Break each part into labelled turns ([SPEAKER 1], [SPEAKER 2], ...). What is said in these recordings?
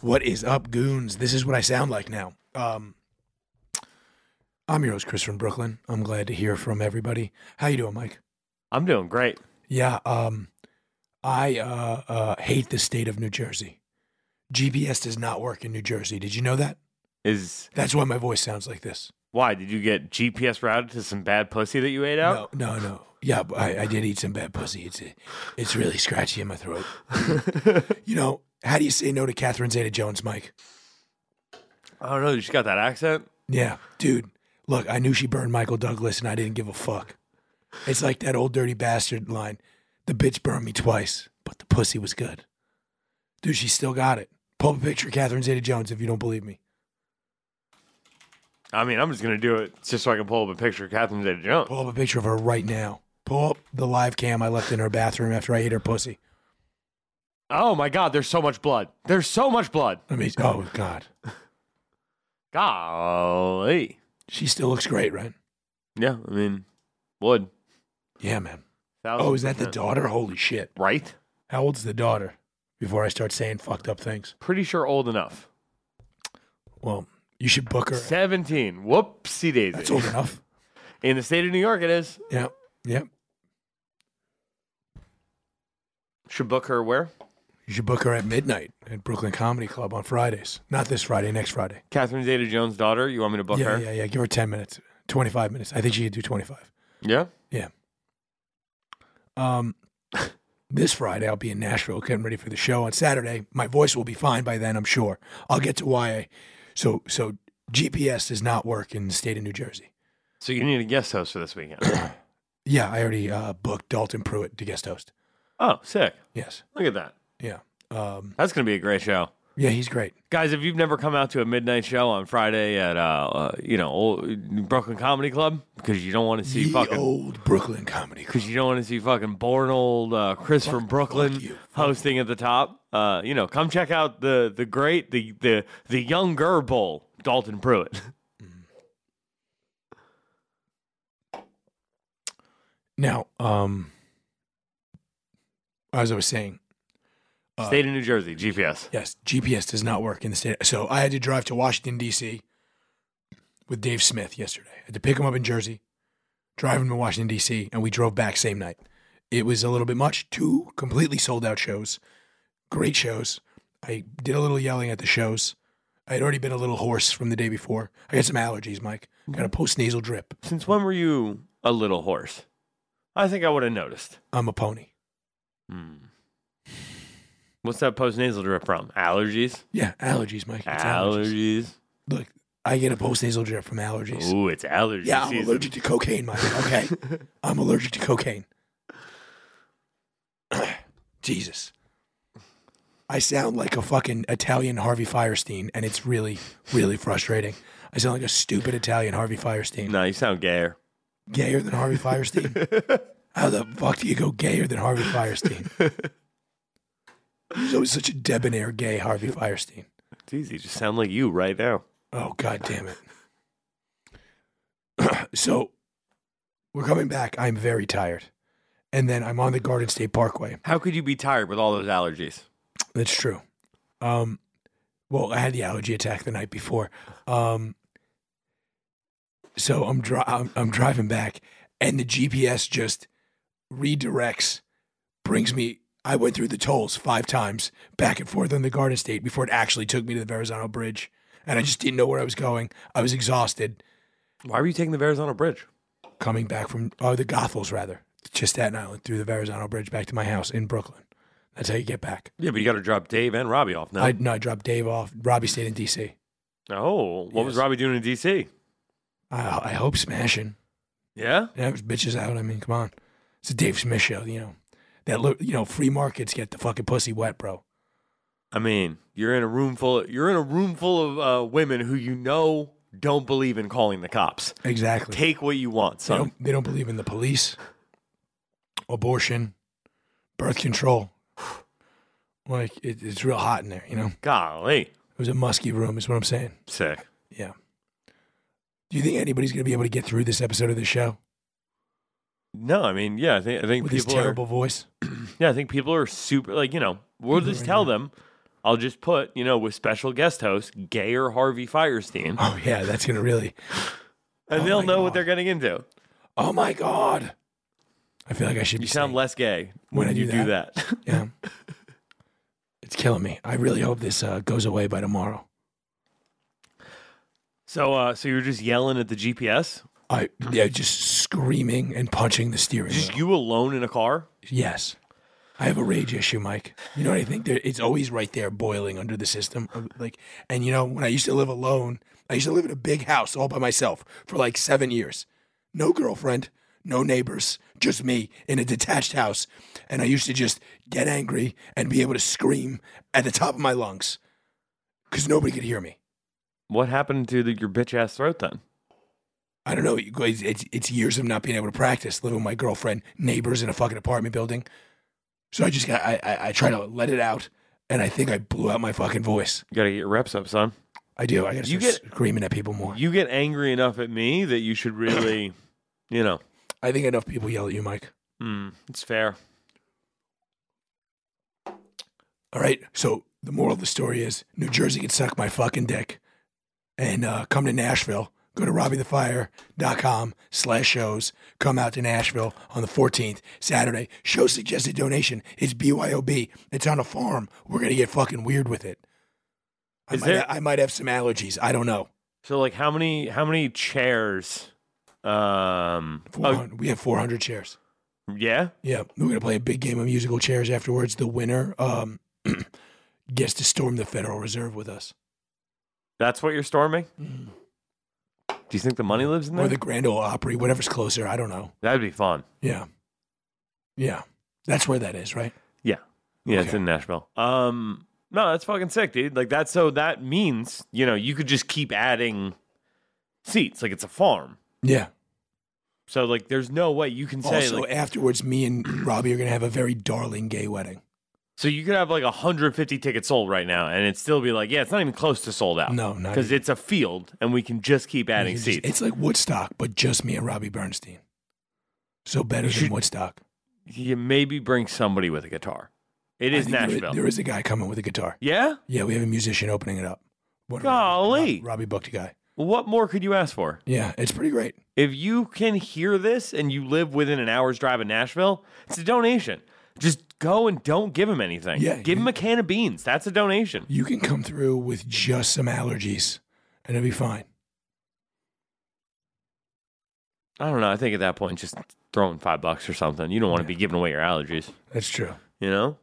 [SPEAKER 1] What is up, goons? This is what I sound like now. Um, I'm your host, Chris from Brooklyn. I'm glad to hear from everybody. How you doing, Mike?
[SPEAKER 2] I'm doing great.
[SPEAKER 1] Yeah, um, I uh, uh, hate the state of New Jersey. GPS does not work in New Jersey. Did you know that?
[SPEAKER 2] Is
[SPEAKER 1] That's why my voice sounds like this.
[SPEAKER 2] why did you get GPS routed to some bad pussy that you ate out?
[SPEAKER 1] No, no, no. Yeah, but I, I did eat some bad pussy. It's it's really scratchy in my throat. you know, how do you say no to Catherine Zeta-Jones, Mike?
[SPEAKER 2] I don't know. You just got that accent.
[SPEAKER 1] Yeah, dude. Look, I knew she burned Michael Douglas, and I didn't give a fuck. It's like that old dirty bastard line: "The bitch burned me twice, but the pussy was good." Dude, she still got it. Pull up a picture of Catherine Zeta-Jones if you don't believe me.
[SPEAKER 2] I mean, I'm just gonna do it just so I can pull up a picture of Catherine Zeta-Jones.
[SPEAKER 1] Pull up a picture of her right now. Pull up the live cam I left in her bathroom after I ate her pussy.
[SPEAKER 2] Oh my God, there's so much blood. There's so much blood.
[SPEAKER 1] I mean, oh god,
[SPEAKER 2] Golly.
[SPEAKER 1] she still looks great, right?
[SPEAKER 2] Yeah, I mean, blood.
[SPEAKER 1] Yeah, man.
[SPEAKER 2] Thousand
[SPEAKER 1] Oh, is that the
[SPEAKER 2] percent.
[SPEAKER 1] daughter? Holy shit!
[SPEAKER 2] Right?
[SPEAKER 1] How old's the daughter? Before I start saying fucked up things.
[SPEAKER 2] Pretty sure old enough.
[SPEAKER 1] Well, you should book her.
[SPEAKER 2] Seventeen. Whoopsie daisy.
[SPEAKER 1] That's old enough.
[SPEAKER 2] In the state of New York, it is.
[SPEAKER 1] Yeah, yeah.
[SPEAKER 2] Should book her where?
[SPEAKER 1] You should book her at midnight at Brooklyn Comedy Club on Fridays. Not this Friday, next Friday.
[SPEAKER 2] Catherine Zeta-Jones' daughter. You want me to book
[SPEAKER 1] yeah,
[SPEAKER 2] her?
[SPEAKER 1] yeah, yeah. Give her 10 minutes, 25 minutes. I think she could do 25.
[SPEAKER 2] yeah.
[SPEAKER 1] Um, this Friday, I'll be in Nashville getting ready for the show on Saturday. My voice will be fine by then, I'm sure. I'll get to why. I, so, so GPS does not work in the state of New Jersey.
[SPEAKER 2] So you need a guest host for this weekend.
[SPEAKER 1] Yeah, I already uh, booked Dalton Pruitt to guest host.
[SPEAKER 2] oh, sick.
[SPEAKER 1] Yes.
[SPEAKER 2] Look at that.
[SPEAKER 1] Yeah. Um,
[SPEAKER 2] That's going to be a great show.
[SPEAKER 1] yeah, he's great.
[SPEAKER 2] Guys, if you've never come out to a midnight show on Friday at, uh, uh you know, old Brooklyn Comedy Club, because you don't want to see
[SPEAKER 1] the
[SPEAKER 2] fucking,
[SPEAKER 1] old Brooklyn Comedy Club.
[SPEAKER 2] because you don't want to see fucking born old uh, Chris from
[SPEAKER 1] fuck
[SPEAKER 2] Brooklyn
[SPEAKER 1] you.
[SPEAKER 2] hosting at the top, uh, you know, come check out the the great, the the the younger bowl, Dalton Pruitt.
[SPEAKER 1] Now, um, as I was saying, Uh,
[SPEAKER 2] State of New Jersey, GPS.
[SPEAKER 1] Yes, GPS does not work in the state. So I had to drive to Washington D.C. with Dave Smith yesterday. I had to pick him up in Jersey, drive him to Washington D.C., and we drove back same night. It was a little bit much. Two completely sold out shows, great shows. I did a little yelling at the shows. I had already been a little hoarse from the day before. I got some allergies, Mike. Got a post nasal drip.
[SPEAKER 2] Since when were you a little horse? I think I would have noticed.
[SPEAKER 1] I'm a pony.
[SPEAKER 2] Hmm. What's that post nasal drip from? Allergies?
[SPEAKER 1] Yeah, allergies, Mike. It's allergies.
[SPEAKER 2] Allergies.
[SPEAKER 1] Look, I get a post nasal drip from allergies.
[SPEAKER 2] Ooh, it's allergy
[SPEAKER 1] Yeah, I'm
[SPEAKER 2] season.
[SPEAKER 1] allergic to cocaine, Mike. Okay. I'm allergic to cocaine. Jesus. I sound like a fucking Italian Harvey Firestein, and it's really, really frustrating. I sound like a stupid Italian Harvey Firestein.
[SPEAKER 2] No, you sound gayer.
[SPEAKER 1] Gayer than Harvey Firestein? How the fuck do you go gayer than Harvey Firestein? He's always such a debonair, gay Harvey Firestein.
[SPEAKER 2] It's easy. Just sound like you right now.
[SPEAKER 1] Oh god damn it. so we're coming back. I'm very tired. And then I'm on the Garden State Parkway.
[SPEAKER 2] How could you be tired with all those allergies?
[SPEAKER 1] That's true. Um well, I had the allergy attack the night before. Um so I'm dri- I'm, I'm driving back and the GPS just redirects brings me I went through the tolls 5 times back and forth on the Garden State before it actually took me to the Verrazano Bridge and I just didn't know where I was going. I was exhausted.
[SPEAKER 2] Why were you taking the Verrazano Bridge?
[SPEAKER 1] coming back from or the Gothels rather, to Staten Island through the Verrazano Bridge back to my house in Brooklyn. That's how you get back.
[SPEAKER 2] Yeah, but you got to drop Dave and Robbie off now.
[SPEAKER 1] I no, I dropped Dave off. Robbie stayed in D.C.
[SPEAKER 2] oh, what was
[SPEAKER 1] Yes.
[SPEAKER 2] Robbie doing in D.C.?
[SPEAKER 1] I, I hope smashing.
[SPEAKER 2] Yeah,
[SPEAKER 1] Yeah, there's bitches out. I mean, come on, it's a Dave Smith show. You know that. lo- You know, free markets get the fucking pussy wet, bro.
[SPEAKER 2] I mean, you're in a room full. You're in a room full of uh, women who you know don't believe in calling the cops.
[SPEAKER 1] Exactly.
[SPEAKER 2] Take what you want,
[SPEAKER 1] they
[SPEAKER 2] son.
[SPEAKER 1] don't, they don't believe in the police, abortion, birth control. Like it, it's real hot in there. You know, it
[SPEAKER 2] Golly,
[SPEAKER 1] was a musky room. Is what I'm saying.
[SPEAKER 2] sick.
[SPEAKER 1] Yeah. Do you think anybody's going to be able to get through this episode of the show
[SPEAKER 2] No, I mean, yeah, I think I think
[SPEAKER 1] with his
[SPEAKER 2] people are.
[SPEAKER 1] terrible voice?
[SPEAKER 2] Yeah, I think people are super. Like you know, we'll just tell them I'll just put, you know, with special guest host, Gayer Harvey Firestein,
[SPEAKER 1] Oh yeah, that's gonna really.
[SPEAKER 2] and
[SPEAKER 1] Oh
[SPEAKER 2] they'll
[SPEAKER 1] my
[SPEAKER 2] know what
[SPEAKER 1] God.
[SPEAKER 2] they're getting into.
[SPEAKER 1] Oh my god. I feel like I should be
[SPEAKER 2] You sound
[SPEAKER 1] saying-
[SPEAKER 2] less gay
[SPEAKER 1] When
[SPEAKER 2] when,
[SPEAKER 1] I do
[SPEAKER 2] you do that.
[SPEAKER 1] Yeah. It's killing me. I really hope this uh, goes away by tomorrow.
[SPEAKER 2] so, uh, so you're just yelling at the GPS?
[SPEAKER 1] I yeah, just screaming and punching the steering
[SPEAKER 2] Just
[SPEAKER 1] wheel.
[SPEAKER 2] you alone in a car?
[SPEAKER 1] Yes. I have a rage issue, Mike. You know what I think? There, it's always right there, boiling under the system. Like, and you know, when I used to live alone, I used to live in a big house all by myself for like seven years, no girlfriend, no neighbors, just me in a detached house. And I used to just get angry and be able to scream at the top of my lungs because nobody could hear me.
[SPEAKER 2] What happened to the, your bitch ass throat then?
[SPEAKER 1] I don't know. you guys- It's, it's years of not being able to practice, living with my girlfriend, neighbors in a fucking apartment building. So I just got, I, I, I try to let it out, and I think I blew out my fucking voice.
[SPEAKER 2] You gotta get your reps up, son.
[SPEAKER 1] I do. I got to
[SPEAKER 2] You
[SPEAKER 1] start screaming at people more.
[SPEAKER 2] You get angry enough at me that you should really, you know,
[SPEAKER 1] I think enough people yell at you, Mike.
[SPEAKER 2] mm, it's fair.
[SPEAKER 1] All right. So the moral of the story is New Jersey can suck my fucking dick, and uh, come to Nashville. Go to robbythefire.com slash shows. Come out to Nashville on the 14th, Saturday. Show suggested donation is BYOB. It's on a farm. We're going to get fucking weird with it. I
[SPEAKER 2] Is
[SPEAKER 1] might,
[SPEAKER 2] there-
[SPEAKER 1] I might have some allergies. I don't know.
[SPEAKER 2] So, like, how many how many chairs? Um, oh,
[SPEAKER 1] 400 we have 400 chairs.
[SPEAKER 2] yeah.
[SPEAKER 1] Yeah, we're gonna play a big game of musical chairs afterwards. The winner um, gets to storm the Federal Reserve with us,
[SPEAKER 2] That's what you're storming? Do you think the money lives in
[SPEAKER 1] or
[SPEAKER 2] there?
[SPEAKER 1] the Grand Ole Opry, whatever's closer. I don't know.
[SPEAKER 2] That'd be fun.
[SPEAKER 1] Yeah, yeah, that's where that is, right?
[SPEAKER 2] Yeah. Yeah, it's
[SPEAKER 1] Okay.
[SPEAKER 2] in Nashville. Um no, that's fucking sick, dude. Like that's so that means, you know, you could just keep adding seats. Like it's a farm.
[SPEAKER 1] Yeah.
[SPEAKER 2] So like there's no way you can say
[SPEAKER 1] Also, eh,
[SPEAKER 2] like,
[SPEAKER 1] afterwards, me and Robbie are gonna have a very darling gay wedding.
[SPEAKER 2] so you could have like 150 tickets sold right now and it'd still be like, yeah, it's not even close to sold out.
[SPEAKER 1] No, not
[SPEAKER 2] Cuz it's a field and we can just keep adding
[SPEAKER 1] It's,
[SPEAKER 2] seats.
[SPEAKER 1] it's like Woodstock, but just me and Robbie Bernstein. So better
[SPEAKER 2] You
[SPEAKER 1] than
[SPEAKER 2] should-
[SPEAKER 1] Woodstock.
[SPEAKER 2] you maybe bring somebody with a guitar. It is
[SPEAKER 1] I think there-
[SPEAKER 2] Nashville.
[SPEAKER 1] there is a guy coming with a guitar.
[SPEAKER 2] yeah?
[SPEAKER 1] Yeah, we have a musician opening it up. One of our-
[SPEAKER 2] Golly.
[SPEAKER 1] Robbie booked a guy.
[SPEAKER 2] What more could you ask for?
[SPEAKER 1] Yeah, it's pretty great.
[SPEAKER 2] If you can hear this and you live within an hour's drive of Nashville, it's a donation. Just go and don't give him anything.
[SPEAKER 1] Yeah,
[SPEAKER 2] give him a can of beans. That's a donation.
[SPEAKER 1] You can come through with just some allergies and it'll be fine.
[SPEAKER 2] I don't know. I think at that point, just throwing five bucks or something. You don't want to be giving away your allergies.
[SPEAKER 1] That's true.
[SPEAKER 2] You know?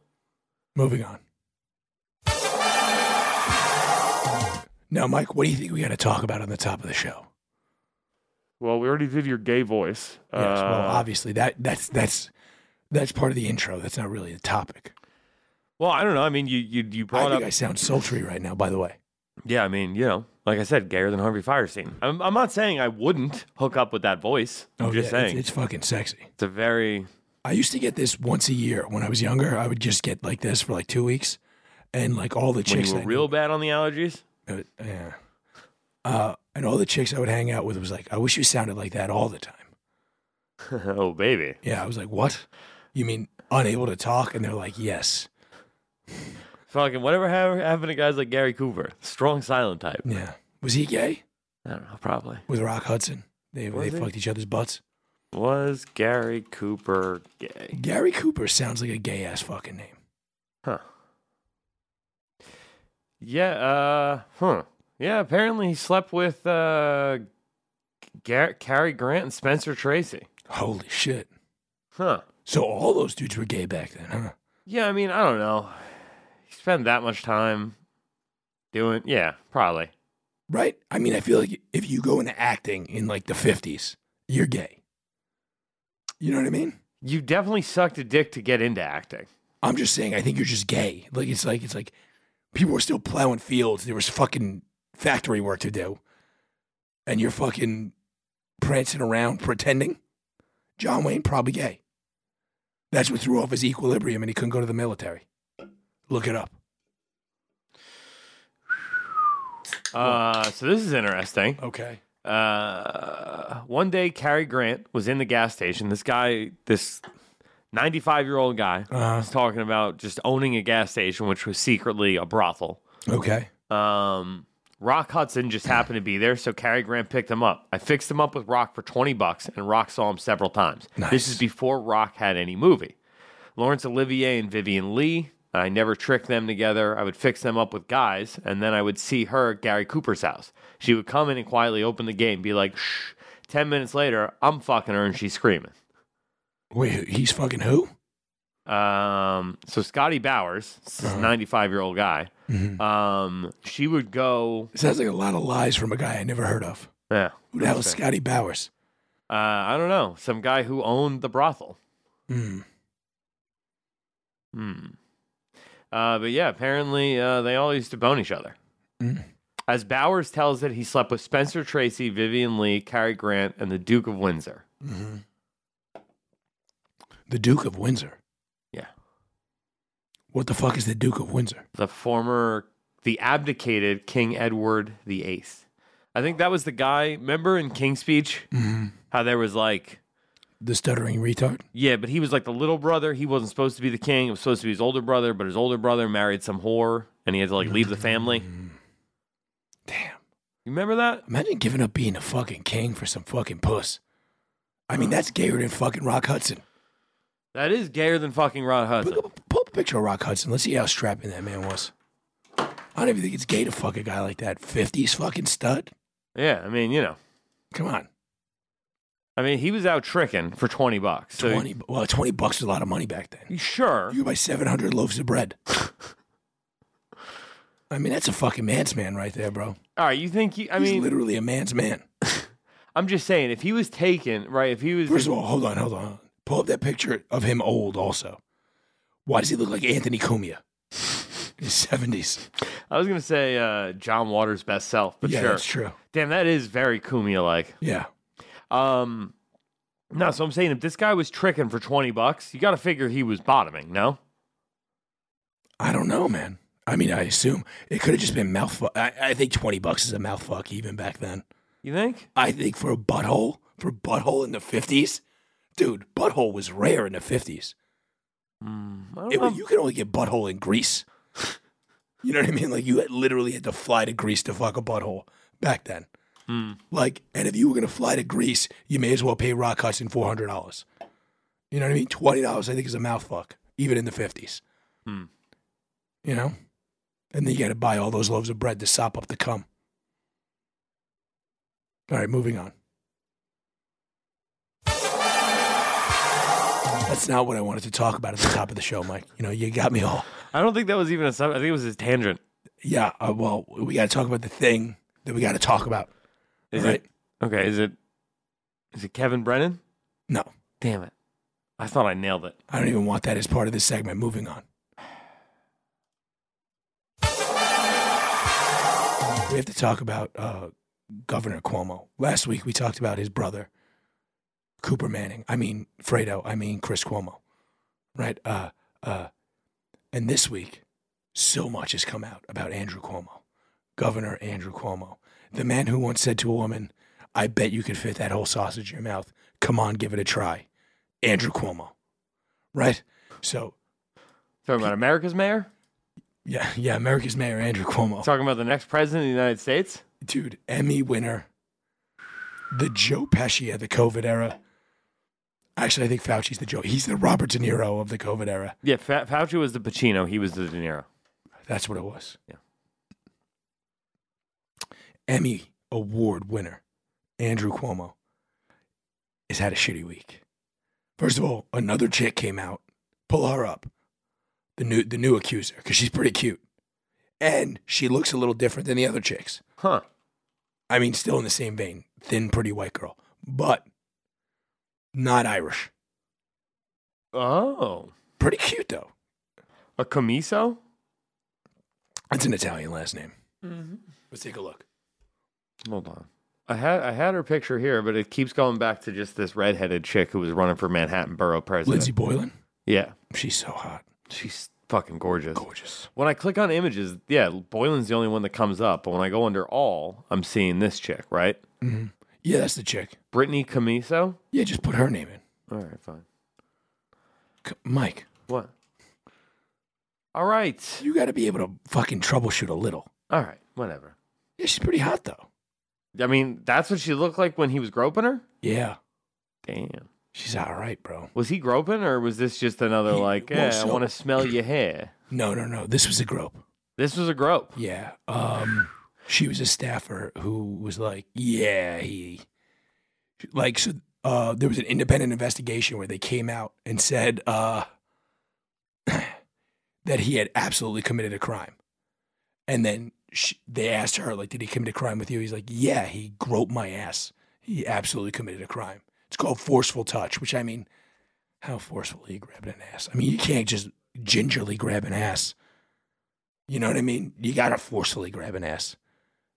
[SPEAKER 1] Moving on. Now, Mike, what do you think we got to talk about on the top of the show?
[SPEAKER 2] Well, we already did your gay voice.
[SPEAKER 1] yes,
[SPEAKER 2] Uh,
[SPEAKER 1] well, obviously that that's that's that's part of the intro. That's not really a topic.
[SPEAKER 2] well, I don't know. I mean, you you you
[SPEAKER 1] I
[SPEAKER 2] brought
[SPEAKER 1] think
[SPEAKER 2] up.
[SPEAKER 1] I sound sultry right now. By the way,
[SPEAKER 2] yeah, I mean, you know, like I said, gayer than Harvey Firestein. I'm I'm not saying I wouldn't hook up with that voice. I'm just
[SPEAKER 1] Oh, yeah, it's-
[SPEAKER 2] saying
[SPEAKER 1] it's, fucking sexy.
[SPEAKER 2] it's a very
[SPEAKER 1] I used to get this once a year when I was younger. I would just get like this for like two weeks, and like all the
[SPEAKER 2] when
[SPEAKER 1] chicks.
[SPEAKER 2] you were
[SPEAKER 1] I knew-
[SPEAKER 2] real bad on the allergies.
[SPEAKER 1] Uh, yeah. Uh, and all the chicks I would hang out with was like, I wish you sounded like that all the time.
[SPEAKER 2] oh baby.
[SPEAKER 1] Yeah, I was like, what? You mean unable to talk? And they're like, yes.
[SPEAKER 2] Fucking whatever ha- happened to guys like Gary Cooper, strong silent type.
[SPEAKER 1] Yeah. Was he gay
[SPEAKER 2] I don't know, probably
[SPEAKER 1] with Rock Hudson? They, they
[SPEAKER 2] Was he?
[SPEAKER 1] fucked each other's butts.
[SPEAKER 2] was Gary Cooper gay?
[SPEAKER 1] Gary Cooper sounds like a gay ass fucking name.
[SPEAKER 2] Huh. Yeah. Uh. Huh. Yeah. Apparently, he slept with uh, Gar- Cary Grant and Spencer Tracy.
[SPEAKER 1] Holy shit.
[SPEAKER 2] Huh.
[SPEAKER 1] So all those dudes were gay back then, huh?
[SPEAKER 2] Yeah. I mean, I don't know. He spent that much time doing. Yeah. Probably.
[SPEAKER 1] Right? I mean, I feel like if you go into acting in like the 50s, you're gay. You know what I mean?
[SPEAKER 2] You definitely sucked a dick to get into acting.
[SPEAKER 1] I'm just saying. I think you're just gay. Like it's like it's like people were still plowing fields. There was fucking factory work to do, and you're fucking prancing around pretending. John Wayne probably gay. That's what threw off his equilibrium, and he couldn't go to the military. Look it up.
[SPEAKER 2] Uh. So this is interesting.
[SPEAKER 1] Okay.
[SPEAKER 2] uh, one day Cary Grant was in the gas station. This guy, this 95 year old guy
[SPEAKER 1] Uh,
[SPEAKER 2] was talking about just owning a gas station, which was secretly a brothel.
[SPEAKER 1] okay.
[SPEAKER 2] Um, Rock Hudson just happened to be there, so Cary Grant picked him up. I fixed him up with Rock for 20 bucks, and Rock saw him several times. This
[SPEAKER 1] Nice.
[SPEAKER 2] is before Rock had any movie. Lawrence Olivier and Vivian Lee, I never tricked them together. I would fix them up with guys, and then I would see her at Gary Cooper's house. She would come in and quietly open the gate and be like, shh. 10 minutes later, I'm fucking her and she's screaming.
[SPEAKER 1] Wait, he's fucking who?
[SPEAKER 2] Um, so Scotty Bowers, 95 year old guy, um, she would go,
[SPEAKER 1] It sounds like a lot of lies from a guy I never heard of.
[SPEAKER 2] yeah.
[SPEAKER 1] Who the hell is Scotty Bowers?
[SPEAKER 2] Uh, I don't know. Some guy who owned the brothel.
[SPEAKER 1] Hmm.
[SPEAKER 2] Hmm. Uh, but yeah, apparently uh, they all used to bone each other.
[SPEAKER 1] Mm.
[SPEAKER 2] As Bowers tells it, he slept with Spencer Tracy, Vivian Lee, Cary Grant, and the Duke of Windsor.
[SPEAKER 1] Mm-hmm. The Duke of Windsor.
[SPEAKER 2] Yeah.
[SPEAKER 1] What the fuck is the Duke of Windsor?
[SPEAKER 2] The former, the abdicated King Edward the Eighth. I think that was the guy. Remember in King's Speech how there was like,
[SPEAKER 1] The stuttering retard?
[SPEAKER 2] yeah, but he was like the little brother. He wasn't supposed to be the king. It was supposed to be his older brother, but his older brother married some whore, and he had to like leave the family.
[SPEAKER 1] Damn.
[SPEAKER 2] You remember that?
[SPEAKER 1] Imagine giving up being a fucking king for some fucking puss. I mean, that's gayer than fucking Rock Hudson.
[SPEAKER 2] That is gayer than fucking Rod Hudson.
[SPEAKER 1] Look up, pull up a picture of Rock Hudson. Let's see how strapping that man was. I don't even think it's gay to fuck a guy like that. 50s fucking stud?
[SPEAKER 2] Yeah, I mean, you know,
[SPEAKER 1] Come on.
[SPEAKER 2] I mean, he was out tricking for twenty bucks. So
[SPEAKER 1] 20, bu- well, 20 bucks was a lot of money back then.
[SPEAKER 2] you sure?
[SPEAKER 1] You could buy 700 loaves of bread. I mean, that's a fucking man's man right there, bro.
[SPEAKER 2] All right, you think? He, I
[SPEAKER 1] He's
[SPEAKER 2] mean,
[SPEAKER 1] literally a man's man.
[SPEAKER 2] I'm just saying, if he was taken, right? If he was,
[SPEAKER 1] First of all, hold on, hold on. hold on. Pull up that picture of him old also. Why does he look like Anthony Cumia? His 70s.
[SPEAKER 2] I was gonna say uh, John Waters' best self, but
[SPEAKER 1] yeah,
[SPEAKER 2] sure.
[SPEAKER 1] that's true.
[SPEAKER 2] Damn, that is very Kumia like.
[SPEAKER 1] Yeah.
[SPEAKER 2] Um, no, so I'm saying, if this guy was tricking for twenty bucks, you got to figure he was bottoming. No,
[SPEAKER 1] I don't know, man. I mean, I assume it could have just been mouth fuck. I, I think 20 bucks is a mouth fuck even back then.
[SPEAKER 2] you think?
[SPEAKER 1] I think for a butthole, for butthole in the 50s, dude, butthole was rare in the 50s.
[SPEAKER 2] Mm, I don't
[SPEAKER 1] It,
[SPEAKER 2] know.
[SPEAKER 1] was- you could only get butthole in Greece. You know what I mean? Like you had literally had to fly to Greece to fuck a butthole back then.
[SPEAKER 2] Hmm.
[SPEAKER 1] Like, and if you were gonna fly to Greece, you may as well pay Rock Hudson four hundred dollars. You know what I mean? Twenty dollars, I think, is a mouth fuck, even in the fifties.
[SPEAKER 2] Hmm.
[SPEAKER 1] You know, and then you got to buy all those loaves of bread to sop up the cum. All right, moving on. That's not what I wanted to talk about at the top of the show, Mike. You know, you got me all.
[SPEAKER 2] I don't think that was even a sub. I think it was his tangent.
[SPEAKER 1] Yeah, uh, well, we got to talk about the thing that we got to talk about.
[SPEAKER 2] Is
[SPEAKER 1] right?
[SPEAKER 2] it okay? Is it? Is it Kevin Brennan?
[SPEAKER 1] No,
[SPEAKER 2] Damn it! I thought I nailed it.
[SPEAKER 1] I don't even want that as part of this segment. Moving on. We have to talk about uh, Governor Cuomo. Last week we talked about his brother, Cooper Manning. I mean, Fredo. I mean, Chris Cuomo. Right? Uh, uh, and this week, so much has come out about Andrew Cuomo, Governor Andrew Cuomo, the man who once said to a woman, I bet you could fit that whole sausage in your mouth. Come on, give it a try. Andrew Cuomo. Right? So,
[SPEAKER 2] Talking about America's mayor?
[SPEAKER 1] yeah, yeah, America's Mayor Andrew Cuomo.
[SPEAKER 2] Talking about the next president of the United States?
[SPEAKER 1] Dude, Emmy winner. The Joe Pesci of the COVID era. Actually, I think Fauci's the Joe. He's the Robert De Niro of the COVID era.
[SPEAKER 2] Yeah, Fa- Fauci was the Pacino. He was the De Niro.
[SPEAKER 1] That's what it was.
[SPEAKER 2] Yeah.
[SPEAKER 1] Emmy Award winner, Andrew Cuomo, has had a shitty week. First of all, another chick came out. Pull her up. The new the new accuser, because she's pretty cute. And she looks a little different than the other chicks.
[SPEAKER 2] Huh.
[SPEAKER 1] I mean, still in the same vein. Thin, pretty white girl. But not Irish.
[SPEAKER 2] Oh.
[SPEAKER 1] Pretty cute though.
[SPEAKER 2] A Camiso?
[SPEAKER 1] That's an Italian last name. Let's take a look.
[SPEAKER 2] Hold on. I had I had her picture here, but it keeps going back to just this redheaded chick who was running for Manhattan Borough President.
[SPEAKER 1] Lindsay Boylan.
[SPEAKER 2] Yeah.
[SPEAKER 1] She's so hot.
[SPEAKER 2] She's fucking gorgeous.
[SPEAKER 1] Gorgeous.
[SPEAKER 2] When I click on images, yeah, Boylan's the only one that comes up. But when I go under all, I'm seeing this chick, right?
[SPEAKER 1] Mm-hmm. Yeah, that's the chick.
[SPEAKER 2] Brittany Camiso?
[SPEAKER 1] Yeah, just put her name in.
[SPEAKER 2] All right, fine.
[SPEAKER 1] C- Mike,
[SPEAKER 2] What? All right.
[SPEAKER 1] you got to be able to fucking troubleshoot a little.
[SPEAKER 2] All right. Whatever.
[SPEAKER 1] Yeah, she's pretty hot though.
[SPEAKER 2] I mean, that's what she looked like when he was groping her?
[SPEAKER 1] Yeah,
[SPEAKER 2] Damn.
[SPEAKER 1] she's all right, bro.
[SPEAKER 2] Was he groping or was this just another,
[SPEAKER 1] He-
[SPEAKER 2] like,
[SPEAKER 1] well,
[SPEAKER 2] yeah,
[SPEAKER 1] so-
[SPEAKER 2] I want to smell your hair?
[SPEAKER 1] No, no, no. This was a grope.
[SPEAKER 2] This was a grope.
[SPEAKER 1] Yeah. Um, she was a staffer who was like, yeah, he, like, so, uh, there was an independent investigation where they came out and said, uh, that he had absolutely committed a crime. And then she, they asked her, like, did he commit a crime with you? He's like, yeah, he groped my ass. He absolutely committed a crime. It's called forceful touch, which I mean, how forcefully you grabbed an ass. I mean, you can't just gingerly grab an ass. You know what I mean? You gotta forcefully grab an ass.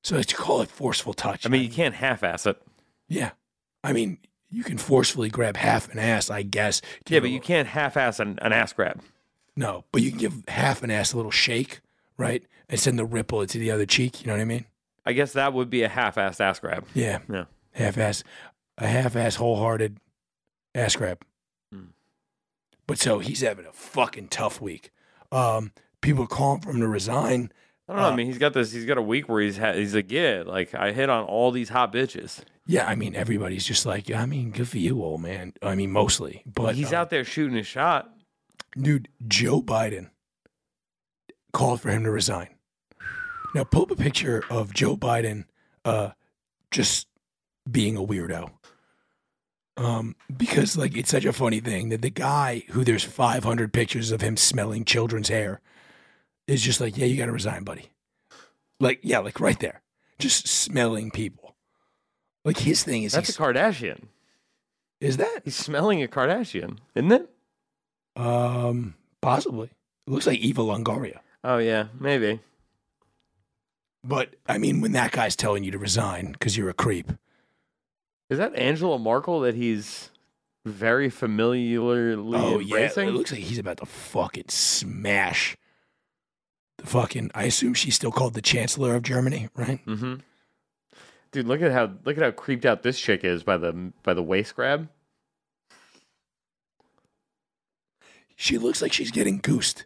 [SPEAKER 1] So it's call it forceful touch.
[SPEAKER 2] I mean, you can't half ass it.
[SPEAKER 1] yeah. I mean, you can forcefully grab half an ass, I guess.
[SPEAKER 2] Yeah,
[SPEAKER 1] Give
[SPEAKER 2] but
[SPEAKER 1] a-
[SPEAKER 2] you can't half ass an, an ass grab.
[SPEAKER 1] No, but you can give half an ass a little shake, right? And send the ripple to the other cheek. You know what I mean?
[SPEAKER 2] I guess that would be a half assed ass grab.
[SPEAKER 1] Yeah.
[SPEAKER 2] Yeah.
[SPEAKER 1] Half ass, a half ass, wholehearted ass grab.
[SPEAKER 2] Hmm.
[SPEAKER 1] But so he's having a fucking tough week. Um, people are calling for him to resign.
[SPEAKER 2] I don't know. I mean, he's got this. He's got a week where he's ha- he's like, yeah, like I hit on all these hot bitches.
[SPEAKER 1] Yeah, I mean, everybody's just like, I mean, good for you, old man. I mean, mostly, but
[SPEAKER 2] he's
[SPEAKER 1] um,
[SPEAKER 2] out there shooting his shot.
[SPEAKER 1] dude, Joe Biden called for him to resign. Now pull up a picture of Joe Biden uh, just being a weirdo. Um, because like it's such a funny thing that the guy who there's 500 pictures of him smelling children's hair is just like, yeah, you got to resign, buddy. Like, yeah, like right there, just smelling people. Like his thing is,
[SPEAKER 2] That's a
[SPEAKER 1] he's-
[SPEAKER 2] Kardashian.
[SPEAKER 1] is that
[SPEAKER 2] He's smelling a Kardashian, isn't it?
[SPEAKER 1] um possibly? It looks like Eva Longoria.
[SPEAKER 2] Oh yeah, maybe.
[SPEAKER 1] But I mean, when that guy's telling you to resign because you're a creep,
[SPEAKER 2] Is that Angela Markle that he's very familiarly embracing?
[SPEAKER 1] Oh, it looks like he's about to fucking smash the fucking. I assume she's still called the Chancellor of Germany, right?
[SPEAKER 2] mm-hmm. Dude, look at how look at how creeped out this chick is by the by the waist grab.
[SPEAKER 1] She looks like she's getting goosed.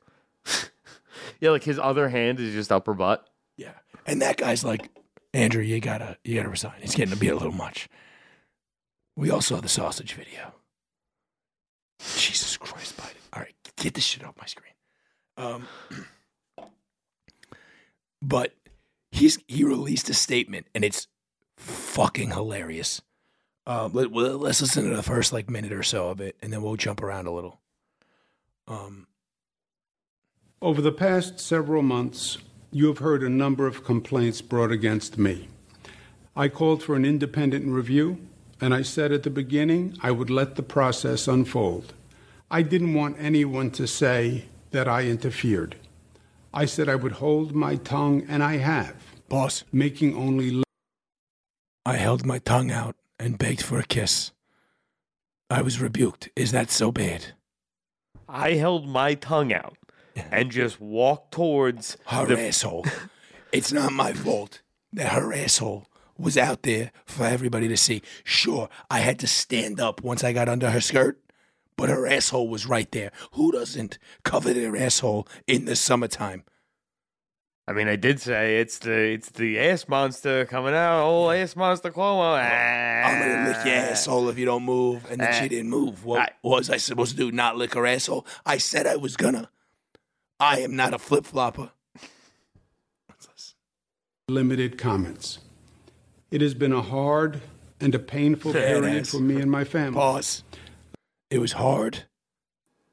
[SPEAKER 2] Yeah, like his other hand is just upper butt.
[SPEAKER 1] Yeah, and that guy's like, Andrew, you gotta, you gotta resign. It's getting to be a little much. We all saw the sausage video. Jesus Christ, Biden! All right, get this shit off my screen. Um, but he's he released a statement, and it's fucking hilarious. Um, let, well, let's listen to the first like minute or so of it, and then we'll jump around a little. Um,
[SPEAKER 3] Over the past several months, you have heard a number of complaints brought against me. I called for an independent review, and I said at the beginning I would let the process unfold. I didn't want anyone to say that I interfered. I said I would hold my tongue, and I have,
[SPEAKER 1] boss,
[SPEAKER 3] making only
[SPEAKER 1] I held my tongue out and begged for a kiss. I was rebuked. Is that so bad?
[SPEAKER 2] I held my tongue out and just walked towards
[SPEAKER 1] Her
[SPEAKER 2] the
[SPEAKER 1] asshole. it's not my fault that her asshole was out there for everybody to see. Sure, I had to stand up once I got under her skirt, but her asshole was right there. Who doesn't cover their asshole in the summertime?
[SPEAKER 2] I mean, I did say it's the it's the ass monster coming out, old ass monster Cuomo.
[SPEAKER 1] I'm gonna lick your
[SPEAKER 2] Ah.
[SPEAKER 1] asshole if you don't move. And then she didn't move. What
[SPEAKER 2] I-
[SPEAKER 1] was I supposed to do? Not lick her asshole? I said I was gonna. I am not a flip flopper.
[SPEAKER 3] limited comments. It has been a hard and a painful
[SPEAKER 1] Fair
[SPEAKER 3] period
[SPEAKER 1] ass.
[SPEAKER 3] for me and my family.
[SPEAKER 1] Pause. It was hard,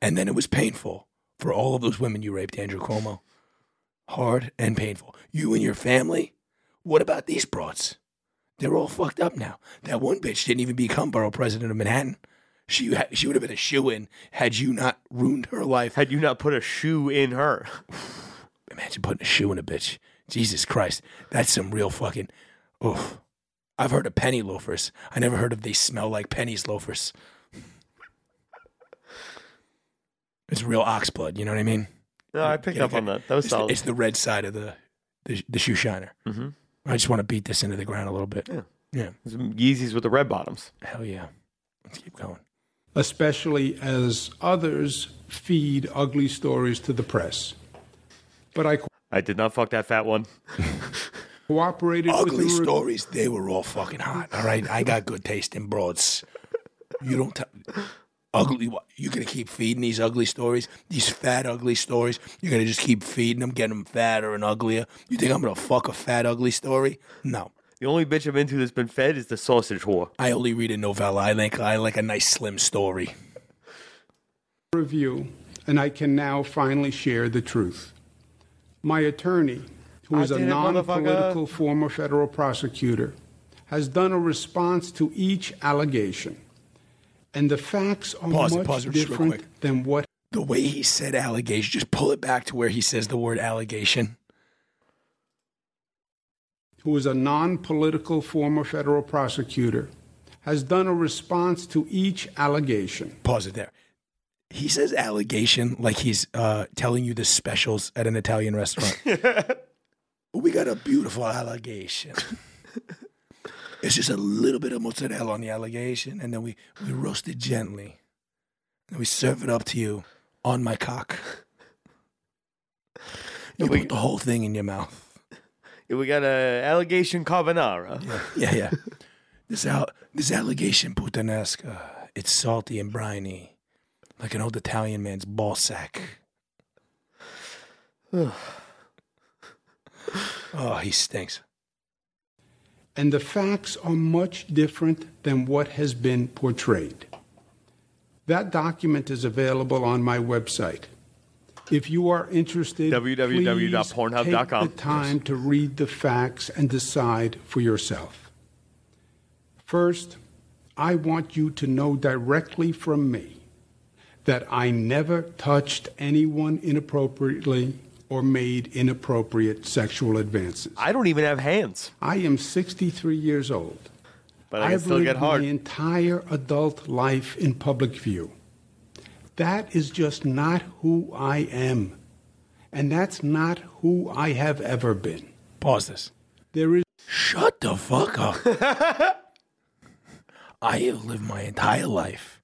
[SPEAKER 1] and then it was painful for all of those women you raped, Andrew Cuomo. Hard and painful. You and your family. What about these broads? They're all fucked up now. That one bitch didn't even become borough president of Manhattan. She ha- she would have been a shoe in had you not ruined her life.
[SPEAKER 2] Had you not put a shoe in her,
[SPEAKER 1] Imagine putting a shoe in a bitch. Jesus Christ, that's some real fucking. Oof. I've heard of penny loafers. I never heard of they smell like pennies loafers. It's real ox blood. You know what I mean?
[SPEAKER 2] no, I picked
[SPEAKER 1] Yeah,
[SPEAKER 2] up on
[SPEAKER 1] okay.
[SPEAKER 2] that. That was
[SPEAKER 1] It's the,
[SPEAKER 2] solid.
[SPEAKER 1] it's the red side of the the, the shoe shiner.
[SPEAKER 2] Mhm.
[SPEAKER 1] I just want to beat this into the ground a little bit.
[SPEAKER 2] Yeah.
[SPEAKER 1] Yeah.
[SPEAKER 2] Some Yeezys with the red bottoms.
[SPEAKER 1] Hell yeah. Let's keep going.
[SPEAKER 3] especially as others feed ugly stories to the press. But I co-
[SPEAKER 2] I did not fuck that fat one.
[SPEAKER 3] cooperated
[SPEAKER 1] Ugly
[SPEAKER 3] with the re-
[SPEAKER 1] stories. They were all fucking hot. All right, I got good taste in broads. You don't tell ugly. what- You're gonna keep feeding these ugly stories, these fat ugly stories. You're gonna just keep feeding them, getting them fatter and uglier. You think I'm gonna fuck a fat ugly story? No.
[SPEAKER 2] The only bitch I'm into that's been fed is the sausage whore.
[SPEAKER 1] I only read a novella. I like I like a nice slim story.
[SPEAKER 3] review, and I can now finally share the truth. My attorney, who
[SPEAKER 2] I
[SPEAKER 3] is a
[SPEAKER 2] did it,
[SPEAKER 3] non
[SPEAKER 2] motherfucker.
[SPEAKER 3] political former federal prosecutor, has done a response to each allegation. And the facts are
[SPEAKER 1] Pause it,
[SPEAKER 3] much
[SPEAKER 1] pause it just real
[SPEAKER 3] different
[SPEAKER 1] quick.
[SPEAKER 3] than what
[SPEAKER 1] The way he said allegation, just pull it back to where he says the word allegation.
[SPEAKER 3] who is a non political former federal prosecutor, has done a response to each allegation.
[SPEAKER 1] Pause it there. He says allegation like he's uh, telling you the specials at an Italian restaurant. we got a beautiful allegation. it's just a little bit of mozzarella on the allegation, and then we, we roast it gently. And we serve it up to you on my cock. You
[SPEAKER 2] We-
[SPEAKER 1] put the whole thing in your mouth.
[SPEAKER 2] We got a allegation carbonara.
[SPEAKER 1] Yeah, yeah. This al- this allegation puttanesque. uh, It's salty and briny, like an old Italian man's ball sack. oh, he stinks.
[SPEAKER 3] and the facts are much different than what has been portrayed. That document is available on my website. If you are interested,
[SPEAKER 2] www.pornhub.com.
[SPEAKER 3] please take the time to read the facts and decide for yourself. First, I want you to know directly from me that I never touched anyone inappropriately or made inappropriate sexual advances.
[SPEAKER 2] I don't even have hands,
[SPEAKER 3] I am 63 years old.
[SPEAKER 2] but I can
[SPEAKER 3] have
[SPEAKER 2] still
[SPEAKER 3] lived
[SPEAKER 2] get hard.
[SPEAKER 3] my entire adult life in public view. That is just not who I am. And that's not who I have ever been.
[SPEAKER 1] Pause this.
[SPEAKER 3] There is
[SPEAKER 1] Shut the fuck up. I have lived my entire life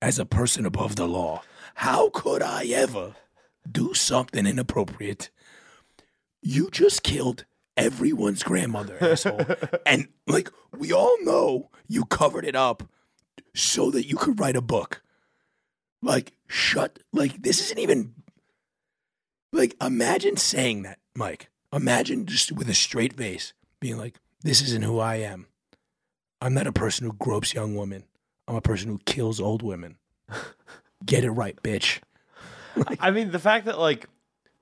[SPEAKER 1] as a person above the law. How could I ever do something inappropriate? You just killed everyone's grandmother, asshole. and like we all know, you covered it up so that you could write a book. Like shut like this isn't even like, imagine saying that, Mike. Imagine just with a straight face being like, this isn't who I am. I'm not a person who gropes young women. I'm a person who kills old women. Get it right, bitch.
[SPEAKER 2] I mean, the fact that like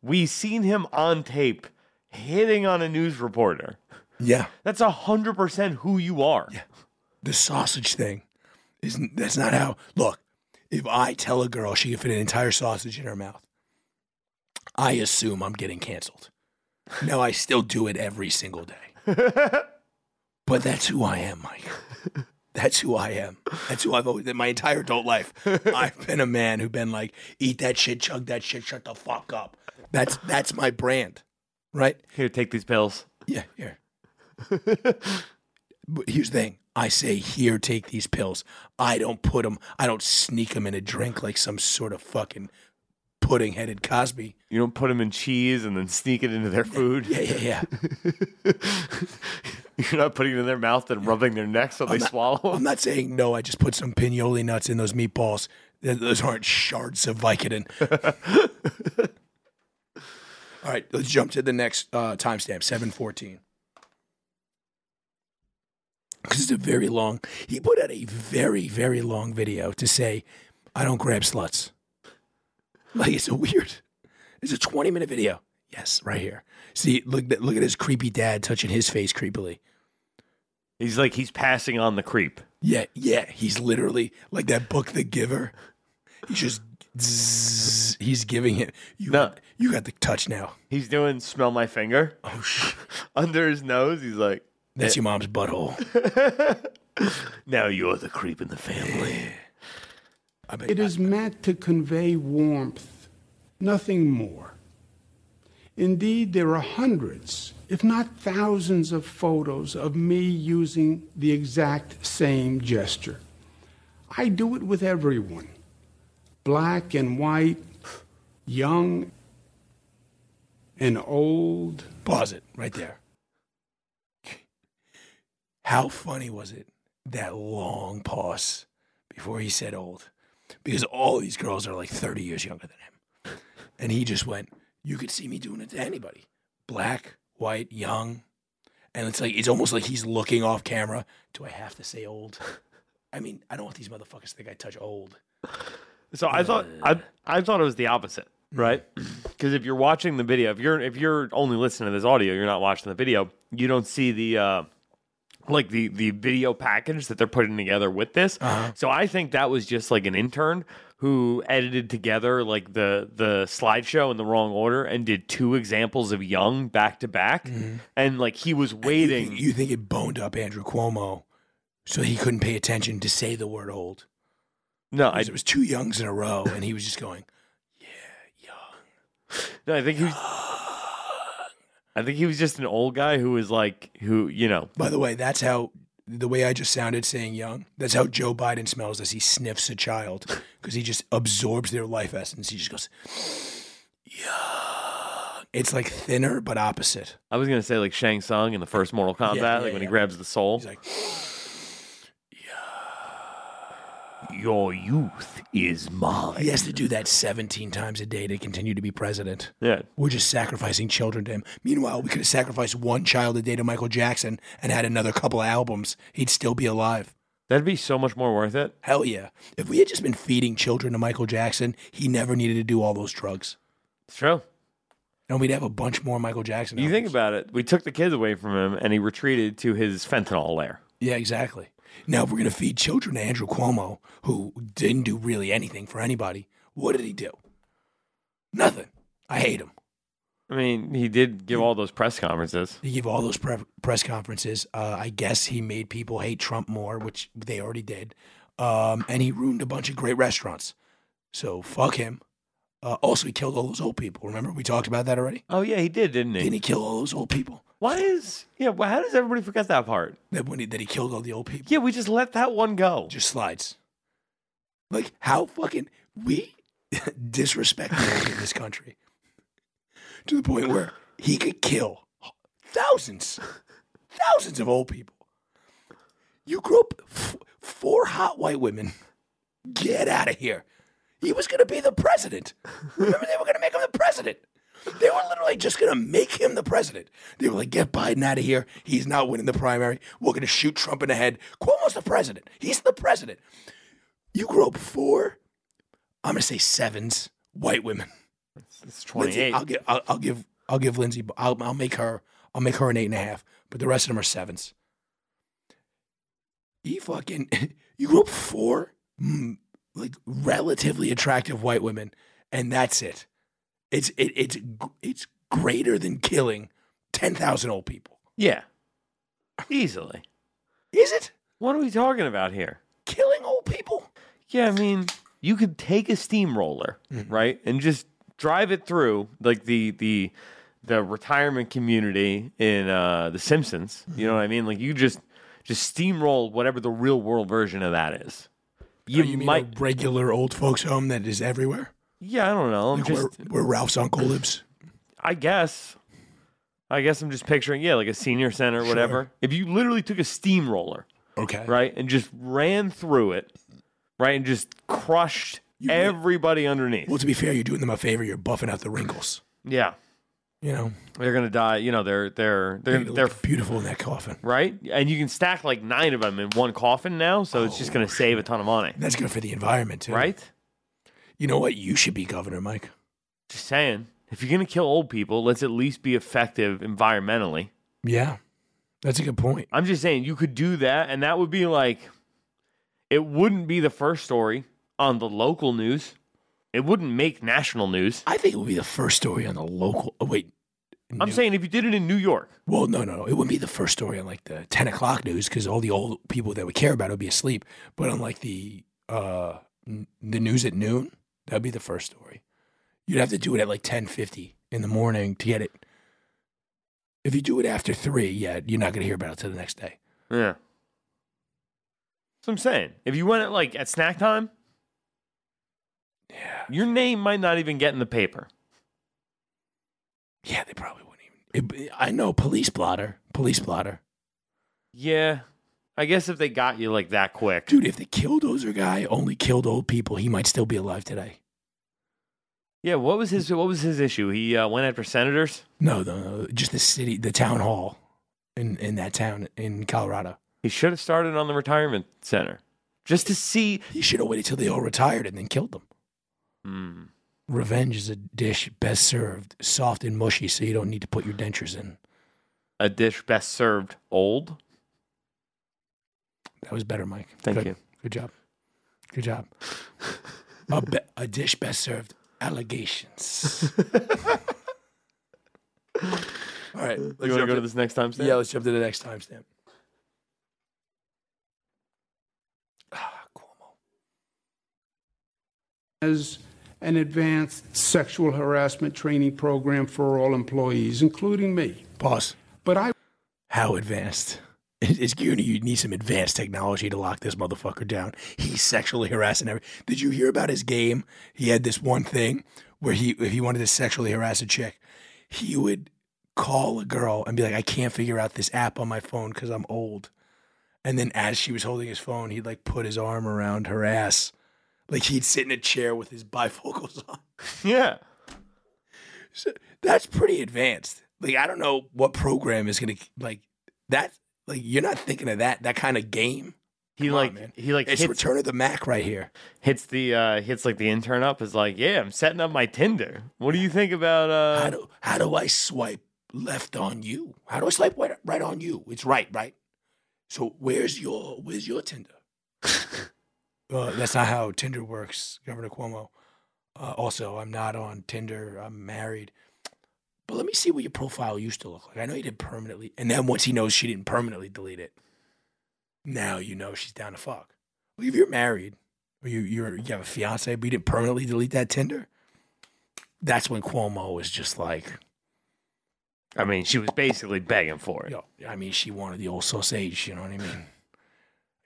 [SPEAKER 2] we seen him on tape hitting on a news reporter.
[SPEAKER 1] Yeah.
[SPEAKER 2] That's a hundred percent who you are.
[SPEAKER 1] The sausage thing isn't, that's not how, look, if I tell a girl she can fit an entire sausage in her mouth, I assume I'm getting canceled. Now, I still do it every single day. but that's who I am, Mike. That's who I am. That's who I've always been. My entire adult life, I've been a man who've been like, eat that shit, chug that shit, shut the fuck up. That's that's my brand, right?
[SPEAKER 2] Here, take these pills.
[SPEAKER 1] Yeah, here. but here's the thing. I say, here, take these pills. I don't put them, I don't sneak them in a drink like some sort of fucking pudding headed Cosby.
[SPEAKER 2] You don't put them in cheese and then sneak it into their food.
[SPEAKER 1] Yeah, yeah, yeah.
[SPEAKER 2] You're not putting it in their mouth and rubbing their neck so they swallow 'em. swallow
[SPEAKER 1] I'm not saying no. I just put some pinoli nuts in those meatballs. Th- Those aren't shards of Vicodin. All right, let's jump to the next uh, timestamp, seven fourteen, because it's a very long. He put out a very very long video to say, "I don't grab sluts." Like it's a weird. It's a twenty minute video. Yes, right here. See, look at look at his creepy dad touching his face creepily.
[SPEAKER 2] He's like he's passing on the creep.
[SPEAKER 1] Yeah, yeah, he's literally like that book, The Giver. He's just zzz, he's giving it. You
[SPEAKER 2] No.
[SPEAKER 1] you got the touch now.
[SPEAKER 2] He's doing smell my finger
[SPEAKER 1] Oh sh!
[SPEAKER 2] under his nose. He's like,
[SPEAKER 1] That's your mom's butthole.
[SPEAKER 2] now you're the creep in the family.
[SPEAKER 1] I bet
[SPEAKER 3] It is meant to convey warmth, nothing more. Indeed, there are hundreds, if not thousands, of photos of me using the exact same gesture. I do it with everyone black and white, young and old.
[SPEAKER 1] Pause it right there. How funny was it that long pause before he said old? Because all these girls are like 30 years younger than him. And he just went, You could see me doing it to anybody black, white, young. And it's like, it's almost like he's looking off camera. Do I have to say old? I mean, I don't want these motherfuckers to think I touch old.
[SPEAKER 2] So I thought I I thought it was the opposite, right? Because if you're watching the video, if you're if you're only listening to this audio, you're not watching the video. You don't see the uh, like the the video package that they're putting together with this. So I think that was just like an intern who edited together like the the slideshow in the wrong order and did two examples of Young back to back, and like he was
[SPEAKER 1] You
[SPEAKER 2] waiting.
[SPEAKER 1] think, you think it boned up Andrew Cuomo so he couldn't pay attention to say the word old?
[SPEAKER 2] no, I
[SPEAKER 1] Because it was two youngs in a row, and he was just going,
[SPEAKER 2] No, I think he was. I think he was just an old guy who was like, who you know,
[SPEAKER 1] By the way, that's how the way I just sounded saying young. That's how Joe Biden smells as he sniffs a child because he just absorbs their life essence. He just goes, young. It's like thinner but opposite.
[SPEAKER 2] I was gonna say like Shang Tsung in the first Mortal Kombat,
[SPEAKER 1] yeah,
[SPEAKER 2] like when he
[SPEAKER 1] yeah.
[SPEAKER 2] grabs the soul.
[SPEAKER 1] He's like,
[SPEAKER 2] Your youth is mine.
[SPEAKER 1] he has to do that 17 times a day to continue to be president.
[SPEAKER 2] Yeah,
[SPEAKER 1] We're just sacrificing children to him. Meanwhile, we could have sacrificed one child a day to Michael Jackson and had another couple of albums. He'd still be alive.
[SPEAKER 2] that'd be so much more worth it.
[SPEAKER 1] Hell yeah. If we had just been feeding children to Michael Jackson, he never needed to do all those drugs.
[SPEAKER 2] It's true.
[SPEAKER 1] And we'd have a bunch more Michael Jackson.
[SPEAKER 2] You think
[SPEAKER 1] albums.
[SPEAKER 2] about it. We took the kids away from him, and he retreated to his fentanyl lair.
[SPEAKER 1] Yeah, exactly. Now if we're gonna feed children to Andrew Cuomo, who didn't do really anything for anybody. What did he do? Nothing. I hate him.
[SPEAKER 2] I mean, he did give all those press conferences.
[SPEAKER 1] He gave all those pre- press conferences. Uh, I guess he made people hate Trump more, which they already did. Um, and he ruined a bunch of great restaurants. So fuck him. Uh, also, he killed all those old people. Remember we talked about that already?
[SPEAKER 2] Oh yeah, he did, didn't he?
[SPEAKER 1] Didn't he kill all those old people?
[SPEAKER 2] Why is yeah? wh- How does everybody forget that part?
[SPEAKER 1] That when he, that he killed all the old people.
[SPEAKER 2] Yeah, we just let that one go.
[SPEAKER 1] just slides. Like how fucking we disrespect women in this country to the point where he could kill thousands, thousands of old people. You grew up f- four hot white women. Get out of here. He was going to be the president. Remember, they were going to make him the president. They were literally just going to make him the president. They were like, get Biden out of here. He's not winning the primary. We're going to shoot Trump in the head. Cuomo's the president. He's the president. You grew up four, I'm going to say sevens, white women.
[SPEAKER 2] It's
[SPEAKER 1] Lindsay,
[SPEAKER 2] twenty-eight.
[SPEAKER 1] I'll give, I'll, I'll give, I'll give Lindsay. I'll, I'll make her. I'll make her an eight and a half. But the rest of them are sevens. He fucking. You grew up four mm, like relatively attractive white women, and that's it. It's it, it's gr- it's greater than killing ten thousand old people.
[SPEAKER 2] uh, Yeah, easily.
[SPEAKER 1] Is it
[SPEAKER 2] What are we talking about here?
[SPEAKER 1] killing old people?
[SPEAKER 2] Yeah, I mean, you could take a steamroller,
[SPEAKER 1] Mm-hmm.
[SPEAKER 2] right, and just drive it through like the the the retirement community in uh The Simpsons. You know
[SPEAKER 1] Mm-hmm.
[SPEAKER 2] what I mean? Like you just just steamroll whatever the real world version of that is. You,
[SPEAKER 1] Oh, You mean
[SPEAKER 2] might,
[SPEAKER 1] a regular old folks home that is everywhere?
[SPEAKER 2] yeah, I don't know. I'm
[SPEAKER 1] Like
[SPEAKER 2] just,
[SPEAKER 1] where, where Ralph's uncle lives.
[SPEAKER 2] I guess. I guess I'm just picturing, yeah, like a senior center or whatever. If you literally took a steamroller,
[SPEAKER 1] Okay.
[SPEAKER 2] right, and just ran through it, right, and just crushed everybody underneath.
[SPEAKER 1] Well, to be fair, you're doing them a favor. You're buffing out the wrinkles.
[SPEAKER 2] yeah.
[SPEAKER 1] You know.
[SPEAKER 2] they're gonna die. You know, they're they're they're
[SPEAKER 1] They
[SPEAKER 2] they're
[SPEAKER 1] look beautiful in that coffin.
[SPEAKER 2] right, and you can stack like nine of them in one coffin now, so it's just gonna save a ton of money,
[SPEAKER 1] That's good for the environment too,
[SPEAKER 2] right?
[SPEAKER 1] You know what? You should be governor, Mike.
[SPEAKER 2] Just saying, if you're gonna kill old people, let's at least be effective environmentally.
[SPEAKER 1] Yeah, that's a good point.
[SPEAKER 2] I'm just saying you could do that, and that would be like, it wouldn't be the first story on the local news. It wouldn't make national news.
[SPEAKER 1] I think it would be the first story on the local. Oh, wait,
[SPEAKER 2] I'm saying if you did it in New York,
[SPEAKER 1] well, no, no, no. It wouldn't be the first story on like the ten o'clock news because all the old people that we care about would be asleep. But on like the uh n- the news at noon, that'd be the first story. You'd have to do it at like ten fifty in the morning to get it. If you do it after three, yeah, you're not gonna hear about it till the next day.
[SPEAKER 2] yeah. what I'm saying. If you went at like at snack time,
[SPEAKER 1] Yeah.
[SPEAKER 2] your name might not even get in the paper.
[SPEAKER 1] Yeah, they probably wouldn't even. It- I know police blotter, police blotter,
[SPEAKER 2] Yeah. I guess if they got you like that quick.
[SPEAKER 1] dude. If the killdozer guy only killed old people, he might still be alive today.
[SPEAKER 2] Yeah, what was his what was his issue? He uh, went after senators.
[SPEAKER 1] No, no, no, just the city, the town hall, in in that town in Colorado.
[SPEAKER 2] He should have started on the retirement center just to see.
[SPEAKER 1] He should have waited till they all retired and then killed them.
[SPEAKER 2] Hmm.
[SPEAKER 1] Revenge is a dish best served soft and mushy, so you don't need to put your dentures in.
[SPEAKER 2] a dish best served old.
[SPEAKER 1] That was better, Mike.
[SPEAKER 2] Thank
[SPEAKER 1] Good.
[SPEAKER 2] you.
[SPEAKER 1] Good job. Good job. a, be- a dish best served allegations. All right. Let's
[SPEAKER 2] you want to
[SPEAKER 1] jump
[SPEAKER 2] go to
[SPEAKER 1] to-
[SPEAKER 2] this next time? Stan?
[SPEAKER 1] yeah, let's jump to the next timestamp. Ah, Cuomo.
[SPEAKER 3] as an advanced sexual harassment training program for all employees, including me.
[SPEAKER 1] Pause.
[SPEAKER 3] But I
[SPEAKER 1] How advanced? It's Goonie. You need some advanced technology to lock this motherfucker down. He's sexually harassing every. Did you hear about his game? He had this one thing where he, if he wanted to sexually harass a chick, he would call a girl and be like, "I can't figure out this app on my phone because I'm old." And then as she was holding his phone, he'd like put his arm around her ass, like he'd sit in a chair with his bifocals on.
[SPEAKER 2] Yeah.
[SPEAKER 1] So that's pretty advanced. Like I don't know what program is gonna like that. Like you're not thinking of that that kind of game.
[SPEAKER 2] He
[SPEAKER 1] Come on,
[SPEAKER 2] like
[SPEAKER 1] man.
[SPEAKER 2] he like
[SPEAKER 1] It's
[SPEAKER 2] hits,
[SPEAKER 1] Return of the Mac right here.
[SPEAKER 2] hits the uh hits like the intern up is like, "Yeah, I'm setting up my Tinder. What do you think about
[SPEAKER 1] How
[SPEAKER 2] uh
[SPEAKER 1] do how do I swipe left on you? How do I swipe right, right on you? It's right, right. So where's your where's your Tinder? uh, that's not how Tinder works, Governor Cuomo. Uh, also, I'm not on Tinder. I'm married. But let me see what your profile used to look like. I know you did permanently, and then once he knows she didn't permanently delete it, now you know she's down to fuck. Well, if you're married or you you're, you have a fiance, but you didn't permanently delete that Tinder, that's when Cuomo was just like,
[SPEAKER 2] I mean, she was basically begging for it.
[SPEAKER 1] yo, I mean, she wanted the old sausage. You know what I mean?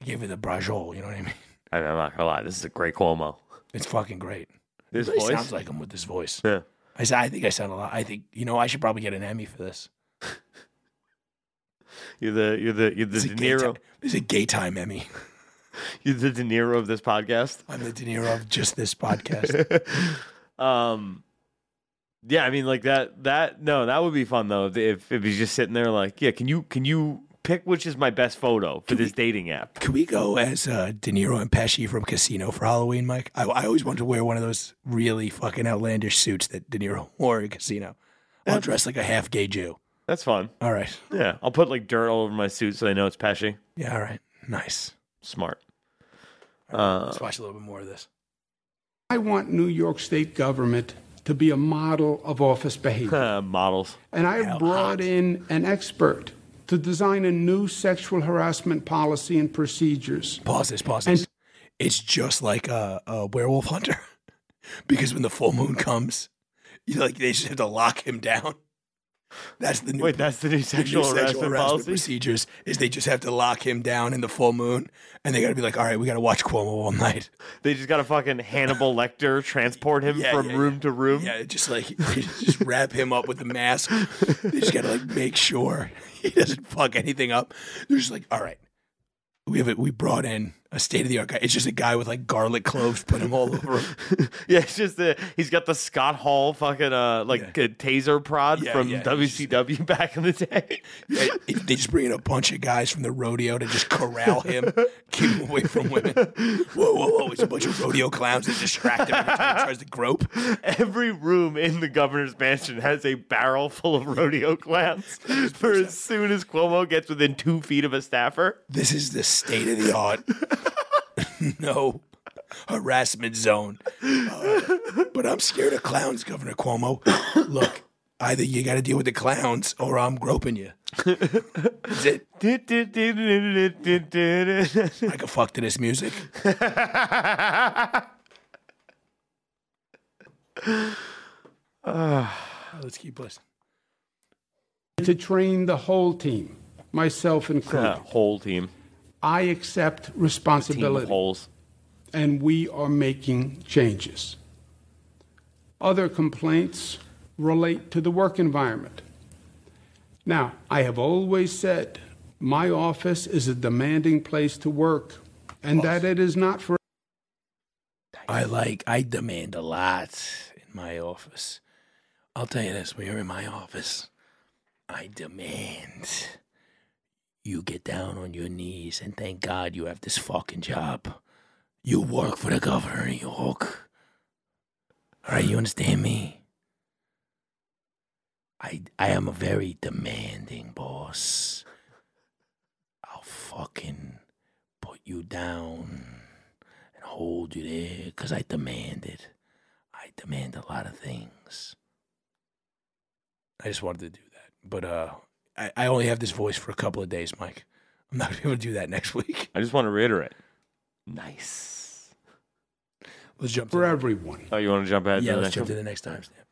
[SPEAKER 1] I gave her the brajol. You know what I mean?
[SPEAKER 2] I mean, I'm not gonna lie, this is a great Cuomo.
[SPEAKER 1] It's fucking great.
[SPEAKER 2] This
[SPEAKER 1] It really
[SPEAKER 2] voice
[SPEAKER 1] sounds like him with this voice.
[SPEAKER 2] Yeah.
[SPEAKER 1] I said, I think I sound a lot. I think you know I should probably get an Emmy for this.
[SPEAKER 2] You're the you're the you're the
[SPEAKER 1] It's
[SPEAKER 2] De
[SPEAKER 1] a gay
[SPEAKER 2] Niro
[SPEAKER 1] ti- It's a gay time Emmy.
[SPEAKER 2] you're the De Niro of this podcast.
[SPEAKER 1] I'm the De Niro of just this podcast.
[SPEAKER 2] um yeah i mean like that that no that would be fun though if if, if he's just sitting there like yeah can you can you pick which is my best photo for this dating app
[SPEAKER 1] Can we go as uh, De Niro and Pesci from Casino for Halloween, Mike? I, I always wanted to wear one of those really fucking outlandish suits that De Niro wore in Casino. I'll dress like a half gay Jew.
[SPEAKER 2] that's fun
[SPEAKER 1] All right.
[SPEAKER 2] yeah i'll put like dirt all over my suit so they know it's pesci
[SPEAKER 1] Yeah. All right. Nice.
[SPEAKER 2] smart Uh,
[SPEAKER 1] Let's watch a little bit more of this.
[SPEAKER 3] I want New York State government to be a model of office behavior.
[SPEAKER 2] uh, models
[SPEAKER 3] and I
[SPEAKER 1] Hell, hot.
[SPEAKER 3] brought in an expert to design a new sexual harassment policy and procedures.
[SPEAKER 1] Pause this. Pause this.
[SPEAKER 3] And-
[SPEAKER 1] it's just like a, a werewolf hunter, because when the full moon comes, you like they just have to lock him down. That's the new.
[SPEAKER 2] wait that's the new
[SPEAKER 1] the new
[SPEAKER 2] sexual, harassment, policy
[SPEAKER 1] procedures is they just have to lock him down in the full moon, and they got to be like, all right, we got to watch Cuomo all night.
[SPEAKER 2] they just gotta fucking hannibal lecter transport him
[SPEAKER 1] Yeah,
[SPEAKER 2] from
[SPEAKER 1] yeah,
[SPEAKER 2] room to room
[SPEAKER 1] Yeah, just like just wrap him up with the mask. They just got to like make sure he doesn't fuck anything up. They're just like, all right, we have it. We brought in a state of the art guy. It's just a guy with like garlic cloves, put him all over him.
[SPEAKER 2] yeah it's just the he's got the scott hall fucking uh like
[SPEAKER 1] Yeah.
[SPEAKER 2] a taser prod
[SPEAKER 1] Yeah,
[SPEAKER 2] from
[SPEAKER 1] yeah, he's just-
[SPEAKER 2] wcw back in the day
[SPEAKER 1] They, they just bring in a bunch of guys from the rodeo to just corral him, keep him away from women. Whoa, whoa, whoa! It's a bunch of rodeo clowns that distract him every time he tries to grope.
[SPEAKER 2] Every room in the governor's mansion has a barrel full of rodeo clowns. For as soon as Cuomo gets within two feet of a staffer,
[SPEAKER 1] This is the state of the art. no harassment zone. Uh, but I'm scared of clowns, Governor Cuomo. Look, either you got to deal with the clowns, or I'm groping you. Is it? I can fuck to this music. Ah, Let's keep listening.
[SPEAKER 3] to train the whole team, myself included.
[SPEAKER 2] Uh, whole team.
[SPEAKER 3] I accept
[SPEAKER 2] Team of
[SPEAKER 3] responsibility
[SPEAKER 2] holes.
[SPEAKER 3] and we are making changes. Other complaints relate to the work environment. Now, I have always said my office is a demanding place to work and that it is not for
[SPEAKER 1] I like, I demand a lot in my office. I'll tell you this when you're in my office, I demand you get down on your knees and thank God you have this fucking job. You work for the governor of New York. All right, you understand me? I, I am a very demanding boss. I'll fucking put you down and hold you there because I demand it. I demand a lot of things. I just wanted to do that. But uh, I, I only have this voice for a couple of days, Mike. I'm not going to be able to do that next week.
[SPEAKER 2] I just want to reiterate. Nice.
[SPEAKER 1] Let's jump to
[SPEAKER 3] for
[SPEAKER 1] the-
[SPEAKER 3] everyone.
[SPEAKER 2] Oh, you want to jump ahead?
[SPEAKER 1] Yeah,
[SPEAKER 2] to the
[SPEAKER 1] let's
[SPEAKER 2] next
[SPEAKER 1] jump to
[SPEAKER 2] one?
[SPEAKER 1] the next timestamp.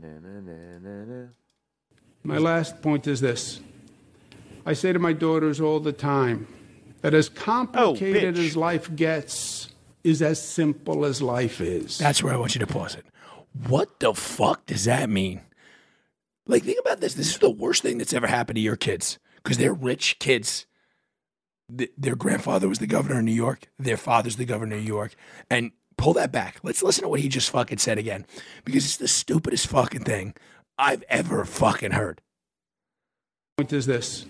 [SPEAKER 2] Ba-na-na-na-na-na-na.
[SPEAKER 3] My last point is this. I say to my daughters all the time that as complicated
[SPEAKER 2] bitch.
[SPEAKER 3] as life gets is as simple as life is.
[SPEAKER 1] That's where I want you to pause it. What the fuck does that mean? Like, think about this. This is the worst thing that's ever happened to your kids because they're rich kids. Th- their grandfather was the governor of New York. Their father's the governor of New York. And pull that back. Let's listen to what he just fucking said again because it's the stupidest fucking thing I've ever fucking heard.
[SPEAKER 3] point is this.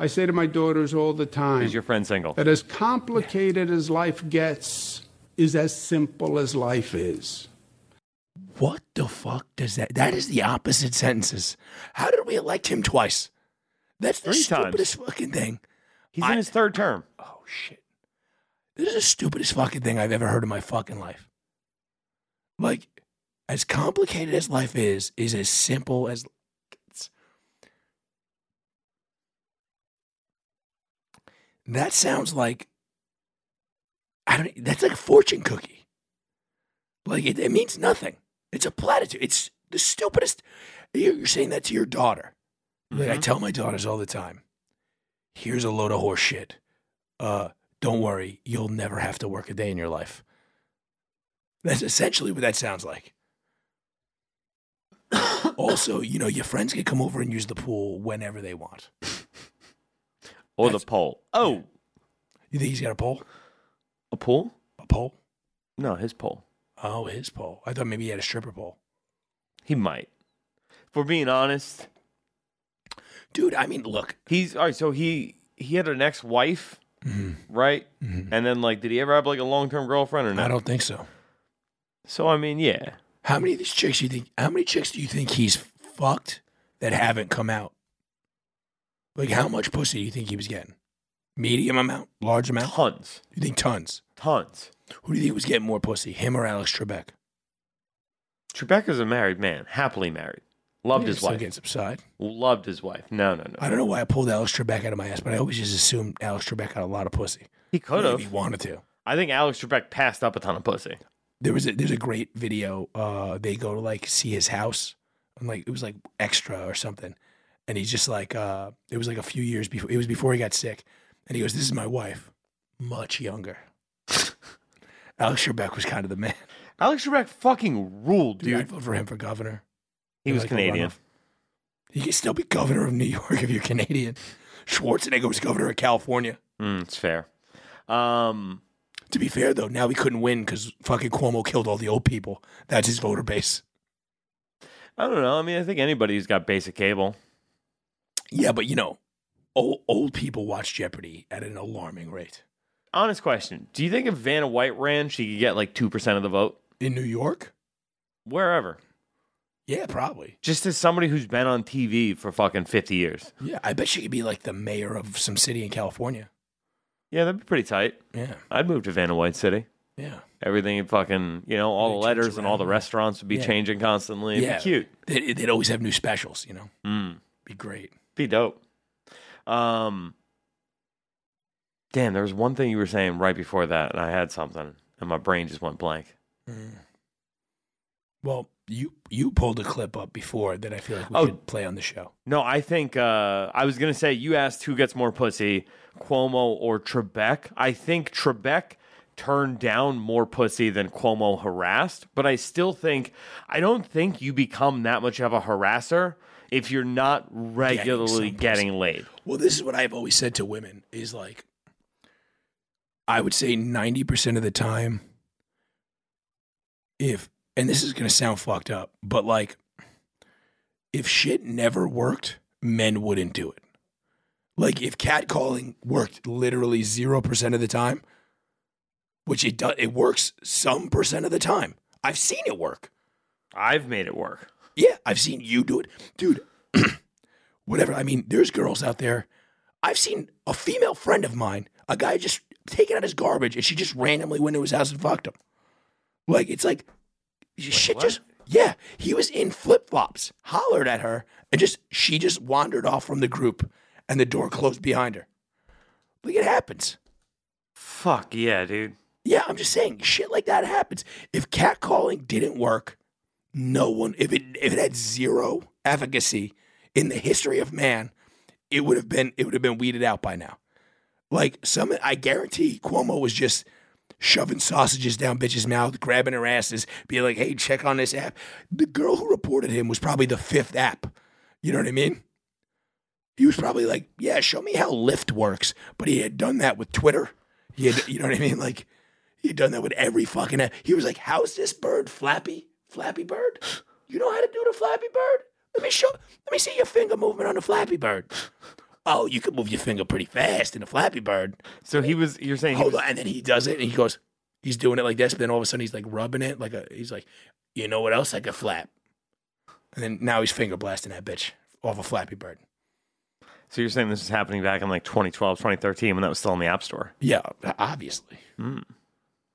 [SPEAKER 3] I say to my daughters all the time
[SPEAKER 2] Is your friend single?
[SPEAKER 3] that as complicated as life gets is as simple as life is.
[SPEAKER 1] What the fuck does that? That is the opposite sentences. How did we elect him twice? That's the
[SPEAKER 2] Three times.
[SPEAKER 1] stupidest fucking thing.
[SPEAKER 2] He's
[SPEAKER 1] I-
[SPEAKER 2] in his third term.
[SPEAKER 1] Oh shit. This is the stupidest fucking thing I've ever heard in my fucking life. Like, as complicated as life is, is as simple as it's- that sounds like I don't that's like fortune cookie. Like it, it means nothing. It's a platitude. It's the stupidest you're, you're saying that to your daughter. Like
[SPEAKER 2] Mm-hmm.
[SPEAKER 1] I tell my daughters all the time. Here's a load of horse shit uh, don't worry, you'll never have to work a day in your life. That's essentially what that sounds like. also, you know, your friends can come over and use the pool whenever they want.
[SPEAKER 2] Or the
[SPEAKER 1] That's-
[SPEAKER 2] pole. Oh,
[SPEAKER 1] You think he's got a pole?
[SPEAKER 2] a pole?
[SPEAKER 1] A pole?
[SPEAKER 2] No, his pole.
[SPEAKER 1] Oh, his pole. I thought maybe he had a stripper pole.
[SPEAKER 2] He might. If we're being honest,
[SPEAKER 1] Dude, I mean, look,
[SPEAKER 2] he's all right. So he he had an ex-wife,
[SPEAKER 1] Mm-hmm.
[SPEAKER 2] right? And then like, did he ever have like a long-term girlfriend or
[SPEAKER 1] I
[SPEAKER 2] not?
[SPEAKER 1] don't think so.
[SPEAKER 2] So I mean, yeah.
[SPEAKER 1] How many of these chicks do you think? How many chicks do you think he's fucked that haven't come out? Like, how much pussy do you think he was getting? Medium amount, large amount.
[SPEAKER 2] Tons,
[SPEAKER 1] You think tons?
[SPEAKER 2] tons.
[SPEAKER 1] Who do you think was getting more pussy, him or Alex Trebek?
[SPEAKER 2] Trebek's a married man, happily married. Loved
[SPEAKER 1] Yeah,
[SPEAKER 2] his
[SPEAKER 1] still
[SPEAKER 2] wife.
[SPEAKER 1] Getting some side.
[SPEAKER 2] Loved his wife. No, no, no.
[SPEAKER 1] I don't know why I pulled Alex Trebek out of my ass, but I always just assumed Alex Trebek had a lot of pussy.
[SPEAKER 2] He could
[SPEAKER 1] Maybe he
[SPEAKER 2] have.
[SPEAKER 1] wanted to.
[SPEAKER 2] I think Alex Trebek passed up a ton of pussy.
[SPEAKER 1] There was a, there's a great video. Uh, they go to like see his house, and like it was like extra or something, and he's just like, uh, it was like a few years before. It was before he got sick, and he goes, "This is my wife, much younger." Alex Trebek was kind of the man.
[SPEAKER 2] Alex Trebek fucking ruled,
[SPEAKER 1] Dude, I'd
[SPEAKER 2] dude.
[SPEAKER 1] vote for him for governor.
[SPEAKER 2] He was
[SPEAKER 1] Like a
[SPEAKER 2] Canadian.
[SPEAKER 1] runoff. You can still be governor of New York if you're Canadian. Schwarzenegger was governor of California.
[SPEAKER 2] Mm, it's fair. Um,
[SPEAKER 1] To be fair, though, now he couldn't win because fucking Cuomo killed all the old people. That's his voter base.
[SPEAKER 2] I don't know. I mean, I think anybody who's got basic cable.
[SPEAKER 1] Yeah, but you know, old, old people watch Jeopardy at an alarming rate.
[SPEAKER 2] Honest question: Do you think if Vanna White ran, she could get like two percent of the vote
[SPEAKER 1] In New York?
[SPEAKER 2] wherever?
[SPEAKER 1] Yeah, probably.
[SPEAKER 2] Just as somebody who's been on TV for fucking fifty years.
[SPEAKER 1] Yeah, I bet she could be like the mayor of some city in California.
[SPEAKER 2] Yeah, that'd be pretty tight.
[SPEAKER 1] Yeah,
[SPEAKER 2] I'd move to Vanna White City.
[SPEAKER 1] yeah.
[SPEAKER 2] Everything would fucking, you know, all the
[SPEAKER 1] They change
[SPEAKER 2] letters and all the
[SPEAKER 1] around.
[SPEAKER 2] restaurants would be
[SPEAKER 1] Yeah.
[SPEAKER 2] changing constantly. It'd
[SPEAKER 1] yeah.
[SPEAKER 2] be cute.
[SPEAKER 1] They, they'd always have new specials, you know?
[SPEAKER 2] Mm,
[SPEAKER 1] Be great.
[SPEAKER 2] be dope. Um, damn, there was one thing you were saying right before that, and I had something, and my brain just went blank.
[SPEAKER 1] Mm. Well, you you pulled a clip up before that I feel like we
[SPEAKER 2] Oh.
[SPEAKER 1] should play on the show.
[SPEAKER 2] No, I think uh, I was gonna say you asked who gets more pussy, Cuomo or Trebek. I think Trebek turned down more pussy than Cuomo harassed, but I still think I don't think you become that much of a harasser if you're not regularly
[SPEAKER 1] some
[SPEAKER 2] getting laid.
[SPEAKER 1] Well, this is what I've always said to women is like I would say 90% of the time if and this is going to sound fucked up, but like if shit never worked, men wouldn't do it. Like if catcalling worked literally 0% of the time, which it does it works some percent of the time. I've seen it work.
[SPEAKER 2] I've made it work.
[SPEAKER 1] Yeah, I've seen you do it. Dude, whatever. I mean, there's girls out there. I've seen a female friend of mine, a guy just taking out his garbage and she just randomly went to his house and fucked him. Like, it's like, shit
[SPEAKER 2] what?
[SPEAKER 1] just, yeah. He was in flip flops, hollered at her, and just, she just wandered off from the group and the door closed behind her. Like, it happens.
[SPEAKER 2] Fuck yeah, dude.
[SPEAKER 1] Yeah, I'm just saying, shit like that happens. If catcalling didn't work, no one. If it if it had zero efficacy in the history of man, it would have been it would have been weeded out by now. Like some, I guarantee Cuomo was just shoving sausages down bitches' mouth, grabbing her asses, being like, "Hey, check on this app." The girl who reported him was probably the fifth app. You know what I mean? He was probably like, "Yeah, show me how Lyft works," but he had done that with Twitter. He had, you know what I mean? Like. He'd done that with every fucking. app. He was like, "How's this bird, Flappy? Flappy Bird? You know how to do the Flappy Bird? Let me show. Let me see your finger movement on the Flappy Bird. Oh, you can move your finger pretty fast in the Flappy Bird.
[SPEAKER 2] So he was you're saying he
[SPEAKER 1] Hold
[SPEAKER 2] was,
[SPEAKER 1] on, and then he does it, and he goes, he's doing it like this, but then all of a sudden he's like rubbing it, like a, he's like, you know what else I could flap? And then now he's finger blasting that bitch off a Flappy Bird.
[SPEAKER 2] so you're saying this is happening back in like 2012, 2013 when that was still in the app store.
[SPEAKER 1] Yeah, obviously.
[SPEAKER 2] Mm.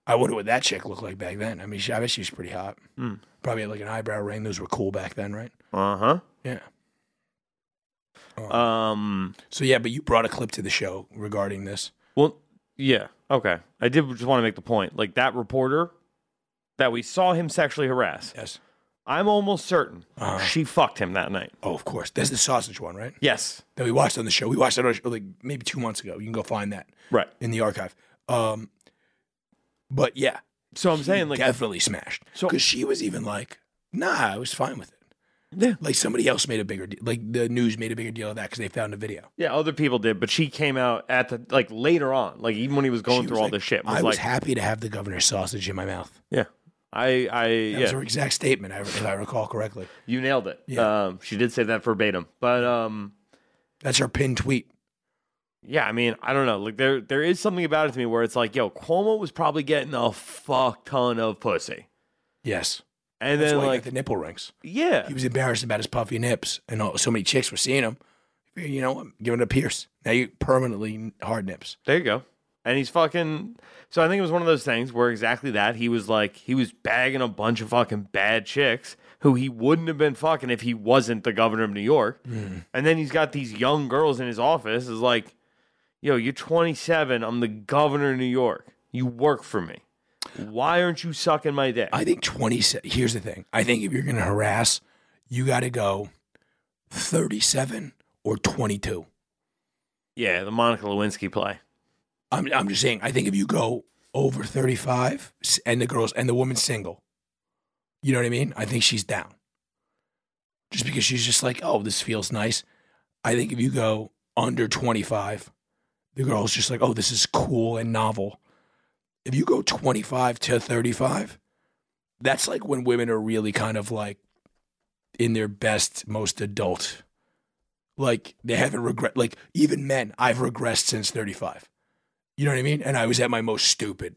[SPEAKER 1] I wonder what that chick looked like back then. I mean, she, I bet she was pretty hot.
[SPEAKER 2] Mm.
[SPEAKER 1] Probably had like an eyebrow ring. Those were cool back then, right?
[SPEAKER 2] Uh
[SPEAKER 1] Yeah.
[SPEAKER 2] huh. Um.
[SPEAKER 1] So yeah, but you brought a clip to the show regarding this.
[SPEAKER 2] Well, yeah, okay. I did just want to make the point. Like that reporter that we saw him sexually harass,
[SPEAKER 1] Yes.
[SPEAKER 2] I'm almost certain
[SPEAKER 1] Uh-huh.
[SPEAKER 2] she fucked him that night.
[SPEAKER 1] Oh, of course. That's the sausage one, right?
[SPEAKER 2] Yes.
[SPEAKER 1] That we watched on the show. We watched it on the show, like maybe two months ago. You can go find that
[SPEAKER 2] Right.
[SPEAKER 1] in the archive. Um, but yeah,
[SPEAKER 2] So I'm saying, like, uh,
[SPEAKER 1] definitely smashed.
[SPEAKER 2] So-
[SPEAKER 1] because she was even like, "Nah, I was fine with it."
[SPEAKER 2] Yeah.
[SPEAKER 1] Like somebody else made a bigger, de- like the news made a bigger deal of that because they found a video.
[SPEAKER 2] yeah, other people did, but she came out at the, like, later on, like, even when he was going
[SPEAKER 1] She
[SPEAKER 2] through
[SPEAKER 1] was
[SPEAKER 2] all
[SPEAKER 1] like,
[SPEAKER 2] this shit, was
[SPEAKER 1] I
[SPEAKER 2] like,
[SPEAKER 1] was happy to have the governor's sausage in my mouth.
[SPEAKER 2] yeah. I, I,
[SPEAKER 1] That
[SPEAKER 2] yeah,
[SPEAKER 1] was her exact statement, I- if I recall correctly.
[SPEAKER 2] you nailed it.
[SPEAKER 1] Yeah.
[SPEAKER 2] Um, she did say that verbatim, but, um,
[SPEAKER 1] That's her pinned tweet.
[SPEAKER 2] Yeah, I mean, I don't know. Like there there is something about it to me where it's like, yo, Cuomo was probably getting a fuck ton of pussy.
[SPEAKER 1] Yes,
[SPEAKER 2] And
[SPEAKER 1] that's
[SPEAKER 2] then
[SPEAKER 1] why he
[SPEAKER 2] like
[SPEAKER 1] got the nipple rings.
[SPEAKER 2] yeah.
[SPEAKER 1] He was embarrassed about his puffy nips, and all, so many chicks were seeing him. You know, what? give it a pierce. Now you permanently hard nips.
[SPEAKER 2] There you go. And he's fucking. So I think it was one of those things where exactly that he was like he was bagging a bunch of fucking bad chicks who he wouldn't have been fucking if he wasn't the governor of New York. And then he's got these young girls in his office is like, yo, you're 27. I'm the governor of New York. You work for me. Why aren't you sucking my dick?
[SPEAKER 1] I think 20. se- Here's the thing. I think if you're going to harass, you got to go 37 or 22.
[SPEAKER 2] yeah, the Monica Lewinsky play.
[SPEAKER 1] I'm, I'm just saying, I think if you go over 35 s- and the girls and the woman's single, you know what I mean? I think she's down. Just because she's just like, oh, this feels nice. I think if you go under 25, the girl's just like, oh, this is cool and novel. If you go 25 to 35, that's like when women are really kind of like in their best, most adult. Like they haven't regret, like even men, I've regressed since 35. You know what I mean? And I was at my most stupid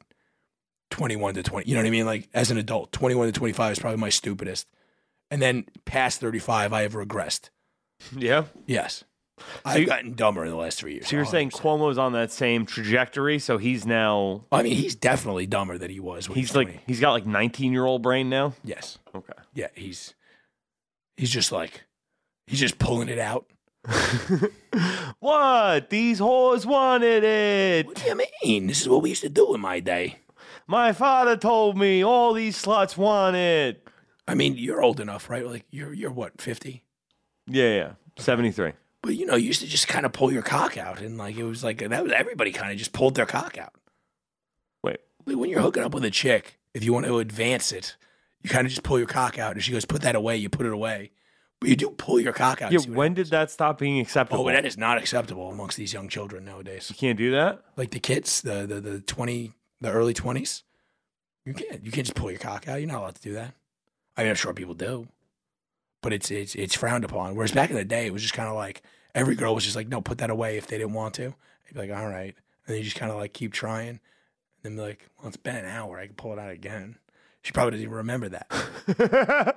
[SPEAKER 1] 21 to 20. You know what I mean? Like as an adult, 21 to 25 is probably my stupidest. And then past 35, I have regressed.
[SPEAKER 2] Yeah.
[SPEAKER 1] Yes.
[SPEAKER 2] you-
[SPEAKER 1] I've gotten dumber in the last three years.
[SPEAKER 2] So you're saying
[SPEAKER 1] 100%.
[SPEAKER 2] Cuomo's on that same trajectory, so he's now
[SPEAKER 1] I mean, he's definitely dumber than he was. When
[SPEAKER 2] he's
[SPEAKER 1] he was 20.
[SPEAKER 2] like he's got like 19 year old brain now.
[SPEAKER 1] yes.
[SPEAKER 2] Okay.
[SPEAKER 1] Yeah. He's, he's just like, he's just pulling it out.
[SPEAKER 2] What? These whores wanted it.
[SPEAKER 1] What do you mean? This is what we used to do in my day.
[SPEAKER 2] My father told me all these sluts want it.
[SPEAKER 1] I mean, you're old enough, right? Like you're you're what fifty,
[SPEAKER 2] Yeah, yeah, yeah. 73.
[SPEAKER 1] but you know, you used to just kind of pull your cock out, and like it was like that was everybody kind of just pulled their cock out.
[SPEAKER 2] Wait.
[SPEAKER 1] Like, when you're hooking up with a chick, if you want to advance it, you kind of just pull your cock out, and she goes, "Put that away." You put it away, but you do pull your cock out. and
[SPEAKER 2] Yeah,
[SPEAKER 1] see what
[SPEAKER 2] when did that stop being acceptable?
[SPEAKER 1] Oh, that is not acceptable amongst these young children nowadays.
[SPEAKER 2] you can't do that?
[SPEAKER 1] Like the kids, the the, the twenty, the early twenties, you can't you can't just pull your cock out. You're not allowed to do that. I mean, I'm sure people do, but it's it's it's frowned upon. Whereas back in the day, it was just kind of like every girl was just like, no, put that away if they didn't want to. They'd be like, all right, and then you just kind of like keep trying, and then be like, well, it's been an hour. I can pull it out again. She probably doesn't even remember that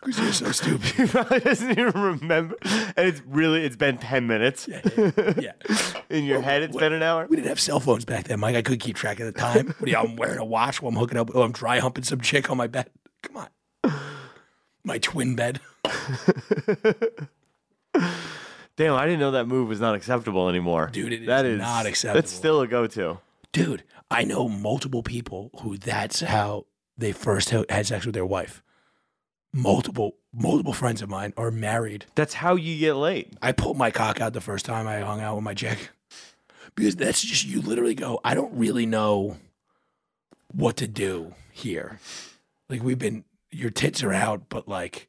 [SPEAKER 1] because you're so stupid.
[SPEAKER 2] he probably doesn't even remember. And it's really, it's been 10 minutes.
[SPEAKER 1] Yeah. Oh,
[SPEAKER 2] In your head, it's been an hour.
[SPEAKER 1] We didn't have cell phones back then, Mike. I could keep track of the time. What are you, I'm wearing a watch while I'm hooking up. Oh, I'm dry humping some chick on my bed. Come on. My twin bed.
[SPEAKER 2] Damn, I didn't know that move was not acceptable anymore.
[SPEAKER 1] Dude, it is
[SPEAKER 2] That
[SPEAKER 1] not
[SPEAKER 2] That's
[SPEAKER 1] acceptable.
[SPEAKER 2] still a go to.
[SPEAKER 1] Dude, I know multiple people who that's how they first ha- had sex with their wife. Multiple, multiple friends of mine are married.
[SPEAKER 2] That's how you get laid.
[SPEAKER 1] I pulled my cock out the first time I hung out with my chick because that's just, you literally go, I don't really know what to do here. Like, we've been, your tits are out, but like,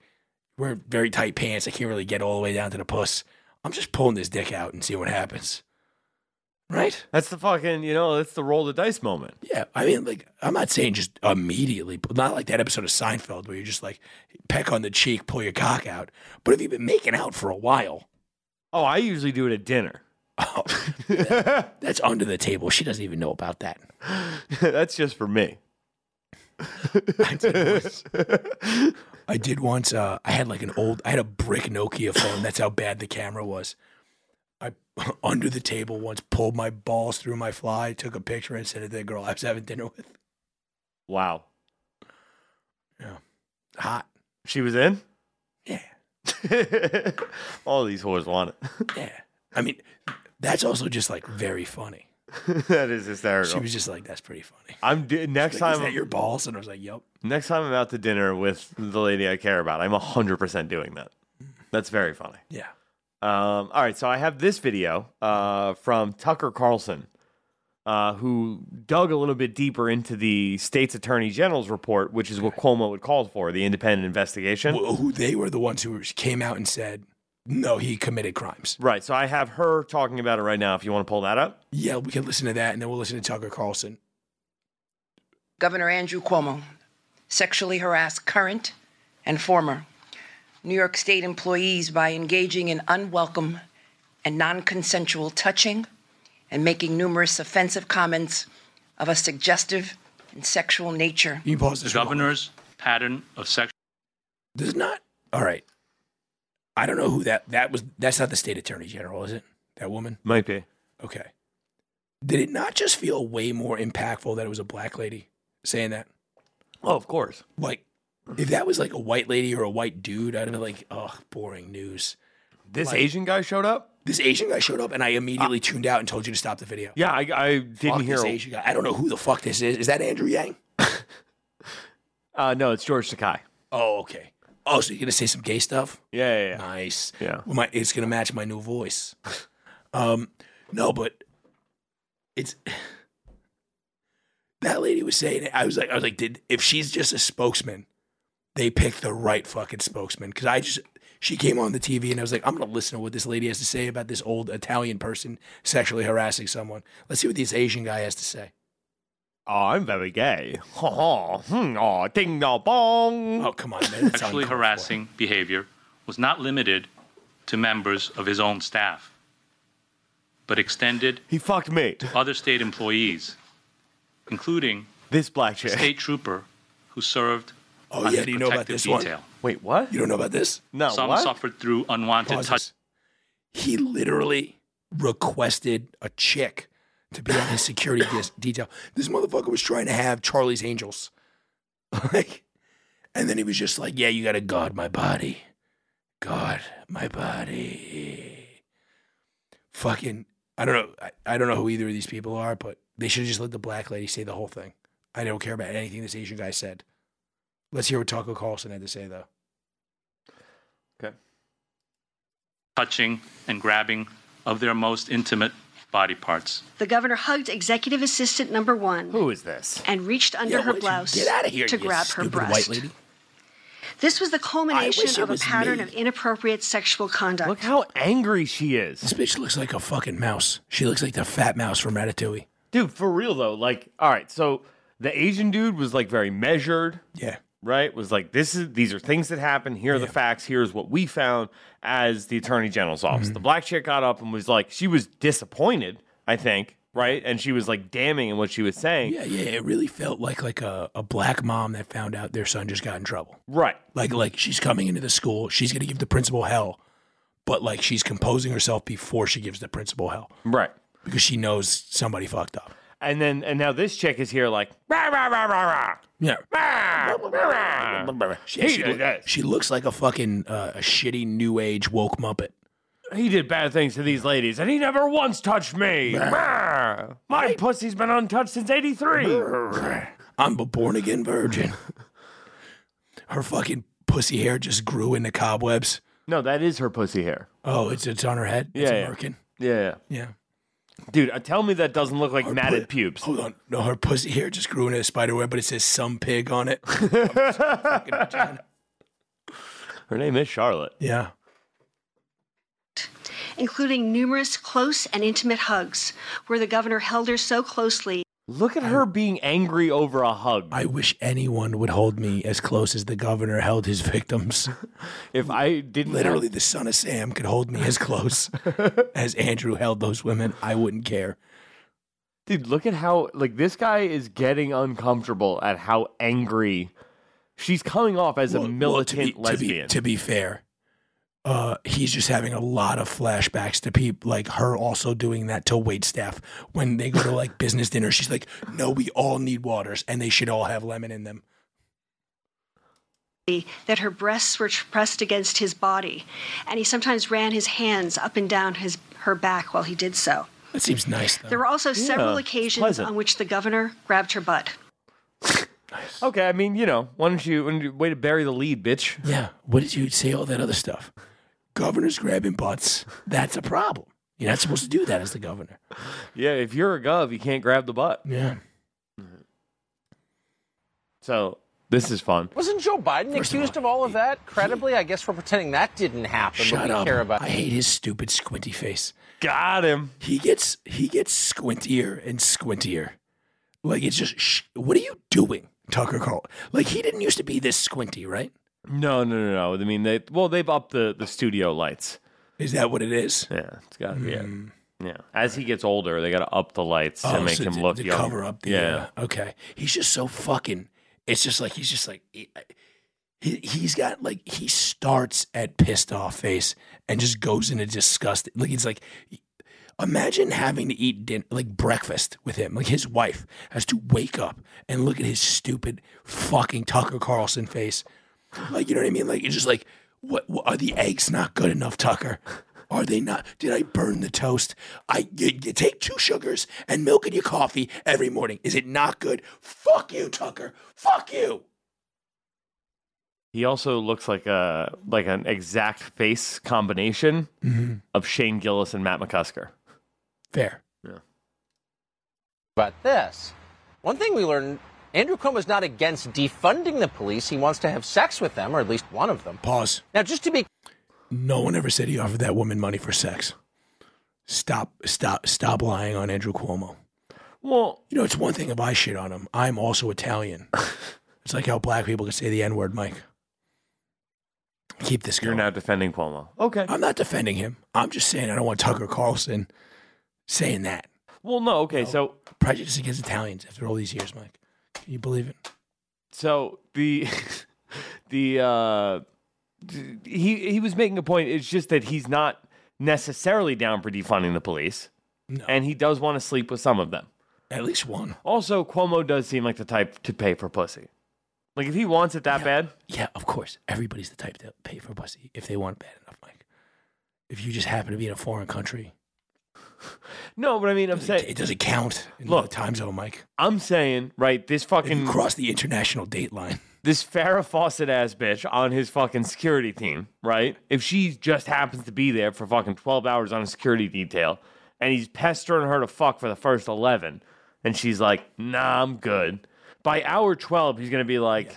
[SPEAKER 1] we're very tight pants. I can't really get all the way down to the puss. I'm just pulling this dick out and see what happens. Right?
[SPEAKER 2] That's the fucking, you know, that's the roll the dice moment.
[SPEAKER 1] Yeah. I mean, like, I'm not saying just immediately, but not like that episode of Seinfeld where you just like peck on the cheek, pull your cock out. But if you've been making out for a while,
[SPEAKER 2] Oh, I usually do it at dinner.
[SPEAKER 1] that's under the table. She doesn't even know about that.
[SPEAKER 2] that's just for me.
[SPEAKER 1] I did once. I did once. Uh, I had like an old. I had a brick Nokia phone. That's how bad the camera was. I under the table once pulled my balls through my fly, took a picture, and sent it to the girl I was having dinner with.
[SPEAKER 2] Wow.
[SPEAKER 1] Hot.
[SPEAKER 2] She was in?
[SPEAKER 1] Yeah.
[SPEAKER 2] All these whores want it.
[SPEAKER 1] Yeah. I mean, that's also just like very funny.
[SPEAKER 2] that is
[SPEAKER 1] She
[SPEAKER 2] hysterical.
[SPEAKER 1] was just like, "That's pretty funny."
[SPEAKER 2] I'm d- next
[SPEAKER 1] Like, is
[SPEAKER 2] time.
[SPEAKER 1] that your balls? And I was like, "Yep."
[SPEAKER 2] next time I'm out to dinner with the lady I care about, I'm hundred percent doing that. That's very funny.
[SPEAKER 1] Yeah.
[SPEAKER 2] Um, all right, so I have this video uh, from Tucker Carlson, uh, who dug a little bit deeper into the state's attorney general's report, which is what Cuomo would call for the independent investigation.
[SPEAKER 1] Well, who they were the ones who came out and said, "No, he committed crimes."
[SPEAKER 2] Right, so I have her talking about it right now. If you want to pull that up,
[SPEAKER 1] Yeah, we can listen to that, and then we'll listen to Tucker Carlson.
[SPEAKER 4] Governor Andrew Cuomo sexually harassed current and former New York State employees by engaging in unwelcome and non consensual touching and making numerous offensive comments of a suggestive and sexual nature.
[SPEAKER 1] You can pause this.
[SPEAKER 5] the
[SPEAKER 1] for a moment.
[SPEAKER 5] governor's pattern of sexual
[SPEAKER 1] Does not. All right. I don't know who that that was. That's not the state attorney general, is it? That woman.
[SPEAKER 2] might be.
[SPEAKER 1] Okay. Did it not just feel way more impactful that it was a black lady saying that?
[SPEAKER 2] Oh, of course.
[SPEAKER 1] Like, if that was like a white lady or a white dude, I'd have been like, oh, boring news.
[SPEAKER 2] This Asian guy showed up.
[SPEAKER 1] This Asian guy showed up, and I immediately tuned out and told you to stop the video.
[SPEAKER 2] Yeah, I, I
[SPEAKER 1] Fuck
[SPEAKER 2] Uh, didn't hear.
[SPEAKER 1] this Asian guy. I don't know who the fuck this is. Is that Andrew Yang?
[SPEAKER 2] Uh, no, it's George Sakai.
[SPEAKER 1] Oh, okay. Oh, so you're gonna say some gay stuff?
[SPEAKER 2] Yeah, yeah, yeah.
[SPEAKER 1] Nice.
[SPEAKER 2] Yeah.
[SPEAKER 1] Well, my, it's gonna match my new voice. um, no, but it's that lady was saying it. I was like, I was like, did if she's just a spokesman, they picked the right fucking spokesman because I just she came on the TV and I was like, I'm gonna listen to what this lady has to say about this old Italian person sexually harassing someone. Let's see what this Asian guy has to say.
[SPEAKER 2] Oh, I'm very gay. Ha ha. Hmm. Oh, ding dong bong.
[SPEAKER 1] Oh, come on, man. that's
[SPEAKER 5] sexually
[SPEAKER 1] uncalled for.
[SPEAKER 5] harassing behavior was not limited to members of his own staff, but extended
[SPEAKER 2] He fucked me.
[SPEAKER 5] to other state employees, including
[SPEAKER 2] This black
[SPEAKER 5] a
[SPEAKER 2] chick.
[SPEAKER 5] state trooper who served
[SPEAKER 1] Oh,
[SPEAKER 5] under
[SPEAKER 1] yeah, do you know about
[SPEAKER 5] protective
[SPEAKER 1] this one?
[SPEAKER 5] detail.
[SPEAKER 2] Wait, what?
[SPEAKER 1] You don't know about this?
[SPEAKER 2] No,
[SPEAKER 5] Some
[SPEAKER 2] what?
[SPEAKER 5] suffered through unwanted
[SPEAKER 1] Pause
[SPEAKER 5] touch.
[SPEAKER 1] this. He literally requested a chick to be on his security dis- detail. This motherfucker was trying to have Charlie's Angels. Like, and then he was just like, yeah, you got to guard my body. Guard my body. Fucking, I don't know. I, I don't know who either of these people are, but they should have just let the black lady say the whole thing. I don't care about anything this Asian guy said. Let's hear what Taco Carlson had to say, though.
[SPEAKER 2] Okay.
[SPEAKER 5] touching and grabbing of their most intimate body parts.
[SPEAKER 6] The governor hugged executive assistant number one
[SPEAKER 2] Who is this?
[SPEAKER 6] and reached under
[SPEAKER 1] Yeah,
[SPEAKER 6] her
[SPEAKER 1] what-
[SPEAKER 6] blouse
[SPEAKER 1] Get out of here,
[SPEAKER 6] to
[SPEAKER 1] you
[SPEAKER 6] grab her
[SPEAKER 1] stupid
[SPEAKER 6] breast.
[SPEAKER 1] white lady.
[SPEAKER 6] This was the
[SPEAKER 1] wish
[SPEAKER 6] culmination
[SPEAKER 1] it
[SPEAKER 6] of a
[SPEAKER 1] was
[SPEAKER 6] pattern
[SPEAKER 1] me.
[SPEAKER 6] of inappropriate sexual conduct.
[SPEAKER 2] Look how angry she
[SPEAKER 1] This
[SPEAKER 2] is.
[SPEAKER 1] bitch looks like a fucking mouse. She looks like the fat mouse from Ratatouille.
[SPEAKER 2] Dude, for real though. Like, all right, so the Asian dude was like very measured,
[SPEAKER 1] Yeah.
[SPEAKER 2] right? Was like, this is these are things that happen. Here are the facts. Here's what we found as the attorney general's office. The black chick got up and was like, she was disappointed, I think, right? And she was like damning in what she was saying.
[SPEAKER 1] Yeah, yeah. It really felt like like a, a black mom that found out their son just got in trouble.
[SPEAKER 2] Right.
[SPEAKER 1] Like like she's coming into the school, she's gonna give the principal hell, but like she's composing herself before she gives the principal hell.
[SPEAKER 2] Right.
[SPEAKER 1] Because she knows somebody fucked up.
[SPEAKER 2] And then and now this chick is here like rah, rah, rah, rah, rah.
[SPEAKER 1] Yeah.
[SPEAKER 2] Rah, rah, rah.
[SPEAKER 1] Yeah,
[SPEAKER 2] He did
[SPEAKER 1] loo-
[SPEAKER 2] this.
[SPEAKER 1] she looks like a fucking uh, a shitty new age woke muppet.
[SPEAKER 2] He did bad things to these ladies, and he never once touched me. Rah. My pussy's been untouched since '83.
[SPEAKER 1] I'm a born again virgin. Her fucking pussy hair just grew into cobwebs.
[SPEAKER 2] No, that is her pussy hair.
[SPEAKER 1] Oh, it's it's on her head.
[SPEAKER 2] Yeah,
[SPEAKER 1] it's
[SPEAKER 2] yeah.
[SPEAKER 1] Merkin.
[SPEAKER 2] Yeah,
[SPEAKER 1] Yeah.
[SPEAKER 2] dude, uh, tell me that doesn't look like matted pubes.
[SPEAKER 1] Hold on. No, her pussy hair just grew into a spider web, but it says some pig on it.
[SPEAKER 2] Her name is Charlotte.
[SPEAKER 1] yeah.
[SPEAKER 6] including numerous close and intimate hugs, where the governor held her so closely
[SPEAKER 2] Look at her being angry over a hug.
[SPEAKER 1] I wish anyone would hold me as close as the governor held his victims.
[SPEAKER 2] If I didn't
[SPEAKER 1] Literally, the son of Sam could hold me as close as Andrew held those women. I wouldn't care.
[SPEAKER 2] Dude, look at how like this guy is getting uncomfortable at how angry she's coming off as a
[SPEAKER 1] Well, well, to be-
[SPEAKER 2] militant
[SPEAKER 1] to be-
[SPEAKER 2] lesbian.
[SPEAKER 1] To be, fair, uh, he's just having a lot of flashbacks to people like her also doing that to wait staff when they go to like business dinner. She's like, "No, we all need waters, and they should all have lemon in them."
[SPEAKER 6] that her breasts were pressed against his body, and he sometimes ran his hands up and down his her back while he did so.
[SPEAKER 1] That seems nice. Though.
[SPEAKER 6] There were also several
[SPEAKER 2] it's
[SPEAKER 6] occasions
[SPEAKER 2] pleasant.
[SPEAKER 6] on which the governor grabbed her butt.
[SPEAKER 2] okay, I mean, you know, why don't you, why don't you way to bury the lead, bitch?
[SPEAKER 1] Yeah. What did you say? All that other stuff. Governors grabbing butts. That's a problem. You're not supposed to do that as the governor.
[SPEAKER 2] Yeah, if you're a gov, you can't grab the butt.
[SPEAKER 1] Yeah.
[SPEAKER 2] So this is fun.
[SPEAKER 7] Wasn't Joe Biden
[SPEAKER 1] First of
[SPEAKER 7] accused
[SPEAKER 1] all,
[SPEAKER 7] of all of
[SPEAKER 1] he-
[SPEAKER 7] that? Credibly, I guess we're pretending that didn't happen. but
[SPEAKER 1] Shut
[SPEAKER 7] we
[SPEAKER 1] up.
[SPEAKER 7] care about
[SPEAKER 1] I hate his stupid squinty face.
[SPEAKER 2] Got him.
[SPEAKER 1] He gets he gets squintier and squintier. Like it's just sh- what are you doing, Tucker Carl? Like he didn't used to be this squinty, right?
[SPEAKER 2] No, no, no, no. I mean, they well, they've upped the the studio lights.
[SPEAKER 1] Is that what it is?
[SPEAKER 2] Yeah, it's got to be it. Yeah, as he gets older, they got to up the lights to make
[SPEAKER 1] Mm-hmm. Oh, so
[SPEAKER 2] him
[SPEAKER 1] to,
[SPEAKER 2] look
[SPEAKER 1] to
[SPEAKER 2] young.
[SPEAKER 1] cover up. The,
[SPEAKER 2] yeah,
[SPEAKER 1] uh, okay. He's just so fucking. It's just like he's just like he, he he's got like he starts at pissed off face and just goes into disgust. Like it's like. Imagine having to eat din- like breakfast with him. Like his wife has to wake up and look at his stupid fucking Tucker Carlson face. Like you know what I mean? Like it's just like what, what are the eggs not good enough, Tucker? Are they not? Did I burn the toast? I you, you take two sugars and milk in your coffee every morning. Is it not good? Fuck you, Tucker. Fuck you.
[SPEAKER 2] he also looks like a like an exact face combination
[SPEAKER 1] Mm-hmm.
[SPEAKER 2] of Shane Gillis and Matt McCusker.
[SPEAKER 1] Fair.
[SPEAKER 7] about this. One thing we learned Andrew Cuomo is not against defunding the police. He wants to have sex with them, or at least one of them.
[SPEAKER 1] Pause.
[SPEAKER 7] Now, just to be
[SPEAKER 1] No one ever said he offered that woman money for sex. Stop. Stop. Stop lying on Andrew Cuomo.
[SPEAKER 2] Well,
[SPEAKER 1] You know, it's one thing if I shit on him. I'm also Italian. it's like how black people can say the N word, Mike. Keep this
[SPEAKER 2] you're
[SPEAKER 1] going.
[SPEAKER 2] now defending Cuomo. Okay.
[SPEAKER 1] I'm not defending him. I'm just saying I don't want Tucker Carlson saying that.
[SPEAKER 2] Well, no.
[SPEAKER 1] Oh.
[SPEAKER 2] Okay. So
[SPEAKER 1] Prejudice against Italians after all these years, Mike. Can you believe it?
[SPEAKER 2] so the the uh d- he he was making a point it's just that he's not necessarily down for defunding the police
[SPEAKER 1] No.
[SPEAKER 2] and he does want to sleep with some of them
[SPEAKER 1] At least one.
[SPEAKER 2] also cuomo does seem like the type to pay for pussy like if he wants it that bad
[SPEAKER 1] Yeah, of course. Everybody's the type to pay for pussy if they want it bad enough, Mike. If you just happen to be in a foreign country,
[SPEAKER 2] no but i mean i'm
[SPEAKER 1] it,
[SPEAKER 2] saying
[SPEAKER 1] it doesn't count in
[SPEAKER 2] Look.
[SPEAKER 1] the time zone, Mike.
[SPEAKER 2] i'm saying right this
[SPEAKER 1] If you
[SPEAKER 2] fucking
[SPEAKER 1] cross the international date line,
[SPEAKER 2] this Farrah Fawcett ass bitch on his fucking security team, right? If she just happens to be there for fucking 12 hours on a security detail and he's pestering her to fuck for the first 11 and she's like, nah, I'm good. By hour 12, he's going to be like,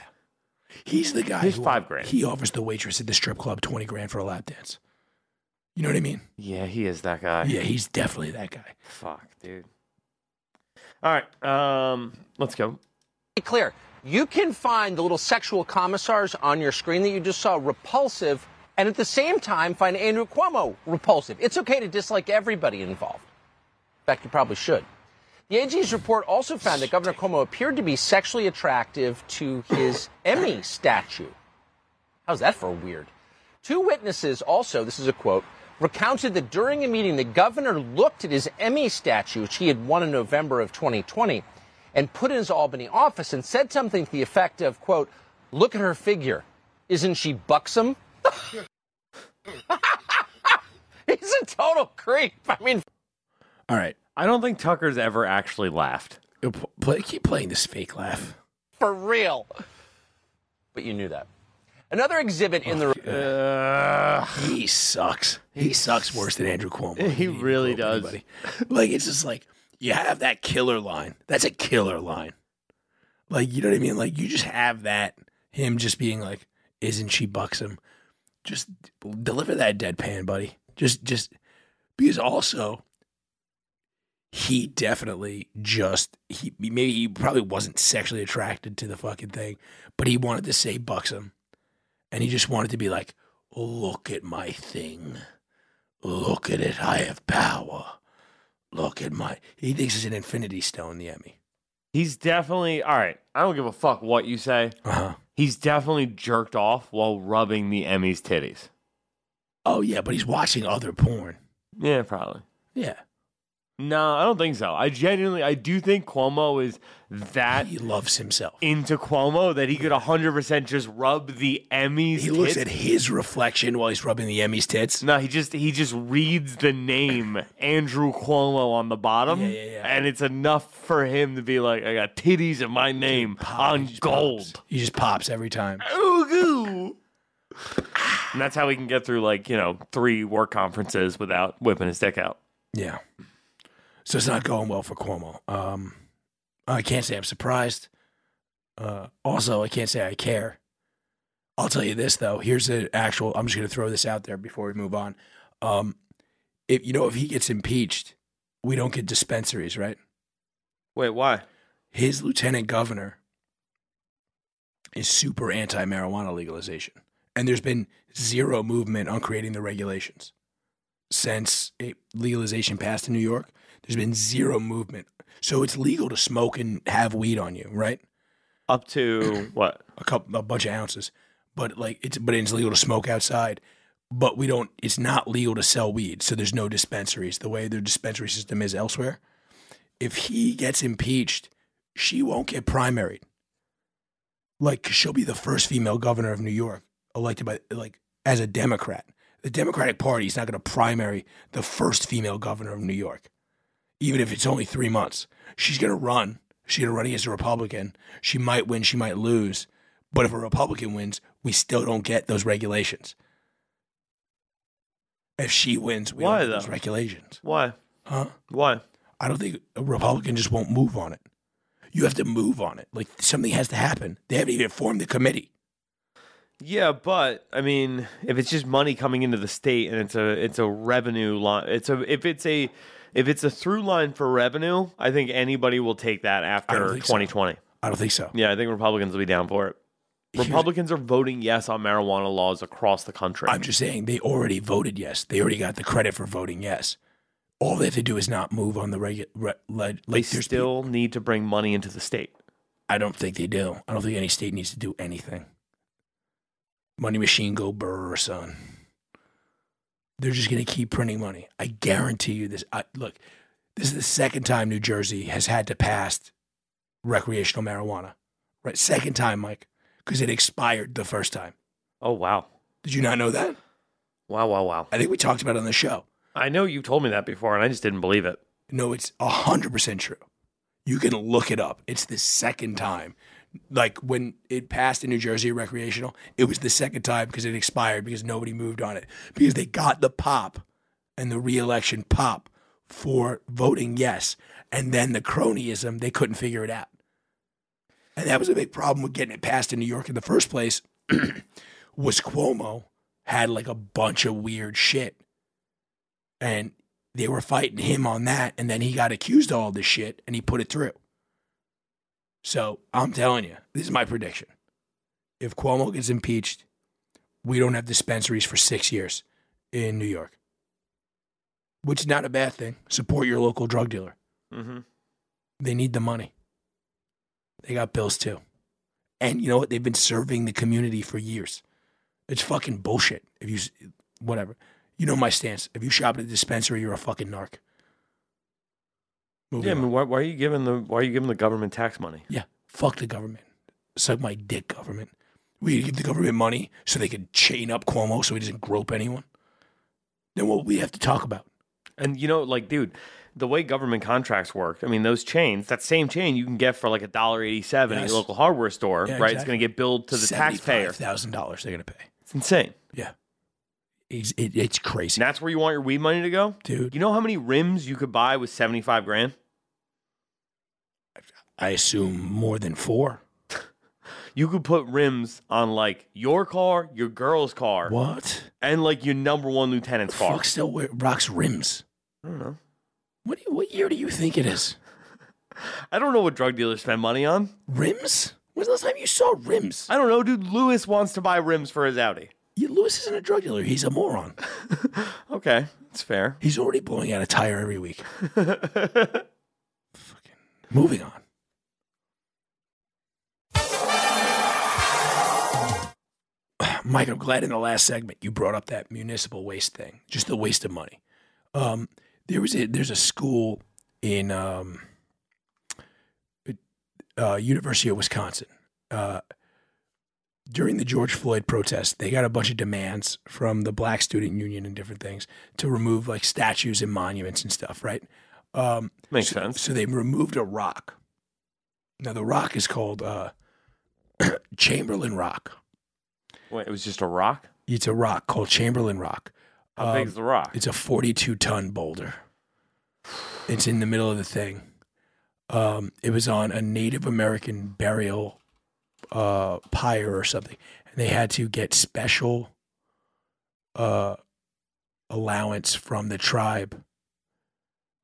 [SPEAKER 1] He's the guy.
[SPEAKER 2] Here's
[SPEAKER 1] who-
[SPEAKER 2] five grand.
[SPEAKER 1] He offers the waitress at the strip club twenty grand for a lap dance. You know what I mean?
[SPEAKER 2] yeah, he is that guy.
[SPEAKER 1] Yeah, he's definitely that guy.
[SPEAKER 2] Fuck, dude. All right, um, let's go.
[SPEAKER 7] be clear, you can find the little sexual commissars on your screen that you just saw repulsive, and at the same time find Andrew Cuomo repulsive. It's okay to dislike everybody involved. In fact, you probably should. The AG's report also found that Governor Cuomo appeared to be sexually attractive to his Emmy statue. How's that for weird? Two witnesses also, this is a quote, recounted that during a meeting, the governor looked at his Emmy statue, which he had won in November of 2020, and put in his Albany office and said something to the effect of, quote, look at her figure. Isn't she buxom? He's a total creep. I mean,
[SPEAKER 1] All right,
[SPEAKER 2] I don't think Tucker's ever actually laughed.
[SPEAKER 1] Yo, pl- play- keep playing this fake laugh.
[SPEAKER 7] for real. But you knew that. Another exhibit in the.
[SPEAKER 2] Uh,
[SPEAKER 1] He sucks. He sucks worse than Andrew Cuomo.
[SPEAKER 2] He
[SPEAKER 1] didn't
[SPEAKER 2] really
[SPEAKER 1] grow up
[SPEAKER 2] does.
[SPEAKER 1] anybody. Like it's just like you have that killer line. That's a killer line. Like you know what I mean? Like you just have that him just being like, "Isn't she buxom?" Just deliver that deadpan, buddy. Just just because also he definitely just he maybe he probably wasn't sexually attracted to the fucking thing, but he wanted to say buxom, and he just wanted to be like, "Look at my thing." Look at it. I have power. Look at my. He thinks it's an infinity stone, the Emmy.
[SPEAKER 2] he's definitely, all right, I don't give a fuck what you say.
[SPEAKER 1] Uh huh.
[SPEAKER 2] He's definitely jerked off while rubbing the Emmy's titties.
[SPEAKER 1] Oh, yeah, but he's watching other porn.
[SPEAKER 2] Yeah, probably.
[SPEAKER 1] Yeah.
[SPEAKER 2] No, I don't think so. I genuinely, I do think Cuomo is that
[SPEAKER 1] He loves himself.
[SPEAKER 2] into Cuomo that he could 100% just rub the Emmy's
[SPEAKER 1] He looks
[SPEAKER 2] tits.
[SPEAKER 1] at his reflection while he's rubbing the Emmy's tits.
[SPEAKER 2] No, he just he just reads the name Andrew Cuomo on the bottom,
[SPEAKER 1] Yeah, yeah, yeah.
[SPEAKER 2] and it's enough for him to be like, "I got titties in my name on
[SPEAKER 1] He just
[SPEAKER 2] gold."
[SPEAKER 1] pops. He just pops every time.
[SPEAKER 2] Ooh, goo. and that's how he can get through like you know three work conferences without whipping his dick out.
[SPEAKER 1] Yeah. So it's not going well for Cuomo. Um, I can't say I'm surprised. Uh, also, I can't say I care. I'll tell you this though. Here's an actual. I'm just going to throw this out there before we move on. Um, if you know if he gets impeached, we don't get dispensaries, right?
[SPEAKER 2] Wait, why?
[SPEAKER 1] His lieutenant governor is super anti marijuana legalization, and there's been zero movement on creating the regulations since it, legalization passed in New York. There's been zero movement, so it's legal to smoke and have weed on you, right?
[SPEAKER 2] Up to what?
[SPEAKER 1] a couple a bunch of ounces but like it's but it's legal to smoke outside but we don't it's not legal to sell weed so there's no dispensaries the way their dispensary system is elsewhere if he gets impeached she won't get primaried like she she'll be the first female governor of new york elected by like as a democrat the democratic party is not going to primary the first female governor of new york even if it's only three months. She's going to run. She's going to run against a Republican. She might win. She might lose. But if a Republican wins, we still don't get those regulations. If she wins, we
[SPEAKER 2] Why,
[SPEAKER 1] don't get
[SPEAKER 2] though?
[SPEAKER 1] those regulations.
[SPEAKER 2] Why?
[SPEAKER 1] Huh?
[SPEAKER 2] Why?
[SPEAKER 1] I don't think a Republican just won't move on it. You have to move on it. Like something has to happen. They haven't even formed the committee.
[SPEAKER 2] Yeah, but I mean, if it's just money coming into the state and it's a it's a revenue line, it's a if it's a if it's a through line for revenue, I think anybody will take that
[SPEAKER 1] I don't
[SPEAKER 2] after
[SPEAKER 1] think so.
[SPEAKER 2] 2020.
[SPEAKER 1] I don't think so.
[SPEAKER 2] Yeah, I think Republicans will be down for it.
[SPEAKER 1] Here's-
[SPEAKER 2] Republicans are voting yes on marijuana laws across the country.
[SPEAKER 1] I'm just saying they already voted yes. They already got the credit for voting yes. All they have to do is not move on the regular. Re- leg-
[SPEAKER 2] they
[SPEAKER 1] like there's people-
[SPEAKER 2] still need to bring money into the state.
[SPEAKER 1] I don't think they do. I don't think any state needs to do anything. Money machine go brr, son. They're just going to keep printing money. I guarantee you this. I, look, this is the second time New Jersey has had to pass recreational marijuana. Right, second time, Mike, because it expired the first time.
[SPEAKER 2] Oh wow,
[SPEAKER 1] Did you not know that?
[SPEAKER 2] wow, wow, wow!
[SPEAKER 1] I think we talked about it on the show.
[SPEAKER 2] I know you told me that before, and I just didn't believe it.
[SPEAKER 1] No, it's 100% true. You can look it up. It's the second time like when it passed in New Jersey recreational, it was the second time because it expired because nobody moved on it because they got the pop and the reelection pop for voting yes, and then the cronyism they couldn't figure it out, and that was a big problem with getting it passed in New York in the first place. was Cuomo had like a bunch of weird shit, and they were fighting him on that, and then he got accused of all this shit, and he put it through. So I'm telling you, this is my prediction. If Cuomo gets impeached, we don't have dispensaries for six years in New York, which is not a bad thing. Support your local drug dealer.
[SPEAKER 2] Mm-hmm.
[SPEAKER 1] They need the money. They got bills too. And you know what? They've been serving the community for years. It's fucking bullshit. If you, s- whatever. You know my stance. If you shop at a dispensary, you're a fucking narc. Moving
[SPEAKER 2] Yeah, I
[SPEAKER 1] on.
[SPEAKER 2] mean, why, why are you giving the why are you giving the government tax money?
[SPEAKER 1] Yeah, fuck the government. Suck my dick, government. We give the government money so they can chain up Cuomo so he doesn't grope anyone. Then what we have to talk about?
[SPEAKER 2] And you know, like, dude, the way government contracts work, I mean, those chains, that same chain you can get for like a dollar eighty-seven at
[SPEAKER 1] Yes.
[SPEAKER 2] your local hardware store,
[SPEAKER 1] Yeah,
[SPEAKER 2] right? It's
[SPEAKER 1] exactly.
[SPEAKER 2] going to get billed to the taxpayer.
[SPEAKER 1] thousand dollars they're gonna pay.
[SPEAKER 2] It's insane.
[SPEAKER 1] Yeah, it's, it, it's crazy,
[SPEAKER 2] And that's where you want your weed money to go,
[SPEAKER 1] dude.
[SPEAKER 2] You know how many rims you could buy with seventy-five grand?
[SPEAKER 1] I assume more than four.
[SPEAKER 2] You could put rims on like your car, your girl's car,
[SPEAKER 1] What?
[SPEAKER 2] and like your number one lieutenant's car.
[SPEAKER 1] Fuck still wear, rocks rims.
[SPEAKER 2] I don't know.
[SPEAKER 1] What do you, what year do you think it is?
[SPEAKER 2] I don't know what drug dealers spend money on.
[SPEAKER 1] Rims? When's the last time you saw rims?
[SPEAKER 2] I don't know, dude. Lewis wants to buy rims for his Audi.
[SPEAKER 1] You, Lewis isn't a drug dealer. He's a moron.
[SPEAKER 2] Okay, that's fair.
[SPEAKER 1] He's already blowing out a tire every week. Fucking moving on. Mike, I'm glad in the last segment you brought up that municipal waste thing, just the waste of money. Um, there was a, there's a school in um, uh, University of Wisconsin. Uh, during the George Floyd protest, they got a bunch of demands from the Black Student Union and different things to remove like statues and monuments and stuff, right? Um,
[SPEAKER 2] Makes
[SPEAKER 1] so,
[SPEAKER 2] sense.
[SPEAKER 1] So they removed a rock. Now the rock is called uh, Chamberlain Rock.
[SPEAKER 2] Wait, it was just a rock?
[SPEAKER 1] It's a rock called Chamberlain Rock.
[SPEAKER 2] How
[SPEAKER 1] Um,
[SPEAKER 2] big is the rock?
[SPEAKER 1] It's a 42 ton boulder. It's in the middle of the thing. Um, it was on a Native American burial uh, pyre or something, and they had to get special uh, allowance from the tribe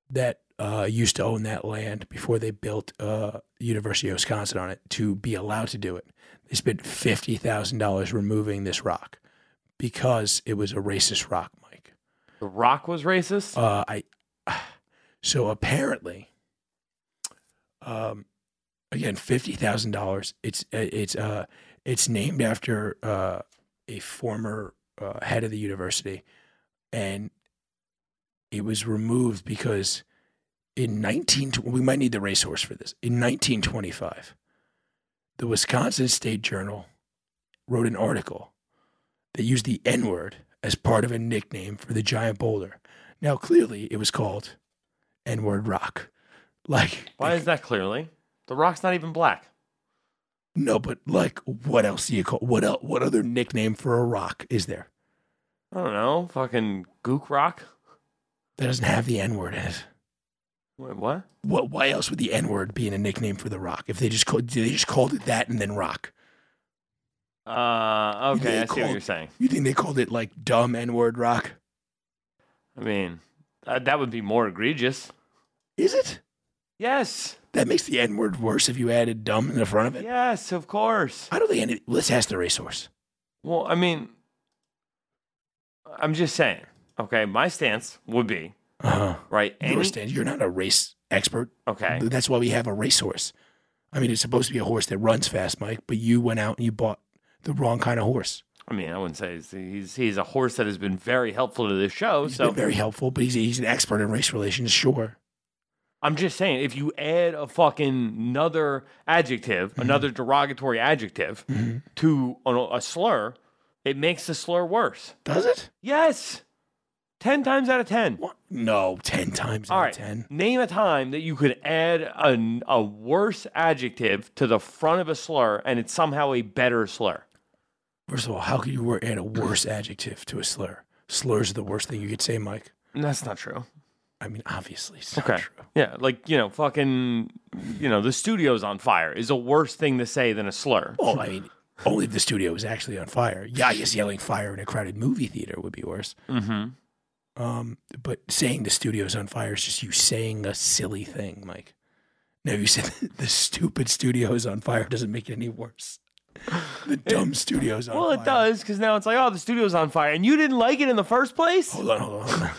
[SPEAKER 1] that uh, used to own that land before they built uh, University of Wisconsin on it to be allowed to do it. They spent fifty thousand dollars removing this rock because it was a racist rock, Mike.
[SPEAKER 2] The rock was racist?
[SPEAKER 1] Uh, I so apparently, um, again fifty thousand dollars. It's it's uh it's named after uh a former uh, head of the university, and it was removed because in nineteen we might need the racehorse for this. In nineteen twenty five, the Wisconsin State Journal wrote an article that used the N word as part of a nickname for the giant boulder. Now, clearly, it was called N word rock. Like,
[SPEAKER 2] Why is that clearly? The rock's not even black.
[SPEAKER 1] no, but like, what else do you call what? El- what other nickname for a rock is there
[SPEAKER 2] I don't know. Fucking gook rock?
[SPEAKER 1] that doesn't have the N word in it?
[SPEAKER 2] Wait, what?
[SPEAKER 1] What? Why else would the N word be in a nickname for the rock if they just called they just called it that and then rock?
[SPEAKER 2] Uh,
[SPEAKER 1] You think
[SPEAKER 2] okay,
[SPEAKER 1] they
[SPEAKER 2] I see what
[SPEAKER 1] called-
[SPEAKER 2] you're saying.
[SPEAKER 1] You think they called it like dumb N word rock?
[SPEAKER 2] I mean, uh, that would be more egregious.
[SPEAKER 1] Is it?
[SPEAKER 2] Yes.
[SPEAKER 1] That makes the N word worse if you added dumb in the front of it.
[SPEAKER 2] Yes, of course.
[SPEAKER 1] I don't think any. Let's ask the racehorse.
[SPEAKER 2] Well, I mean, I'm just saying. Okay, my stance would be,
[SPEAKER 1] Uh huh.
[SPEAKER 2] right?
[SPEAKER 1] You
[SPEAKER 2] Any,
[SPEAKER 1] understand? You're not a race expert.
[SPEAKER 2] okay.
[SPEAKER 1] That's why we have a racehorse. I mean, it's supposed to be a horse that runs fast, Mike, but you went out and you bought the wrong kind of horse.
[SPEAKER 2] I mean, I wouldn't say he's, he's he's a horse that has been very helpful to this show.
[SPEAKER 1] He's
[SPEAKER 2] Oh, So
[SPEAKER 1] been very helpful, but he's, he's an expert in race relations, sure.
[SPEAKER 2] I'm just saying, if you add a fucking another adjective,
[SPEAKER 1] Mm-hmm.
[SPEAKER 2] another derogatory adjective to a, a slur, it makes the slur worse.
[SPEAKER 1] Does it?
[SPEAKER 2] Yes, ten times out of ten.
[SPEAKER 1] What? No, ten times out
[SPEAKER 2] All
[SPEAKER 1] of
[SPEAKER 2] right.
[SPEAKER 1] ten.
[SPEAKER 2] Name a time that you could add an, a worse adjective to the front of a slur and it's somehow a better slur.
[SPEAKER 1] First of all, how could you wor- add a worse adjective to a slur? Slurs are the worst thing you could say, Mike.
[SPEAKER 2] That's not true.
[SPEAKER 1] I mean, obviously, it's not
[SPEAKER 2] Okay.
[SPEAKER 1] true.
[SPEAKER 2] Yeah. Like, you know, fucking, you know, the studio's on fire is a worse thing to say than a slur.
[SPEAKER 1] Well, I mean, only if the studio was actually on fire. Yeah, just yelling fire in a crowded movie theater would be worse.
[SPEAKER 2] Mm-hmm.
[SPEAKER 1] Um, but saying the studio's on fire is just you saying a silly thing, Mike. Now you said the stupid studio is on fire doesn't make it any worse. The dumb studio's on
[SPEAKER 2] Well,
[SPEAKER 1] fire.
[SPEAKER 2] it does because now it's like, oh, the studio's on fire and you didn't like it in the first place.
[SPEAKER 1] Hold on, hold on, hold on.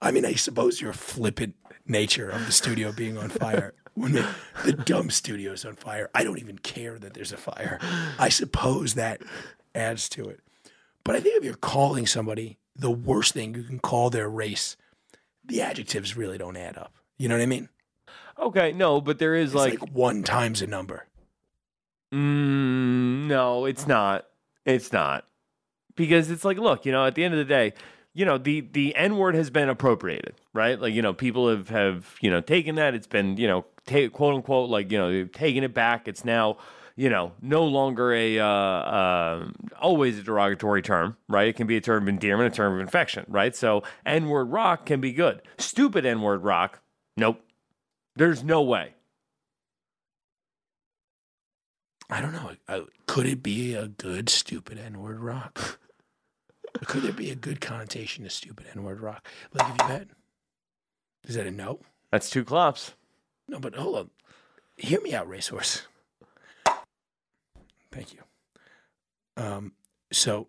[SPEAKER 1] I mean, I suppose your flippant nature of the studio being on fire, when the, the dumb studio's on fire, I don't even care that there's a fire. I suppose that adds to it. But I think if you're calling somebody, the worst thing you can call their race, the adjectives really don't add up. You know what I mean?
[SPEAKER 2] Okay. No, but there is
[SPEAKER 1] It's like,
[SPEAKER 2] like,
[SPEAKER 1] one times a number.
[SPEAKER 2] Mm, no, it's not. It's not. Because it's like, look, you know, at the end of the day, you know, the the N word has been appropriated, right? Like, you know, people have have, you know, taken that. It's been, you know, ta- quote unquote, like, you know, they've taken it back. It's now, you know, no longer a uh, uh, always a derogatory term, right? It can be a term of endearment, a term of infection, right? So N word rock can be good. Stupid N word rock, nope. There's no way.
[SPEAKER 1] I don't know. I, could it be a good stupid N word rock? could there be a good connotation to stupid N word rock? Like if you had, is that a no?
[SPEAKER 2] That's two clops.
[SPEAKER 1] No, but hold on. Hear me out, racehorse. Thank you. Um, so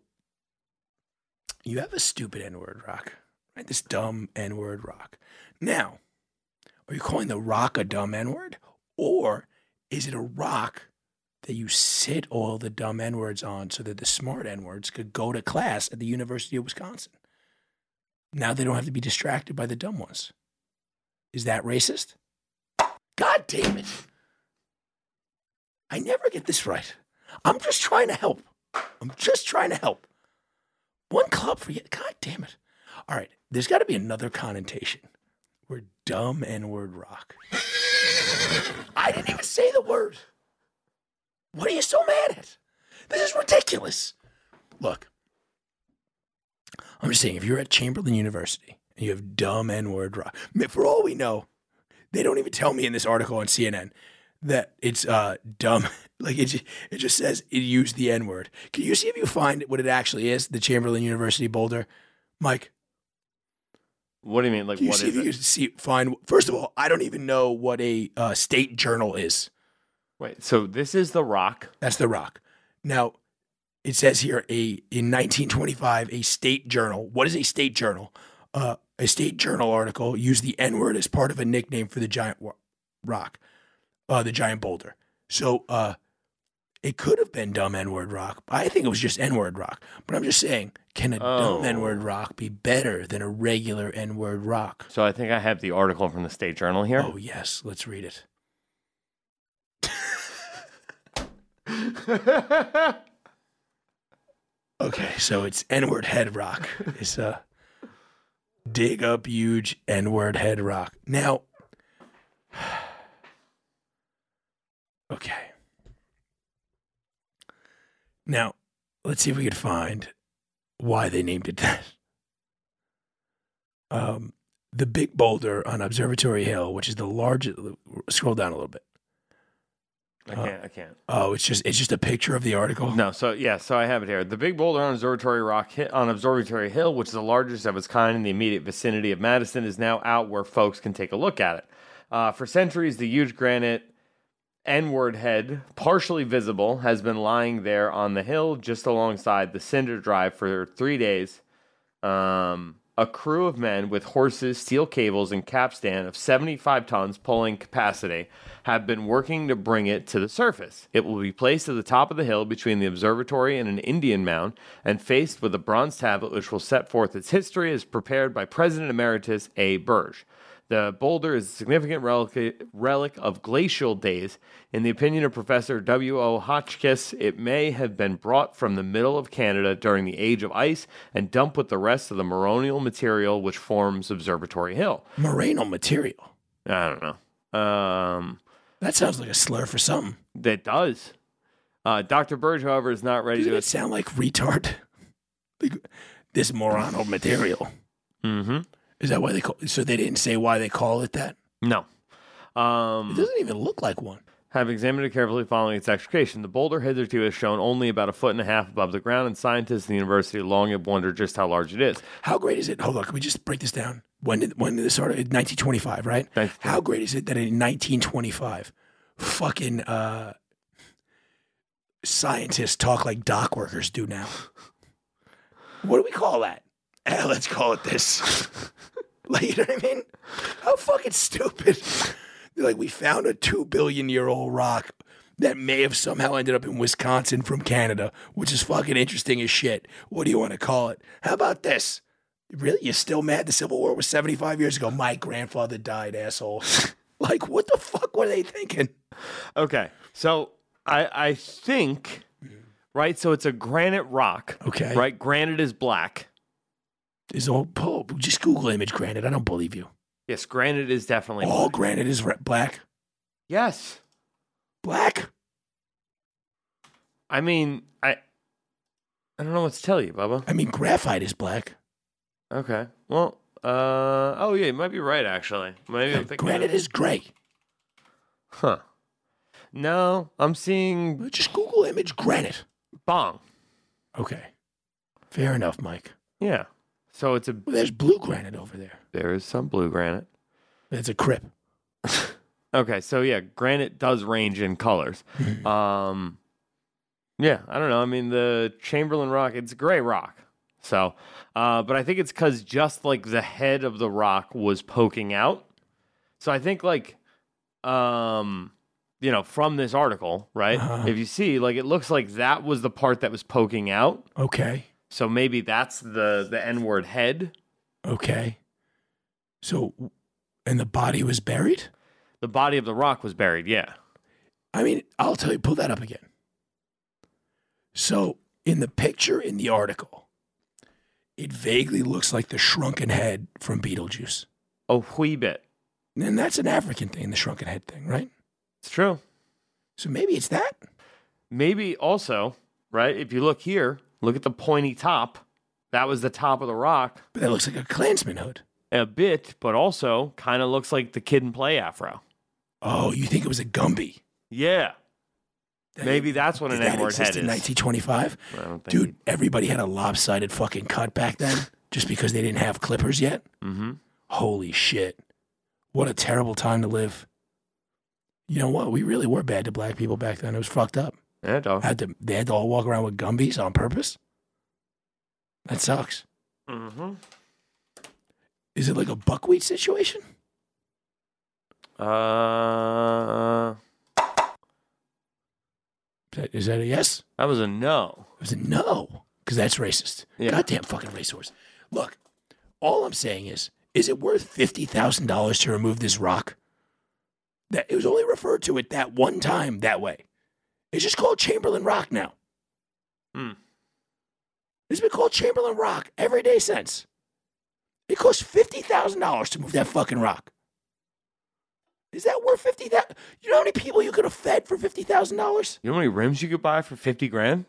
[SPEAKER 1] you have a stupid N word rock, right? This dumb N word rock. Now, are you calling the rock a dumb N word? Or is it a rock that you sit all the dumb N words on so that the smart N words could go to class at the University of Wisconsin? Now they don't have to be distracted by the dumb ones. Is that racist? God damn it. I never get this right. I'm just trying to help. I'm just trying to help. One club for you. God damn it. All right. There's got to be another connotation. We're dumb N word rock. I didn't even say the word. What are you so mad at? This is ridiculous. Look, I'm just saying, if you're at Chamberlain University and you have dumb N word rock, for all we know, they don't even tell me in this article on CNN that it's uh, dumb. Like it, ju- it just says it used the N word. Can you see if you find what it actually is? The Chamberlain University Boulder, Mike.
[SPEAKER 2] What do you mean? Like,
[SPEAKER 1] Can you
[SPEAKER 2] what
[SPEAKER 1] see
[SPEAKER 2] is
[SPEAKER 1] if you
[SPEAKER 2] it?
[SPEAKER 1] can see find? First of all, I don't even know what a uh, state journal is.
[SPEAKER 2] Wait, so this is The Rock.
[SPEAKER 1] That's The Rock. Now, it says here a in 1925 a state journal. What is a state journal? Uh, a state journal article used the N word as part of a nickname for the giant wa- rock, uh, the giant boulder. So uh, it could have been dumb N word rock. I think it was just N word rock. But I'm just saying, can a
[SPEAKER 2] Oh.
[SPEAKER 1] dumb N word rock be better than a regular N word rock?
[SPEAKER 2] So I think I have the article from the State Journal here.
[SPEAKER 1] Oh yes, let's read it. Okay, so it's N word head rock. It's uh, dig up huge N word head rock. Now, okay. Now, let's see if we could find why they named it that. Um, the big boulder on Observatory Hill, which is the largest. Scroll down a little bit.
[SPEAKER 2] I can't. I can't.
[SPEAKER 1] Oh, it's just it's just a picture of the article.
[SPEAKER 2] No. So yeah. So I have it here. The big boulder on Observatory Rock hit on Observatory Hill, which is the largest of its kind in the immediate vicinity of Madison, is now out where folks can take a look at it. Uh, for centuries, the huge granite N-word head, partially visible, has been lying there on the hill just alongside the cinder drive for three days. Um, a crew of men with horses, steel cables, and capstan of 75 tons pulling capacity have been working to bring it to the surface. It will be placed at the top of the hill between the observatory and an Indian mound and faced with a bronze tablet which will set forth its history as prepared by President Emeritus A. Burge. The boulder is a significant relic, relic of glacial days. In the opinion of Professor W.O. Hotchkiss, it may have been brought from the middle of Canada during the age of ice and dumped with the rest of the morainial material which forms Observatory Hill.
[SPEAKER 1] Moreno material.
[SPEAKER 2] I don't know. Um,
[SPEAKER 1] That sounds like a slur for something.
[SPEAKER 2] that does. Uh, Dr. Bird, however, is not ready
[SPEAKER 1] Doesn't
[SPEAKER 2] to.
[SPEAKER 1] it sound like retard? Like, this Morano material.
[SPEAKER 2] Mm-hmm.
[SPEAKER 1] Is that why they call? So they didn't say why they call it that.
[SPEAKER 2] No. Um,
[SPEAKER 1] It doesn't even look like one.
[SPEAKER 2] have examined it carefully following its extrication. The boulder hitherto has shown only about a foot and a half above the ground, and scientists in the university long have wondered just how large it is.
[SPEAKER 1] How great is it? Hold on, can we just break this down? When did when did this sort of 1925, right?
[SPEAKER 2] Thanks.
[SPEAKER 1] How great is it that in 1925, fucking uh, scientists talk like dock workers do now? What do we call that? Eh, let's call it this. like, you know what I mean? How fucking stupid! They're like, we found a two billion year old rock that may have somehow ended up in Wisconsin from Canada, which is fucking interesting as shit. What do you want to call it? How about this? Really? You're still mad the Civil War was 75 years ago? My grandfather died, asshole. like, what the fuck were they thinking?
[SPEAKER 2] Okay. So I I think right, so it's a granite rock.
[SPEAKER 1] Okay.
[SPEAKER 2] Right? Granite is black.
[SPEAKER 1] Is all oh, just Google image granite. I don't believe you.
[SPEAKER 2] Yes, granite is definitely
[SPEAKER 1] All
[SPEAKER 2] black.
[SPEAKER 1] granite is re- black.
[SPEAKER 2] Yes.
[SPEAKER 1] Black?
[SPEAKER 2] I mean, I I don't know what to tell you, Bubba.
[SPEAKER 1] I mean, graphite is black.
[SPEAKER 2] Okay. Well, uh oh yeah, you might be right actually. Maybe I'm thinking
[SPEAKER 1] Granite
[SPEAKER 2] of-
[SPEAKER 1] is gray.
[SPEAKER 2] Huh. No, I'm seeing
[SPEAKER 1] Just Google image granite.
[SPEAKER 2] bong.
[SPEAKER 1] Okay. Fair enough, Mike.
[SPEAKER 2] Yeah. So it's a
[SPEAKER 1] Well, there's blue granite over there.
[SPEAKER 2] there is some blue granite.
[SPEAKER 1] That's a crip.
[SPEAKER 2] Okay, so yeah, granite does range in colors. um, yeah, I don't know. I mean, the Chamberlain rock, it's gray rock. So, uh, but I think it's because just like the head of the rock was poking out. So I think like, um, you know, from this article, right? If you see, like, it looks like that was the part that was poking out.
[SPEAKER 1] Okay.
[SPEAKER 2] So maybe that's the the N word head.
[SPEAKER 1] Okay. So, and the body was buried?
[SPEAKER 2] The body of the rock was buried. Yeah.
[SPEAKER 1] I mean, I'll tell you, pull that up again. So, in the picture in the article, it vaguely looks like the shrunken head from Beetlejuice.
[SPEAKER 2] A wee bit.
[SPEAKER 1] And that's an African thing, the shrunken head thing, right?
[SPEAKER 2] It's true.
[SPEAKER 1] So maybe it's that.
[SPEAKER 2] Maybe also, right? If you look here, look at the pointy top. That was the top of the rock
[SPEAKER 1] But that looks like a Klansman hood.
[SPEAKER 2] a bit, but also kind of looks like the kid and play afro.
[SPEAKER 1] Oh, you think it was a Gumby?
[SPEAKER 2] Yeah.
[SPEAKER 1] That-
[SPEAKER 2] Maybe that's what
[SPEAKER 1] did
[SPEAKER 2] an
[SPEAKER 1] that
[SPEAKER 2] N word
[SPEAKER 1] exist
[SPEAKER 2] head
[SPEAKER 1] in
[SPEAKER 2] is.
[SPEAKER 1] 1925?
[SPEAKER 2] I don't think
[SPEAKER 1] Dude, everybody had a lopsided fucking cut back then just because they didn't have clippers yet.
[SPEAKER 2] Mm-hmm.
[SPEAKER 1] Holy shit. What a terrible time to live. You know what? We really were bad to black people back then. It was fucked up.
[SPEAKER 2] Yeah, dog.
[SPEAKER 1] Had to, they had to all walk around with Gumbies on purpose? That sucks.
[SPEAKER 2] Mm-hmm.
[SPEAKER 1] Is it like a buckwheat situation?
[SPEAKER 2] Uh,
[SPEAKER 1] Is that, is that a yes?
[SPEAKER 2] that was a no.
[SPEAKER 1] It was a no, because that's racist.
[SPEAKER 2] Yeah.
[SPEAKER 1] Goddamn fucking racehorse. Look, all I'm saying is, is it worth $50,000 to remove this rock? That It was only referred to it that one time that way. It's just called Chamberlain Rock now.
[SPEAKER 2] Hmm.
[SPEAKER 1] It's been called Chamberlain Rock every day since. It costs fifty thousand dollars to move that fucking rock. Is that worth fifty thousand? You know how many people you could have fed for fifty thousand dollars?
[SPEAKER 2] You know how many rims you could buy for 50 grand?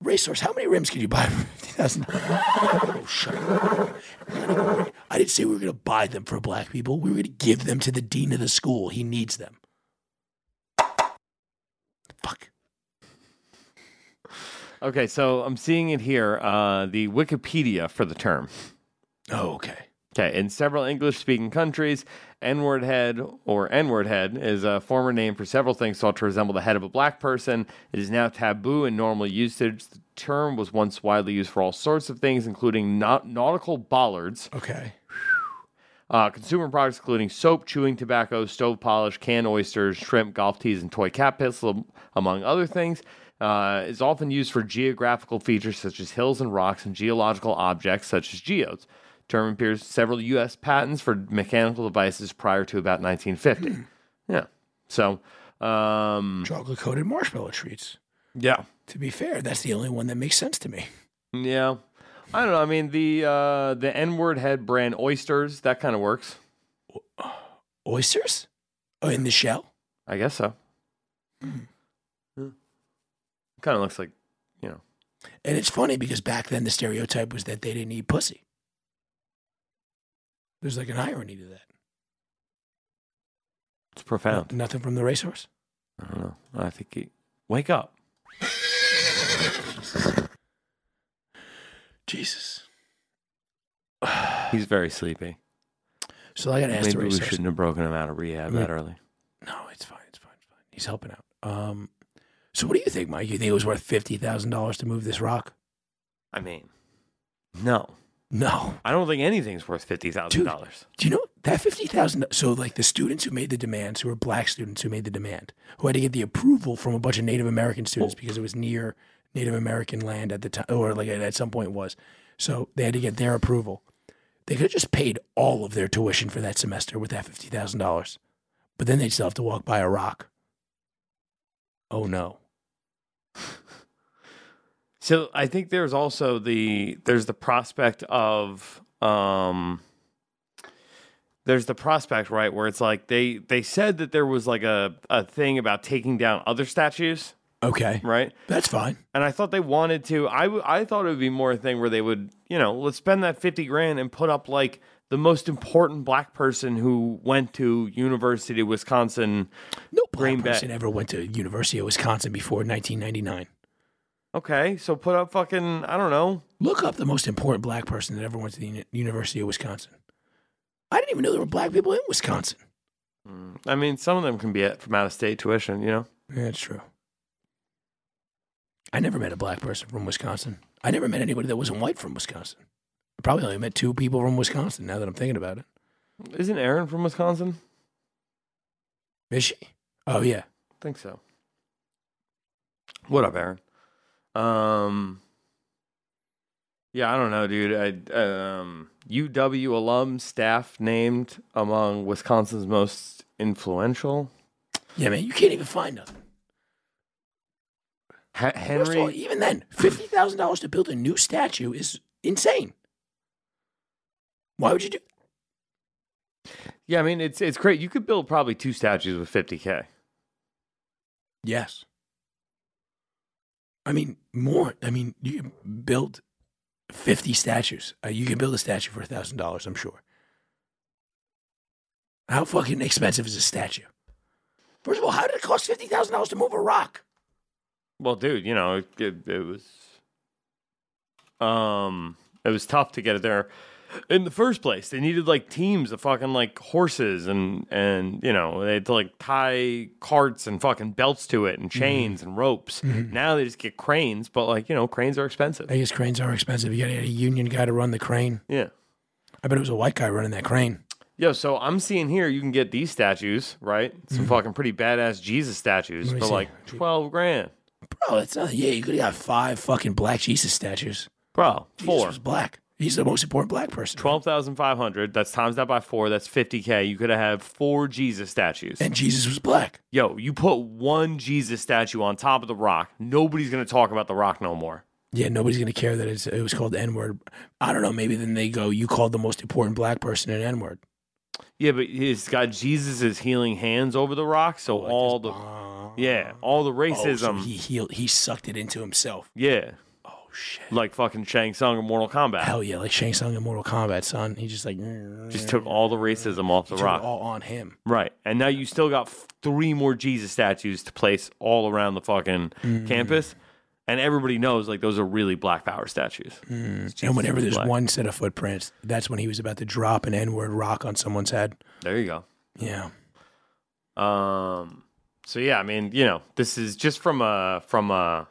[SPEAKER 1] Racehorse, how many rims could you buy for fifty thousand dollars? Oh, shut up. I didn't say we were gonna buy them for black people. We were gonna give them to the dean of the school. He needs them. Fuck.
[SPEAKER 2] Okay, so I'm seeing it here. Uh, the Wikipedia for the term.
[SPEAKER 1] Oh, okay.
[SPEAKER 2] Okay, in several English speaking countries, N word head or N word head is a former name for several things thought to resemble the head of a black person. It is now taboo in normal usage. The term was once widely used for all sorts of things, including nau- nautical bollards,
[SPEAKER 1] Okay.
[SPEAKER 2] uh, consumer products including soap, chewing tobacco, stove polish, canned oysters, shrimp, golf tees, and toy cat pistol, among other things. Uh, is often used for geographical features such as hills and rocks and geological objects such as geodes. term appears several U.S. patents for mechanical devices prior to about 1950. yeah. So, um,
[SPEAKER 1] Chocolate coated marshmallow treats.
[SPEAKER 2] yeah.
[SPEAKER 1] To be fair, that's the only one that makes sense to me.
[SPEAKER 2] Yeah. I don't know. I mean, the uh, the N word head brand Oysters, that kind of works.
[SPEAKER 1] Oysters? Oh, in the shell?
[SPEAKER 2] I guess so. Hmm. Kind of looks like, you know.
[SPEAKER 1] And it's funny because back then the stereotype was that they didn't eat pussy. There's like an irony to that.
[SPEAKER 2] It's profound.
[SPEAKER 1] Nothing from the racehorse.
[SPEAKER 2] I don't know. I think he. Wake up.
[SPEAKER 1] Jesus.
[SPEAKER 2] He's very sleepy.
[SPEAKER 1] So I got to ask
[SPEAKER 2] Maybe
[SPEAKER 1] the
[SPEAKER 2] we
[SPEAKER 1] racehorse.
[SPEAKER 2] shouldn't have broken him out of rehab that early.
[SPEAKER 1] No, it's fine. It's fine. It's fine. He's helping out. Um, so what do you think, Mike? You think it was worth fifty thousand dollars to move this rock?
[SPEAKER 2] I mean, no.
[SPEAKER 1] No,
[SPEAKER 2] I don't think anything's worth fifty thousand dollars.
[SPEAKER 1] Do you know that fifty thousand? So like the students who made the demands, who were black students who made the demand, who had to get the approval from a bunch of Native American students
[SPEAKER 2] Oh.
[SPEAKER 1] because it was near Native American land at the time, or like at some point it was. So they had to get their approval. They could have just paid all of their tuition for that semester with that fifty thousand dollars, but then they'd still have to walk by a rock. Oh no!
[SPEAKER 2] So I think there's also the there's the prospect of um there's the prospect right where it's like they they said that there was like a a thing about taking down other statues
[SPEAKER 1] Okay,
[SPEAKER 2] right
[SPEAKER 1] that's fine.
[SPEAKER 2] and I thought they wanted to I w- I thought it would be more a thing where they would you know let's spend that fifty grand and put up like the most important black person who went to University of Wisconsin
[SPEAKER 1] No black
[SPEAKER 2] Green Bay.
[SPEAKER 1] person ever went to University of Wisconsin before 1999.
[SPEAKER 2] okay so put up fucking I don't know
[SPEAKER 1] Look up the most important black person that ever went to the Uni- University of Wisconsin. I didn't even know there were black people in Wisconsin.
[SPEAKER 2] I mean some of them can be at, from out of state tuition you know.
[SPEAKER 1] Yeah, that's true. I never met a black person from Wisconsin. I never met anybody that wasn't white from Wisconsin. I probably only met two people from Wisconsin now that I'm thinking about it.
[SPEAKER 2] Isn't Aaron from Wisconsin?
[SPEAKER 1] Is she? Oh, yeah.
[SPEAKER 2] I think so. What up, Aaron? Um, yeah, I don't know, dude. I um, UW alum staff named among Wisconsin's most influential.
[SPEAKER 1] Yeah, man, you can't even find nothing.
[SPEAKER 2] H-
[SPEAKER 1] First of all,
[SPEAKER 2] Henry,
[SPEAKER 1] even then, $50,000 to build a new statue is insane. Why would you do
[SPEAKER 2] yeah, I mean it's it's great. You could build probably two statues with fifty k.
[SPEAKER 1] Yes. I mean, more. I mean, you can build 50 statues. Uh, you can build a statue for $1,000, I'm sure. How fucking expensive is a statue? First of all, how did it cost $50,000 to move a rock?
[SPEAKER 2] Well, dude, you know, it, it, it was um it was tough to get it there in the first place. They needed like teams of fucking like horses and and you know, they had to like tie carts and fucking belts to it
[SPEAKER 1] Mm-hmm.
[SPEAKER 2] and chains and ropes. Now they just get cranes, but like, you know, cranes are expensive.
[SPEAKER 1] I guess cranes are expensive. You gotta get a union guy to run the crane.
[SPEAKER 2] Yeah.
[SPEAKER 1] I bet it was a white guy running that crane.
[SPEAKER 2] Yo, so I'm seeing here you can get these statues, right? Some fucking pretty badass Jesus statues
[SPEAKER 1] Mm-hmm. Let me
[SPEAKER 2] for
[SPEAKER 1] see.
[SPEAKER 2] like 12 grand.
[SPEAKER 1] Bro, that's nothing. Yeah, you could have got five fucking black Jesus statues.
[SPEAKER 2] Bro,
[SPEAKER 1] Jesus
[SPEAKER 2] four.
[SPEAKER 1] was black. He's the most important black person.
[SPEAKER 2] Twelve thousand five hundred. That's times that by four. That's fifty k. You could have four Jesus statues.
[SPEAKER 1] And Jesus was black.
[SPEAKER 2] Yo, you put one Jesus statue on top of the rock. Nobody's gonna talk about the rock no more.
[SPEAKER 1] Yeah, nobody's gonna care that it's, it was called N word. I don't know. Maybe then they go, you called the most important black person an N word.
[SPEAKER 2] Yeah, but it's got Jesus' healing hands over the rock,
[SPEAKER 1] Oh,
[SPEAKER 2] so all the yeah, all the racism.
[SPEAKER 1] he healed. He sucked it into himself.
[SPEAKER 2] yeah,
[SPEAKER 1] Oh shit!
[SPEAKER 2] like fucking Shang Tsung in Mortal Kombat.
[SPEAKER 1] Hell yeah! Like Shang Tsung in Mortal Kombat, son. He just like
[SPEAKER 2] Just took all the racism off the
[SPEAKER 1] took it
[SPEAKER 2] rock.
[SPEAKER 1] all on him.
[SPEAKER 2] Right. And now you still got f- three more Jesus statues to place all around the fucking
[SPEAKER 1] Mm.
[SPEAKER 2] campus. And everybody knows, like, those are really Black Power statues.
[SPEAKER 1] and whenever there's
[SPEAKER 2] black.
[SPEAKER 1] one set of footprints, that's when he was about to drop an N word rock on someone's head.
[SPEAKER 2] There you
[SPEAKER 1] Yeah.
[SPEAKER 2] go. Um, so yeah, I mean, you know, this is just from a from a,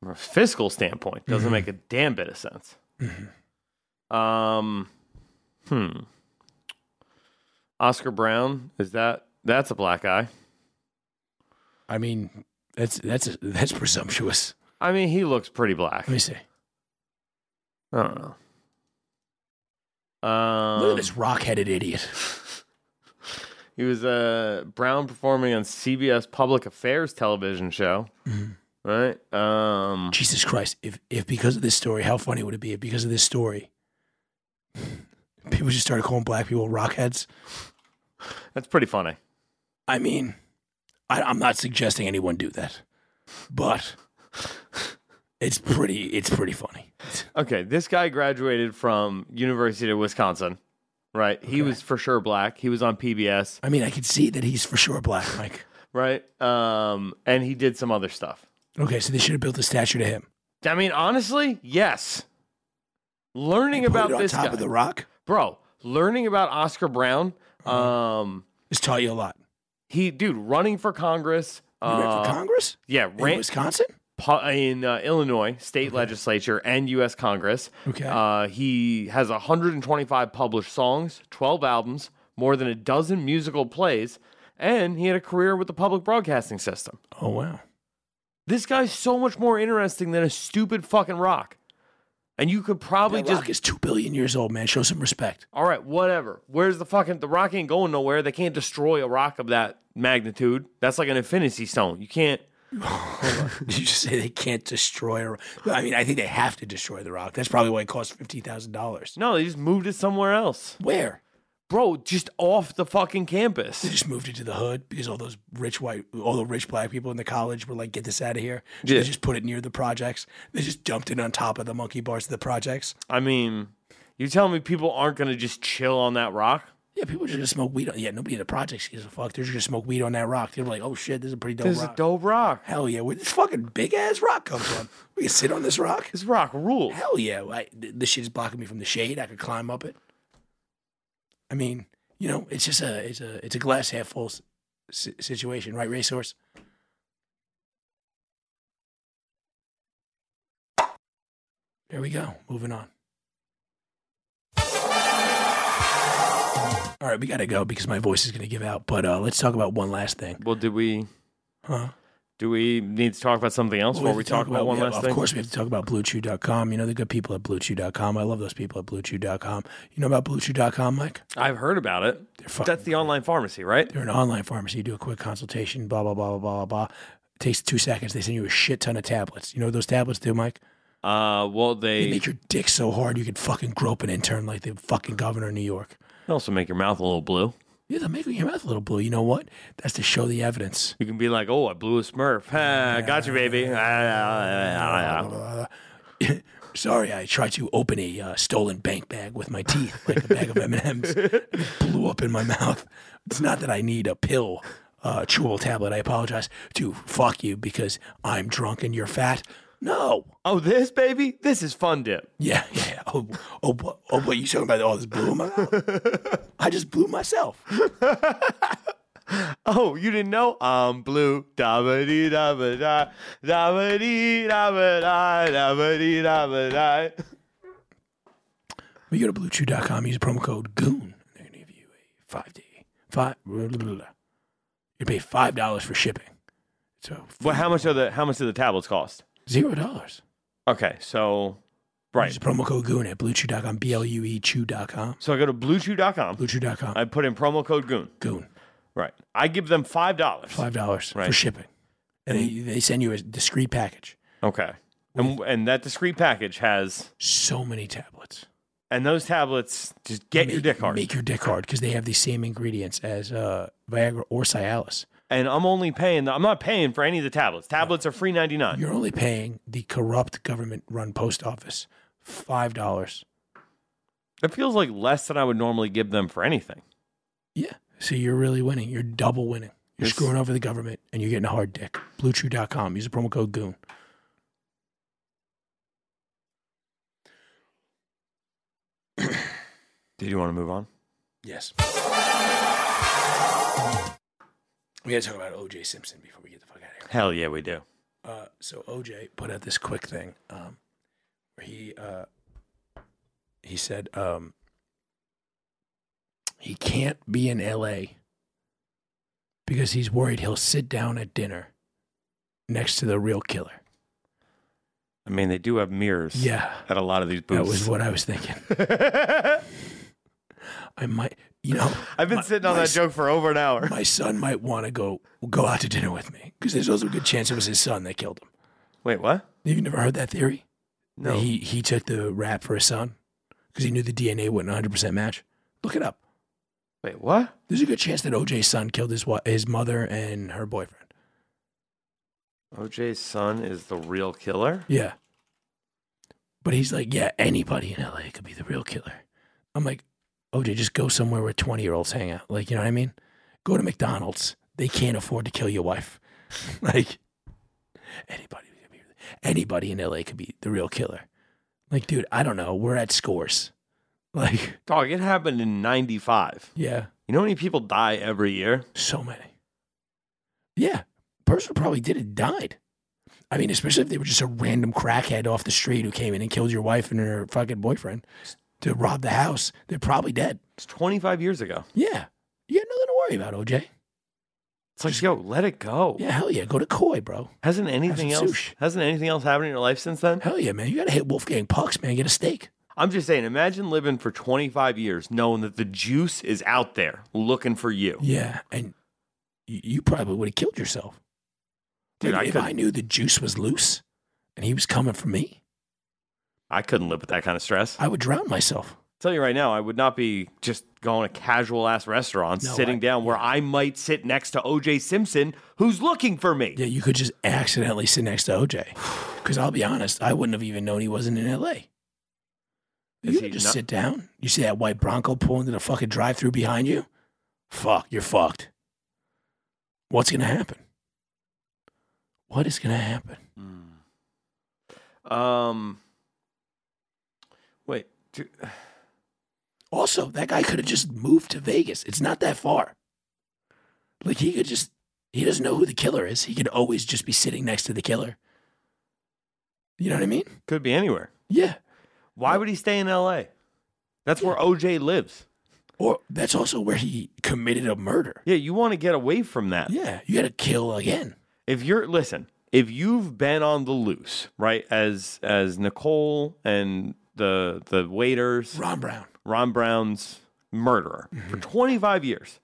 [SPEAKER 2] from a fiscal standpoint doesn't
[SPEAKER 1] Mm-hmm.
[SPEAKER 2] make a damn bit of sense. Um, hmm. Oscar Brown is that? That's a black guy.
[SPEAKER 1] I mean, that's that's that's presumptuous.
[SPEAKER 2] I mean, he looks pretty black.
[SPEAKER 1] Let me see.
[SPEAKER 2] I don't know. Um,
[SPEAKER 1] Look at this rock-headed idiot.
[SPEAKER 2] He was uh, Brown performing on CBS Public Affairs television show.
[SPEAKER 1] Mm-hmm.
[SPEAKER 2] Right? Um,
[SPEAKER 1] Jesus Christ! If if because of this story, how funny would it be if because of this story, people just started calling black people rockheads?
[SPEAKER 2] that's pretty funny.
[SPEAKER 1] I mean, I, I'm not suggesting anyone do that, but it's pretty it's pretty funny.
[SPEAKER 2] Okay, this guy graduated from University of Wisconsin. Right? He was for sure black. He was on PBS.
[SPEAKER 1] I mean, I could see that he's for sure black, Mike.
[SPEAKER 2] Right? Um, and he did some other stuff.
[SPEAKER 1] Okay, so they should have built a statue to him.
[SPEAKER 2] I mean, honestly, yes. Learning
[SPEAKER 1] Put
[SPEAKER 2] about
[SPEAKER 1] it on
[SPEAKER 2] this
[SPEAKER 1] top
[SPEAKER 2] guy,
[SPEAKER 1] of the rock
[SPEAKER 2] bro. Learning about Oscar Brown.
[SPEAKER 1] Uh-huh.
[SPEAKER 2] Um,
[SPEAKER 1] has taught you a lot.
[SPEAKER 2] he, dude, running for Congress.
[SPEAKER 1] You ran
[SPEAKER 2] uh,
[SPEAKER 1] for Congress
[SPEAKER 2] Yeah,
[SPEAKER 1] in
[SPEAKER 2] ran,
[SPEAKER 1] Wisconsin.
[SPEAKER 2] po- in uh, Illinois state legislature and U.S. Congress.
[SPEAKER 1] Okay.
[SPEAKER 2] Uh, he has 125 published songs, 12 albums, more than a dozen musical plays, and he had a career with the public broadcasting system.
[SPEAKER 1] Oh wow.
[SPEAKER 2] This guy's so much more interesting than a stupid fucking rock. And you could probably
[SPEAKER 1] That
[SPEAKER 2] just
[SPEAKER 1] rock is two billion years old, man. Show some respect.
[SPEAKER 2] all right, whatever. Where's the fucking the rock ain't going nowhere. They can't destroy a rock of that magnitude. That's like an infinity stone. You can't.
[SPEAKER 1] Did you just say they can't destroy? A rock? I mean, I think they have to destroy the rock. That's probably why it costs fifty thousand dollars.
[SPEAKER 2] No, they just moved it somewhere else,
[SPEAKER 1] Where?
[SPEAKER 2] bro. Just off the fucking campus.
[SPEAKER 1] They just moved it to the hood because all those rich white, all the rich black people in the college were like, "Get this out of here." So
[SPEAKER 2] Yeah.
[SPEAKER 1] They just put it near the projects. They just dumped it on top of the monkey bars of the projects.
[SPEAKER 2] I mean, you telling me people aren't gonna just chill on that rock?
[SPEAKER 1] Yeah, people just gonna smoke weed. On, yeah, nobody in the projects gives a fuck. They're just gonna smoke weed on that rock. They're like, "Oh shit, this is a pretty dope
[SPEAKER 2] This is
[SPEAKER 1] rock."
[SPEAKER 2] a dope rock.
[SPEAKER 1] Hell yeah, where this fucking big ass rock comes from? We can sit on this rock.
[SPEAKER 2] This rock rules.
[SPEAKER 1] Hell yeah. I, th- this shit is blocking me from the shade. I could climb up it. I mean, you know, it's just a it's a it's a glass half full s- si- situation, right, racehorse? There we go. Moving on. All right, we gotta go because my voice is gonna give out. But uh, let's talk about one last thing,
[SPEAKER 2] Well, did we
[SPEAKER 1] huh?
[SPEAKER 2] do we need to talk about something else
[SPEAKER 1] Well,
[SPEAKER 2] before we
[SPEAKER 1] have to
[SPEAKER 2] talk about one
[SPEAKER 1] we have-
[SPEAKER 2] last
[SPEAKER 1] of
[SPEAKER 2] thing?
[SPEAKER 1] course, we have to talk about BlueChew.com. You know, the good people at BlueChew.com. I love those people at BlueChew.com. You know about BlueChew.com, Mike?
[SPEAKER 2] I've heard about it.
[SPEAKER 1] They're fucking
[SPEAKER 2] That's the online pharmacy, right?
[SPEAKER 1] They're an online pharmacy. You do a quick consultation, blah, blah, blah, blah, blah, blah, blah. It takes two seconds. They send you a shit ton of tablets. You know what those tablets do, Mike?
[SPEAKER 2] Uh, well,
[SPEAKER 1] They
[SPEAKER 2] they
[SPEAKER 1] make your dick so hard you can fucking grope an intern like the fucking governor of New York.
[SPEAKER 2] also make your mouth a little blue.
[SPEAKER 1] Yeah, they're making your mouth a little blue. You know what? That's to show the evidence.
[SPEAKER 2] You can be like, "Oh, I blew a Smurf. Ha, got you, baby."
[SPEAKER 1] Uh, Sorry, I tried to open a uh, stolen bank bag with my teeth, like a bag of M&Ms. It blew up in my mouth. It's not that I need a pill, uh, chewable tablet. I apologize to fuck you because I'm drunk and you're fat. No.
[SPEAKER 2] oh, this baby, this is fun dip.
[SPEAKER 1] Yeah, yeah. Oh, oh, what- oh, what you talking about? All this blew in my mouth. I just blew myself.
[SPEAKER 2] Oh, you didn't know? I'm blue. Da ba dee da ba da. Da ba dee da ba da. Da ba dee da ba da.
[SPEAKER 1] We go to bluechew.com, use promo code GOON. They're going to give you a five day, five, blah, blah, blah, blah. you pay $5 for shipping. So,
[SPEAKER 2] Well, how much are the how much do the tablets cost?
[SPEAKER 1] Zero dollars.
[SPEAKER 2] Okay, so right.
[SPEAKER 1] Use the promo code Goon at bluechew.com, B L U E chew.com.
[SPEAKER 2] So I go to bluechew.com.
[SPEAKER 1] Bluechew.com,
[SPEAKER 2] I put in promo code goon.
[SPEAKER 1] Goon.
[SPEAKER 2] Right. I give them five dollars.
[SPEAKER 1] $5 for
[SPEAKER 2] Right.
[SPEAKER 1] shipping. And they, they send you a discrete package.
[SPEAKER 2] Okay. And and that discreet package has
[SPEAKER 1] So many tablets.
[SPEAKER 2] and those tablets just get your dick hard.
[SPEAKER 1] Make your dick hard because they have the same ingredients as uh, Viagra or Cialis.
[SPEAKER 2] And I'm only paying. I'm not paying for any of the tablets. Tablets are free ninety nine.
[SPEAKER 1] You're only paying the corrupt government run post office $5.
[SPEAKER 2] That feels like less than I would normally give them for anything.
[SPEAKER 1] Yeah. So you're really winning. You're double winning. You're
[SPEAKER 2] It's-
[SPEAKER 1] screwing over the government and you're getting a hard dick. Bluechew.com. Use the promo code Goon.
[SPEAKER 2] Did you want to move on?
[SPEAKER 1] Yes. We got to talk about OJ Simpson before we get the fuck out of
[SPEAKER 2] Hell yeah, we do.
[SPEAKER 1] here. Uh, so OJ put out this quick thing um, where he uh, he said um, he can't be in LA because he's worried he'll sit down at dinner next to the real killer.
[SPEAKER 2] I mean, they do have mirrors.
[SPEAKER 1] Yeah.
[SPEAKER 2] At a lot of these
[SPEAKER 1] That was
[SPEAKER 2] booths.
[SPEAKER 1] what I was thinking. I might, you know,
[SPEAKER 2] I've been
[SPEAKER 1] my-
[SPEAKER 2] sitting on
[SPEAKER 1] my
[SPEAKER 2] that
[SPEAKER 1] s-
[SPEAKER 2] joke for over an hour.
[SPEAKER 1] My son might want to go go out to dinner with me because there's also a good chance it was his son that killed him.
[SPEAKER 2] Wait, what?
[SPEAKER 1] You've never heard that theory? That
[SPEAKER 2] No.
[SPEAKER 1] he he took the rap for his son because he knew the DNA wouldn't 100 percent match. Look it up.
[SPEAKER 2] Wait, what?
[SPEAKER 1] There's a good chance that OJ's son killed his wa- his mother and her boyfriend.
[SPEAKER 2] OJ's son is the real killer?
[SPEAKER 1] Yeah. But he's like, yeah, anybody in LA could be the real killer. I'm like, OJ, just go somewhere where 20 year olds hang out. Like, you know what I mean? Go to McDonald's. They can't afford to kill your wife. like, anybody, could be, anybody in LA could be the real killer. Like, dude, I don't know. We're at scores. Like,
[SPEAKER 2] Dog, it happened in 95.
[SPEAKER 1] yeah,
[SPEAKER 2] You know how many people die every year?
[SPEAKER 1] so many. Yeah, person who probably did it died. I mean, especially if they were just a random crackhead off the street who came in and killed your wife and her fucking boyfriend to rob the house. They're probably dead.
[SPEAKER 2] It's 25 years ago.
[SPEAKER 1] Yeah, you got nothing to worry about, OJ.
[SPEAKER 2] It's like, yo, let it go.
[SPEAKER 1] Yeah, hell yeah, go to Koi, bro.
[SPEAKER 2] Hasn't anything
[SPEAKER 1] some
[SPEAKER 2] else
[SPEAKER 1] sushi.
[SPEAKER 2] hasn't anything else happened in your life since then?
[SPEAKER 1] Hell yeah, man, you gotta hit Wolfgang Pucks, man. Get a steak.
[SPEAKER 2] I'm just saying, imagine living for 25 years knowing that the juice is out there looking for you.
[SPEAKER 1] Yeah, and you, you probably would have killed yourself,
[SPEAKER 2] Dude,
[SPEAKER 1] Like,
[SPEAKER 2] I
[SPEAKER 1] if
[SPEAKER 2] could-
[SPEAKER 1] I knew the juice was loose and he was coming for me,
[SPEAKER 2] I couldn't live with that kind of stress.
[SPEAKER 1] I would drown myself.
[SPEAKER 2] tell you right now, I would not be just going to casual ass restaurants,
[SPEAKER 1] No,
[SPEAKER 2] sitting
[SPEAKER 1] I-
[SPEAKER 2] down where I might sit next to OJ Simpson, who's looking for me.
[SPEAKER 1] Yeah, you could just accidentally sit next to OJ. Because I'll be honest, I wouldn't have even known he wasn't in LA. you
[SPEAKER 2] Is he
[SPEAKER 1] could just
[SPEAKER 2] not-
[SPEAKER 1] sit down. You see that white Bronco pull into the fucking drive through behind you? Fuck, you're fucked. What's going to happen? What is going to happen?
[SPEAKER 2] Um, wait, do-
[SPEAKER 1] Also, that guy could have just moved to Vegas. It's not that far. Like, he could just, he doesn't know who the killer is. He could always just be sitting next to the killer. You know what I mean?
[SPEAKER 2] could be anywhere.
[SPEAKER 1] Yeah.
[SPEAKER 2] Why would he stay in LA? That's where OJ lives.
[SPEAKER 1] Or that's also where he committed a murder.
[SPEAKER 2] Yeah, you want to get away from that.
[SPEAKER 1] Yeah, you got to kill again.
[SPEAKER 2] if you're listen if you've been on the loose right as as nicole and the the waiters
[SPEAKER 1] Ron Brown.
[SPEAKER 2] ron brown's murderer
[SPEAKER 1] Mm-hmm.
[SPEAKER 2] for 25 years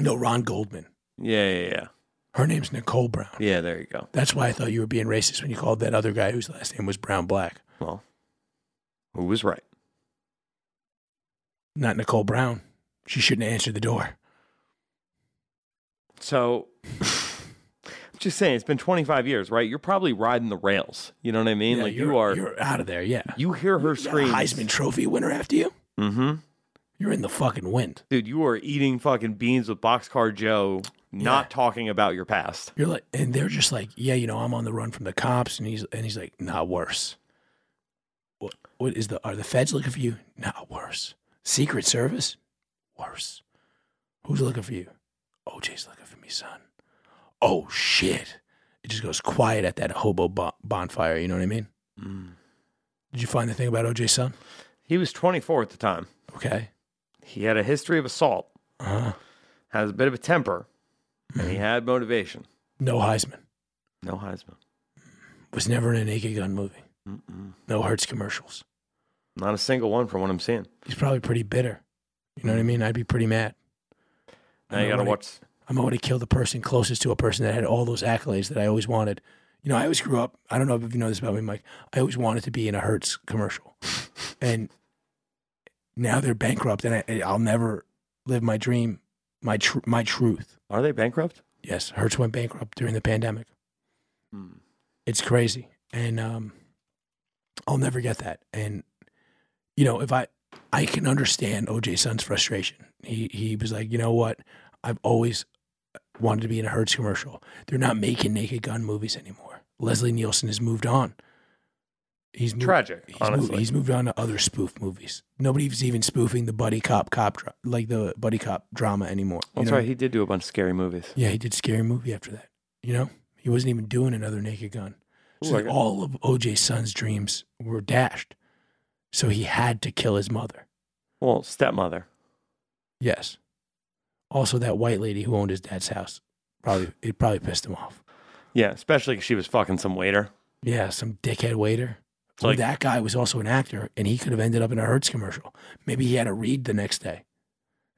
[SPEAKER 1] No, Ron Goldman.
[SPEAKER 2] yeah yeah yeah
[SPEAKER 1] Her name's Nicole Brown.
[SPEAKER 2] yeah there you go
[SPEAKER 1] That's why I thought you were being racist when you called that other guy whose last name was Brown Black.
[SPEAKER 2] well who was right
[SPEAKER 1] Not Nicole Brown. She shouldn't have answered the door.
[SPEAKER 2] so I'm just saying it's been 25 years right you're probably riding the rails you know what i mean
[SPEAKER 1] Yeah,
[SPEAKER 2] like
[SPEAKER 1] you're-
[SPEAKER 2] you are
[SPEAKER 1] You're out of there, yeah.
[SPEAKER 2] you hear
[SPEAKER 1] You
[SPEAKER 2] her
[SPEAKER 1] got a
[SPEAKER 2] scream
[SPEAKER 1] Heisman Trophy winner after you?
[SPEAKER 2] mm-hmm
[SPEAKER 1] You're in the fucking wind.
[SPEAKER 2] dude you are eating fucking beans with boxcar joe not
[SPEAKER 1] Yeah.
[SPEAKER 2] talking about your past
[SPEAKER 1] You're like, and they're just like, yeah, you know, I'm on the run from the cops, and he's and he's like, nah, worse. What? What is the? Are the feds looking for you? Nah, worse. Secret Service, worse. Who's looking for you? OJ's looking for me, son. Oh shit! It just goes quiet at that hobo bon- bonfire. You know what I mean? Did you find the thing about OJ's son?
[SPEAKER 2] he was 24 at the time
[SPEAKER 1] Okay.
[SPEAKER 2] He had a history of assault,
[SPEAKER 1] Uh-huh.
[SPEAKER 2] has a bit of a temper, and he had motivation.
[SPEAKER 1] No Heisman.
[SPEAKER 2] No Heisman.
[SPEAKER 1] Was never in a Naked Gun movie. No Hertz commercials.
[SPEAKER 2] Not a single one from what I'm seeing.
[SPEAKER 1] he's probably pretty bitter. You know what I mean? I'd be pretty mad.
[SPEAKER 2] Now you
[SPEAKER 1] I
[SPEAKER 2] got to
[SPEAKER 1] wanna-
[SPEAKER 2] watch.
[SPEAKER 1] I'm going to kill the person closest to a person that had all those accolades that I always wanted. You know, I always grew up. I don't know if you know this about me, Mike. I always wanted to be in a Hertz commercial, and now they're bankrupt, and I, I'll never live my dream, my tr- my truth.
[SPEAKER 2] Are they bankrupt?
[SPEAKER 1] Yes, Hertz went bankrupt during the pandemic.
[SPEAKER 2] Hmm.
[SPEAKER 1] It's crazy, and um, I'll never get that. And you know, if I I can understand OJ Sun's frustration. He he was like, you know what? I've always wanted to be in a Hertz commercial. They're not making Naked Gun movies anymore. Leslie Nielsen has moved on. He's moved,
[SPEAKER 2] Tragic,
[SPEAKER 1] He's moved,
[SPEAKER 2] honestly.
[SPEAKER 1] he's moved on to other spoof movies. Nobody's even spoofing the buddy cop cop dra- like the buddy cop drama anymore. You
[SPEAKER 2] That's
[SPEAKER 1] know?
[SPEAKER 2] right. He did do a bunch of scary movies.
[SPEAKER 1] Yeah, he did Scary Movie after that. You know, he wasn't even doing another Naked Gun.
[SPEAKER 2] Ooh,
[SPEAKER 1] So
[SPEAKER 2] I got-
[SPEAKER 1] all of OJ Sun's dreams were dashed. So he had to kill his mother.
[SPEAKER 2] Well, stepmother.
[SPEAKER 1] Yes. Also, that white lady who owned his dad's house probably it probably pissed him off.
[SPEAKER 2] Yeah, especially because she was fucking some waiter.
[SPEAKER 1] Yeah, some dickhead waiter.
[SPEAKER 2] Like-
[SPEAKER 1] Like, that guy was also an actor, and he could have ended up in a Hertz commercial. Maybe he had a read the next day.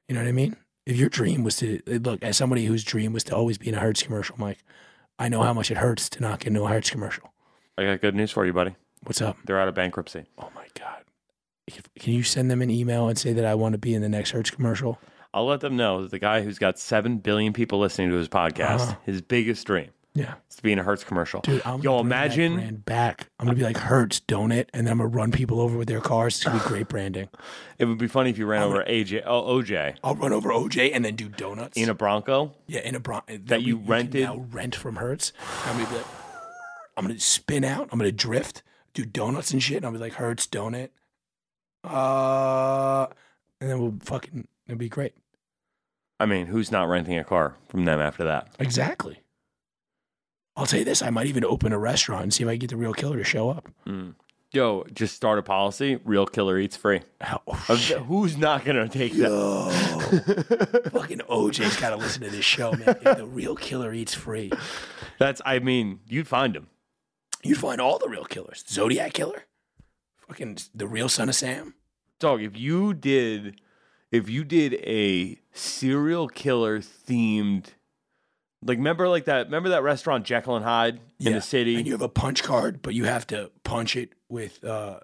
[SPEAKER 1] You know what I mean? If your dream was to look as somebody whose dream was to always be in a Hertz commercial, Mike, I know how much it hurts to not get into a Hertz commercial.
[SPEAKER 2] I got good news for you, buddy.
[SPEAKER 1] What's up?
[SPEAKER 2] They're out of bankruptcy.
[SPEAKER 1] Oh my God. If- Can you send them an email and say that I want to be in the next Hertz commercial?
[SPEAKER 2] I'll let them know that the guy who's got 7 billion people listening to his podcast,
[SPEAKER 1] Uh-huh.
[SPEAKER 2] his biggest dream
[SPEAKER 1] Yeah.
[SPEAKER 2] is to be in a Hertz commercial.
[SPEAKER 1] Dude, I'm
[SPEAKER 2] Yo,
[SPEAKER 1] gonna bring that
[SPEAKER 2] imagine-
[SPEAKER 1] brand back. I'm gonna be like Hertz, don't it? And then I'm gonna run people over with their cars. It's gonna be great branding.
[SPEAKER 2] It would be funny if you ran over AJ, oh, OJ
[SPEAKER 1] I'll run over OJ and then do donuts
[SPEAKER 2] in a Bronco.
[SPEAKER 1] yeah in a bron- that,
[SPEAKER 2] you
[SPEAKER 1] can
[SPEAKER 2] rented?
[SPEAKER 1] now rent from Hertz. I'm gonna be like, I'm gonna spin out. I'm gonna drift, do donuts and shit, and I'll be like Hertz, don't it? Uh, and then we'll fucking it'll be great.
[SPEAKER 2] I mean, who's not renting a car from them after that?
[SPEAKER 1] Exactly. I'll tell you this: I might even open a restaurant and see if I can get the real killer to show up.
[SPEAKER 2] Yo, just start a policy. Real killer eats free.
[SPEAKER 1] How- oh,
[SPEAKER 2] Uh,
[SPEAKER 1] shit.
[SPEAKER 2] Who's not gonna take
[SPEAKER 1] Yo.
[SPEAKER 2] that? Oh.
[SPEAKER 1] Fucking OJ's got to listen to this show, man. If the real killer eats free.
[SPEAKER 2] That's. I mean, you'd find him.
[SPEAKER 1] You'd find all the real killers. Zodiac killer, fucking the real son of Sam.
[SPEAKER 2] Dog, if you did, if you did a serial killer themed, like remember like that, remember that restaurant Jekyll and Hyde in the city.
[SPEAKER 1] And you have a punch card, but you have to punch it with uh,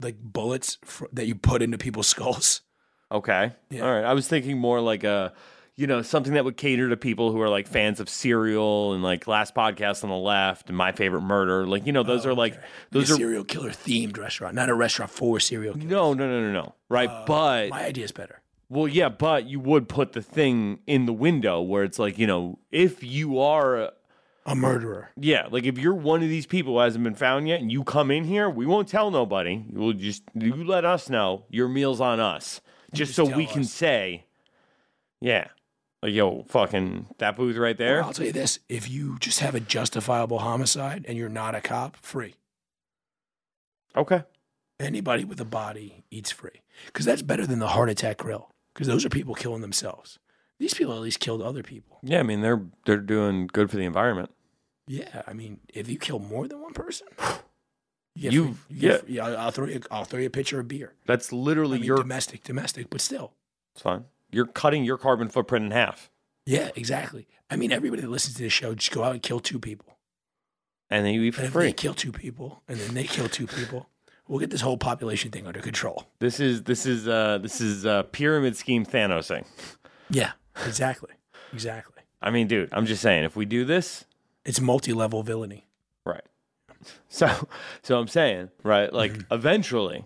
[SPEAKER 1] like bullets fr- that you put into people's skulls.
[SPEAKER 2] okay,
[SPEAKER 1] Yeah.
[SPEAKER 2] all right. I was thinking more like a, you know, something that would cater to people who are like fans of Serial and like Last Podcast on the Left and My Favorite Murder. Like you know, those are
[SPEAKER 1] Oh,
[SPEAKER 2] like
[SPEAKER 1] Those
[SPEAKER 2] those are
[SPEAKER 1] serial killer themed restaurant, not a restaurant for serial killers.
[SPEAKER 2] no, no, no, no, no. Right, but
[SPEAKER 1] Uh, My idea is better.
[SPEAKER 2] Well, yeah, but you would put the thing in the window where it's like, you know, if you are,
[SPEAKER 1] A murderer.
[SPEAKER 2] yeah, like if you're one of these people who hasn't been found yet and you come in here, we won't tell nobody. We'll just, you let us know your meal's on us just, so
[SPEAKER 1] tell
[SPEAKER 2] we can
[SPEAKER 1] us.
[SPEAKER 2] say, yeah, like, yo, fucking that booth right there.
[SPEAKER 1] I'll tell you this: if you just have a justifiable homicide and you're not a cop, free.
[SPEAKER 2] Okay.
[SPEAKER 1] Anybody with a body eats free because that's better than the heart attack grill because those are people killing themselves. These people at least killed other people.
[SPEAKER 2] Yeah, I mean, they're, they're doing good for the environment.
[SPEAKER 1] Yeah, I mean, if you kill more than one person, get
[SPEAKER 2] You-
[SPEAKER 1] free- get
[SPEAKER 2] yeah.
[SPEAKER 1] free- yeah. I'll throw you, I'll throw you a pitcher of beer.
[SPEAKER 2] That's
[SPEAKER 1] I
[SPEAKER 2] literally
[SPEAKER 1] mean,
[SPEAKER 2] your,
[SPEAKER 1] domestic, domestic, but still,
[SPEAKER 2] it's fine. You're cutting your carbon footprint in half
[SPEAKER 1] yeah, exactly. I mean, everybody that listens to this show just go out and kill two people,
[SPEAKER 2] and then you eat
[SPEAKER 1] and
[SPEAKER 2] for
[SPEAKER 1] if
[SPEAKER 2] free.
[SPEAKER 1] they kill two people, and then they kill two people, we'll get this whole population thing under control.
[SPEAKER 2] This is, this is, uh, this is, uh, pyramid scheme Thanosing.
[SPEAKER 1] Yeah, exactly, exactly.
[SPEAKER 2] I mean, dude, I'm just saying, if we do this,
[SPEAKER 1] It's multi-level villainy.
[SPEAKER 2] right. So, so I'm saying, right, like
[SPEAKER 1] Mm-hmm.
[SPEAKER 2] eventually,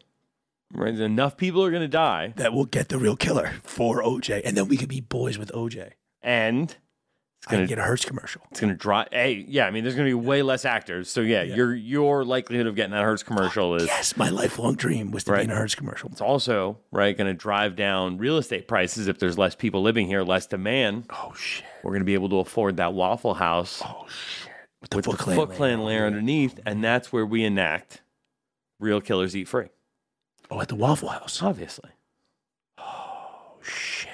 [SPEAKER 2] right, enough people are gonna die,
[SPEAKER 1] that will get the real killer for OJ, and then we could be boys with OJ.
[SPEAKER 2] and it's
[SPEAKER 1] I can
[SPEAKER 2] gonna,
[SPEAKER 1] get a Hertz commercial.
[SPEAKER 2] it's gonna drop. Hey, yeah, I mean, there's gonna be way less actors, so yeah, your your likelihood of getting that Hertz commercial is
[SPEAKER 1] Yes, my lifelong dream was to
[SPEAKER 2] Right.
[SPEAKER 1] be in a Hertz commercial.
[SPEAKER 2] it's also right gonna drive down real estate prices if there's less people living here, less demand.
[SPEAKER 1] Oh shit!
[SPEAKER 2] We're gonna be able to afford that Waffle House
[SPEAKER 1] With Oh, the
[SPEAKER 2] with
[SPEAKER 1] Foot
[SPEAKER 2] the
[SPEAKER 1] Clan,
[SPEAKER 2] Foot
[SPEAKER 1] layer.
[SPEAKER 2] Clan layer underneath, and that's where we enact real killers eat free.
[SPEAKER 1] Oh, at the Waffle House.
[SPEAKER 2] Obviously.
[SPEAKER 1] Oh shit!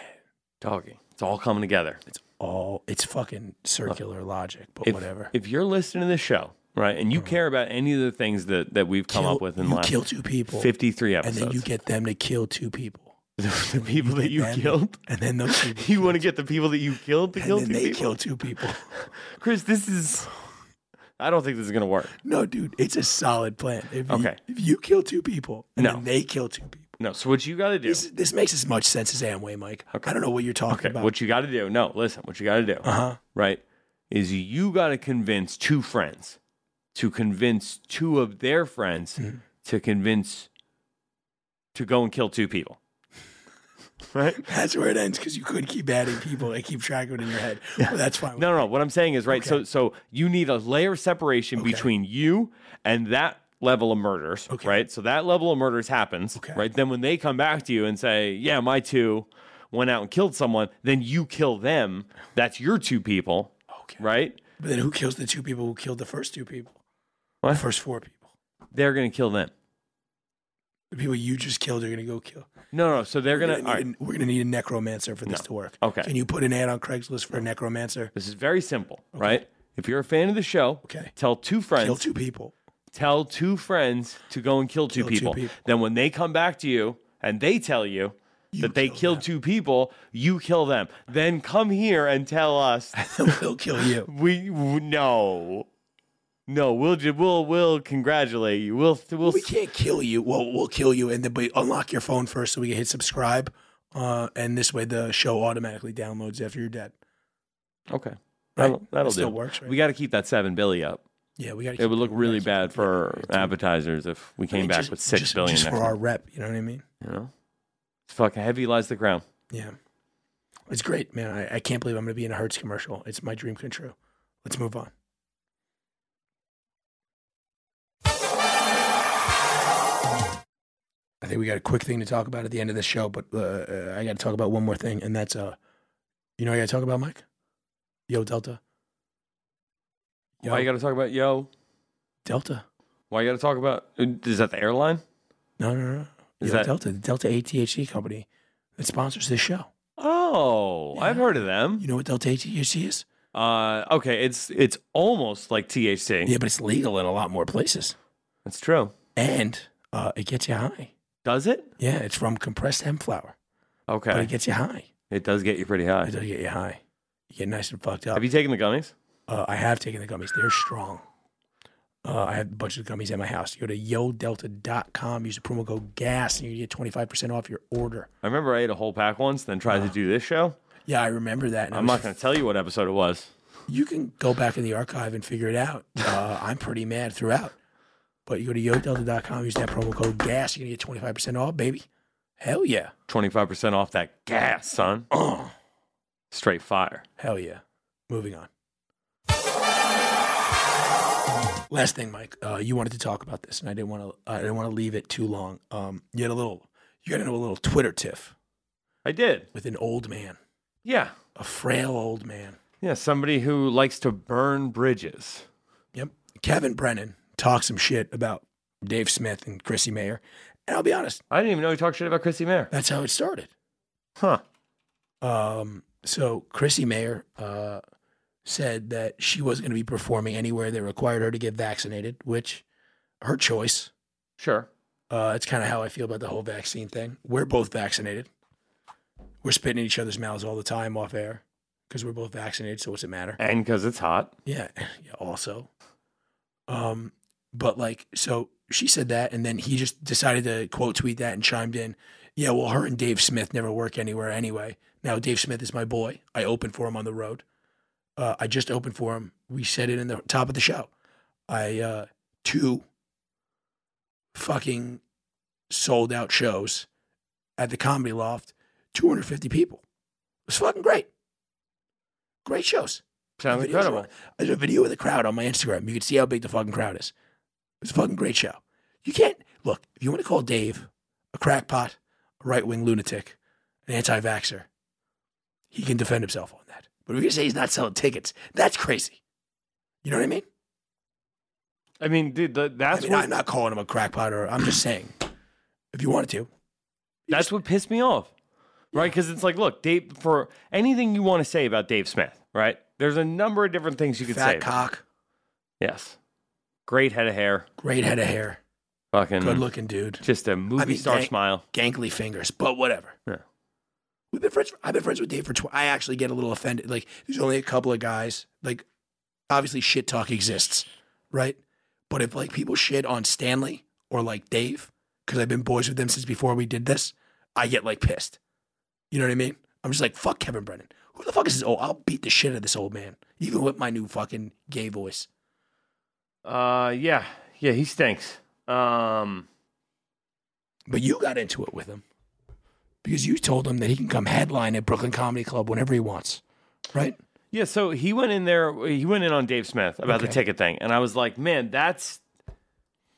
[SPEAKER 2] Doggy. It's all coming together. It's
[SPEAKER 1] All it's fucking circular logic, but
[SPEAKER 2] if,
[SPEAKER 1] whatever.
[SPEAKER 2] If you're listening to this show, right, and you care about any of the things that, that we've come
[SPEAKER 1] Kill-
[SPEAKER 2] up with in
[SPEAKER 1] you
[SPEAKER 2] the last
[SPEAKER 1] kill two people,
[SPEAKER 2] 53
[SPEAKER 1] and
[SPEAKER 2] episodes,
[SPEAKER 1] then you get them to kill two people.
[SPEAKER 2] the people that
[SPEAKER 1] get
[SPEAKER 2] you
[SPEAKER 1] them,
[SPEAKER 2] killed,
[SPEAKER 1] and then those people,
[SPEAKER 2] you want to get the people that you killed to
[SPEAKER 1] and
[SPEAKER 2] kill
[SPEAKER 1] then
[SPEAKER 2] two
[SPEAKER 1] they
[SPEAKER 2] people.
[SPEAKER 1] kill two people.
[SPEAKER 2] Chris, this is. I don't think this is going to work.
[SPEAKER 1] No, dude, it's a solid plan. If you-
[SPEAKER 2] Okay.
[SPEAKER 1] if you kill two people, and
[SPEAKER 2] No.
[SPEAKER 1] then they kill two people.
[SPEAKER 2] No. So, what you got to do,
[SPEAKER 1] This, this makes as much sense as Amway, Mike. I don't know what you're talking
[SPEAKER 2] okay,
[SPEAKER 1] about.
[SPEAKER 2] what you got to do, no, listen, what you got to do,
[SPEAKER 1] Uh-huh.
[SPEAKER 2] right, is you got to convince two friends to convince two of their friends
[SPEAKER 1] Mm-hmm.
[SPEAKER 2] to convince to go and kill two people. Right?
[SPEAKER 1] That's where it ends because you couldn't keep adding people and keep track of it in your head. Well, that's fine.
[SPEAKER 2] No, no, no. What I'm saying is right. So, so you need a layer of separation between you and that level of murders,
[SPEAKER 1] Okay.
[SPEAKER 2] right? So that level of murders happens,
[SPEAKER 1] Okay.
[SPEAKER 2] right? Then when they come back to you and say, "Yeah, my two went out and killed someone," then you kill them. That's your two people,
[SPEAKER 1] Okay.
[SPEAKER 2] right?
[SPEAKER 1] But then who kills the two people who killed the first two people?
[SPEAKER 2] What?
[SPEAKER 1] The first four people.
[SPEAKER 2] They're gonna kill them.
[SPEAKER 1] The people you just killed are going to go kill.
[SPEAKER 2] No, no. So they're
[SPEAKER 1] We're
[SPEAKER 2] gonna.
[SPEAKER 1] gonna
[SPEAKER 2] all
[SPEAKER 1] need
[SPEAKER 2] right.
[SPEAKER 1] a- we're going to need a necromancer for this
[SPEAKER 2] No.
[SPEAKER 1] to work.
[SPEAKER 2] Okay.
[SPEAKER 1] Can you put an ad on Craigslist for a necromancer?
[SPEAKER 2] This is very simple, right? If you're a fan of the show,
[SPEAKER 1] Okay.
[SPEAKER 2] tell two friends.
[SPEAKER 1] Kill two people.
[SPEAKER 2] tell two friends to go and kill two,
[SPEAKER 1] Kill two
[SPEAKER 2] people.
[SPEAKER 1] people.
[SPEAKER 2] Then when they come back to you and they tell you, that they killed two people, you kill them. Then come here and tell us
[SPEAKER 1] We'll kill you.
[SPEAKER 2] we w- no. No, we'll ju- we'll we'll congratulate you. We'll we'll
[SPEAKER 1] We can't kill you. We'll, we'll kill you, and then but unlock your phone first so we can hit subscribe, uh, and this way the show automatically downloads after you're dead.
[SPEAKER 2] Okay. That'll, that'll
[SPEAKER 1] It still
[SPEAKER 2] do.
[SPEAKER 1] works, right?
[SPEAKER 2] We got to keep that 7 billy up.
[SPEAKER 1] Yeah, we got.
[SPEAKER 2] It would look really bad for advertisers if we came back with six
[SPEAKER 1] just,
[SPEAKER 2] billion
[SPEAKER 1] just for
[SPEAKER 2] next
[SPEAKER 1] our
[SPEAKER 2] month,
[SPEAKER 1] rep. You know what I mean?
[SPEAKER 2] you know? Fuck, heavy lies the ground.
[SPEAKER 1] Yeah, it's great, man. I, I can't believe I'm going to be in a Hertz commercial. It's my dream come true. Let's move on. I think we got a quick thing to talk about at the end of the show, but uh, uh, I got to talk about one more thing, and that's uh, you know, what I got to talk about Mike, Yo Delta, Yo
[SPEAKER 2] Why you got to talk about yo?
[SPEAKER 1] Delta.
[SPEAKER 2] Why you got to talk about is that the airline?
[SPEAKER 1] No, no, no.
[SPEAKER 2] Is
[SPEAKER 1] Yo
[SPEAKER 2] that-
[SPEAKER 1] Delta, the Delta ATHC company that sponsors this show.
[SPEAKER 2] Oh, I've heard of them.
[SPEAKER 1] You know what Delta ATHC is?
[SPEAKER 2] Uh, okay, it's it's almost like THC.
[SPEAKER 1] Yeah, but it's legal in a lot more places.
[SPEAKER 2] That's true.
[SPEAKER 1] And uh, it gets you high.
[SPEAKER 2] Does it?
[SPEAKER 1] Yeah, it's from compressed hemp flower, but
[SPEAKER 2] Okay,
[SPEAKER 1] it gets you high.
[SPEAKER 2] it does get you pretty
[SPEAKER 1] It
[SPEAKER 2] high.
[SPEAKER 1] does get you high. You get nice and fucked up.
[SPEAKER 2] Have you taken the gummies?
[SPEAKER 1] uh, I have taken the gummies. They're strong. Uh, I have a bunch of gummies at my house. Go to yodelta.com, use the promo code GAS, and you get 25% off your order.
[SPEAKER 2] I remember I ate a whole pack once, then tried to do this show.
[SPEAKER 1] Yeah, I remember that. and I
[SPEAKER 2] I'm
[SPEAKER 1] was-
[SPEAKER 2] not going to tell you what episode it was.
[SPEAKER 1] You can go back in the archive and figure it out. Uh, I'm pretty mad throughout. But you go to yodelta.com, use that promo code GAS, you're going to get 25% off, baby. Hell yeah.
[SPEAKER 2] 25% off that gas, son.
[SPEAKER 1] Oh.
[SPEAKER 2] Straight fire.
[SPEAKER 1] Hell yeah. Moving on. Last thing, Mike. Uh, you wanted to talk about this, and I didn't want to. I didn't want to leave it too long. Um, you had a little. You got into a little Twitter tiff
[SPEAKER 2] I did.
[SPEAKER 1] with an old man,
[SPEAKER 2] Yeah.
[SPEAKER 1] a frail old man.
[SPEAKER 2] Yeah, somebody who likes to burn bridges.
[SPEAKER 1] Yep. Kevin Brennan talked some shit about Dave Smith and Chrissy Mayer, and I'll be honest,
[SPEAKER 2] I didn't even know he talked shit about Chrissy Mayer.
[SPEAKER 1] that's how it started.
[SPEAKER 2] Huh.
[SPEAKER 1] Um, so Chrissy Mayer uh, said that she wasn't going to be performing anywhere that required her to get vaccinated, which her choice.
[SPEAKER 2] Sure.
[SPEAKER 1] Uh, it's kind of how I feel about the whole vaccine thing. We're both vaccinated. We're spitting in each other's mouths all the time off air because we're both vaccinated. So what's it matter?
[SPEAKER 2] And because it's hot.
[SPEAKER 1] Yeah. yeah also, um, but like, so she said that, and then he just decided to quote tweet that and chimed in. Yeah, well, her and Dave Smith never work anywhere anyway. Now Dave Smith is my boy. I opened for him on the road. Uh, I just opened for him. We said it in the top of the show. I uh, two fucking sold out shows at the Comedy Loft. Two hundred fifty people. It was fucking great. Great shows.
[SPEAKER 2] Sounds
[SPEAKER 1] The videos
[SPEAKER 2] incredible.
[SPEAKER 1] are- There's a video of the crowd on my Instagram. You can see how big the fucking crowd is. It's a fucking great show. You can't look if you want to call Dave a crackpot, a right wing lunatic, an anti vaxxer. He can defend himself on that. But if you say he's not selling tickets, that's crazy. You know what I mean?
[SPEAKER 2] I mean, dude, the,
[SPEAKER 1] I
[SPEAKER 2] that's
[SPEAKER 1] mean,
[SPEAKER 2] what
[SPEAKER 1] I'm not calling him a crackpot, or I'm just saying, if you wanted to,
[SPEAKER 2] that's what pissed me off, right? Because it's like, look, Dave, for anything you want to say about Dave Smith, right? There's a number of different things you could
[SPEAKER 1] fat
[SPEAKER 2] say.
[SPEAKER 1] cock,
[SPEAKER 2] Yes, great head of hair,
[SPEAKER 1] great head of hair,
[SPEAKER 2] fucking
[SPEAKER 1] good looking dude,
[SPEAKER 2] just a movie
[SPEAKER 1] mean,
[SPEAKER 2] star
[SPEAKER 1] gang-
[SPEAKER 2] smile.
[SPEAKER 1] gangly fingers, but whatever.
[SPEAKER 2] Yeah.
[SPEAKER 1] We've been friends. I've been friends with Dave for. Tw- I actually get a little offended. Like, there's only a couple of guys. Like, obviously, shit talk exists, right? But if like people shit on Stanley or like Dave, because I've been boys with them since before we did this, I get like pissed. You know what I mean? I'm just like, fuck Kevin Brennan. Who the fuck is this? Oh, I'll beat the shit out of this old man, even with my new fucking gay voice.
[SPEAKER 2] Uh, yeah, yeah, he stinks. Um,
[SPEAKER 1] But you got into it with him because you told him that he can come headline at Brooklyn Comedy Club whenever he wants, right?
[SPEAKER 2] yeah, so he went in there. He went in on Dave Smith about the
[SPEAKER 1] Okay.
[SPEAKER 2] ticket thing, and I was like, man, that's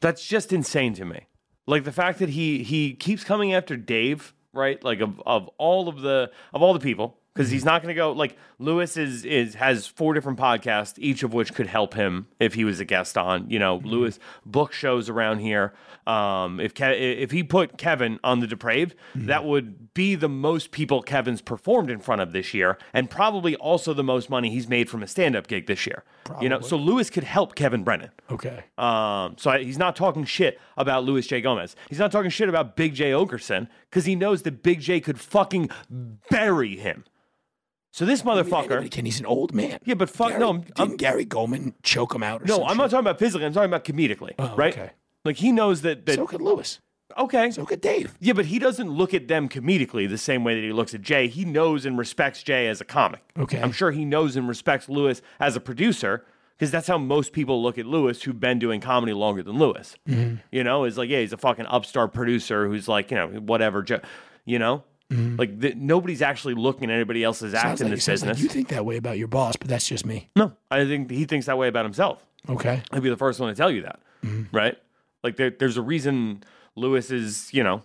[SPEAKER 2] that's just insane to me. Like the fact that he he keeps coming after Dave, right? Like of, of all of the of all the people, because he's not going to go. Like Lewis is is has four different podcasts, each of which could help him if he was a guest on. You know, Lewis book shows around here. Um, if Ke- if he put Kevin on the Depraved, that would be the most people Kevin's performed in front of this year, and probably also the most money he's made from a stand up gig this year. You know, so Lewis could help Kevin Brennan.
[SPEAKER 1] Okay.
[SPEAKER 2] Um, so I, he's not talking shit about Louis J. Gomez. He's not talking shit about Big J. Okerson because he knows that Big J could fucking bury him. So this motherfucker.
[SPEAKER 1] Again, he's an old man.
[SPEAKER 2] Yeah, but fuck-
[SPEAKER 1] Gary,
[SPEAKER 2] no, I'm-
[SPEAKER 1] Didn't
[SPEAKER 2] I'm-
[SPEAKER 1] Gary Goldman choke him out? Or
[SPEAKER 2] no,
[SPEAKER 1] some
[SPEAKER 2] I'm
[SPEAKER 1] shit? Oh,
[SPEAKER 2] not talking about physically. I'm talking about comedically, right?
[SPEAKER 1] okay.
[SPEAKER 2] Like he knows that. that
[SPEAKER 1] So could Lewis.
[SPEAKER 2] okay.
[SPEAKER 1] So could Dave.
[SPEAKER 2] yeah, but he doesn't look at them comedically the same way that he looks at Jay. He knows and respects Jay as a comic.
[SPEAKER 1] Okay.
[SPEAKER 2] I'm sure he knows and respects Lewis as a producer because that's how most people look at Lewis who've been doing comedy longer than Lewis.
[SPEAKER 1] Mm-hmm.
[SPEAKER 2] You know, is like, yeah, he's a fucking upstart producer who's like, you know, whatever, jo- you know? Like th- nobody's actually looking at anybody else's act
[SPEAKER 1] Mm-hmm. Sounds
[SPEAKER 2] in
[SPEAKER 1] like- it
[SPEAKER 2] this
[SPEAKER 1] sounds like
[SPEAKER 2] business.
[SPEAKER 1] you think that way about your boss, but that's just me.
[SPEAKER 2] no, I think he thinks that way about himself.
[SPEAKER 1] Okay.
[SPEAKER 2] I'd be the first one to tell you that, right? Like there, there's a reason Lewis is, you know,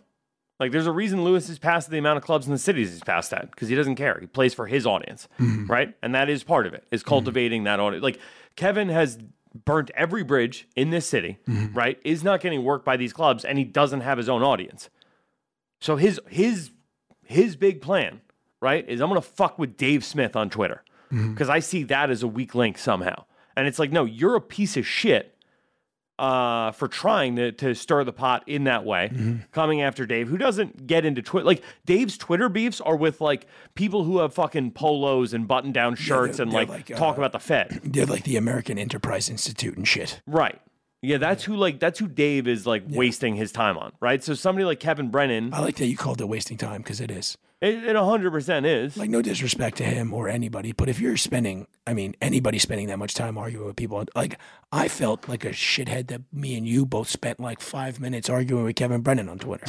[SPEAKER 2] like there's a reason Lewis has passed the amount of clubs in the cities he's passed at because he doesn't care. He plays for his audience, right? And that is part of it is cultivating that audience. Like Kevin has burnt every bridge in this city, right? Is not getting work by these clubs, and he doesn't have his own audience. So his his his big plan, right, is I'm gonna fuck with Dave Smith on Twitter because I see that as a weak link somehow. And it's like, no, you're a piece of shit uh, for trying to, to stir the pot in that way, coming after Dave, who doesn't get into Twitter. Like Dave's Twitter beefs are with like people who have fucking polos and button down shirts
[SPEAKER 1] they're-
[SPEAKER 2] and
[SPEAKER 1] they're
[SPEAKER 2] like,
[SPEAKER 1] like,
[SPEAKER 2] talk
[SPEAKER 1] uh,
[SPEAKER 2] about the Fed,
[SPEAKER 1] They're like the American Enterprise Institute and shit.
[SPEAKER 2] right? Yeah, that's who like that's who Dave is like wasting his time on, right? So somebody like Kevin Brennan,
[SPEAKER 1] I like that you called it wasting time because it is.
[SPEAKER 2] it it 100% is.
[SPEAKER 1] Like, no disrespect to him or anybody, but if you're spending, I mean, anybody spending that much time arguing with people, like, I felt like a shithead that me and you both spent like five minutes arguing with Kevin Brennan on Twitter.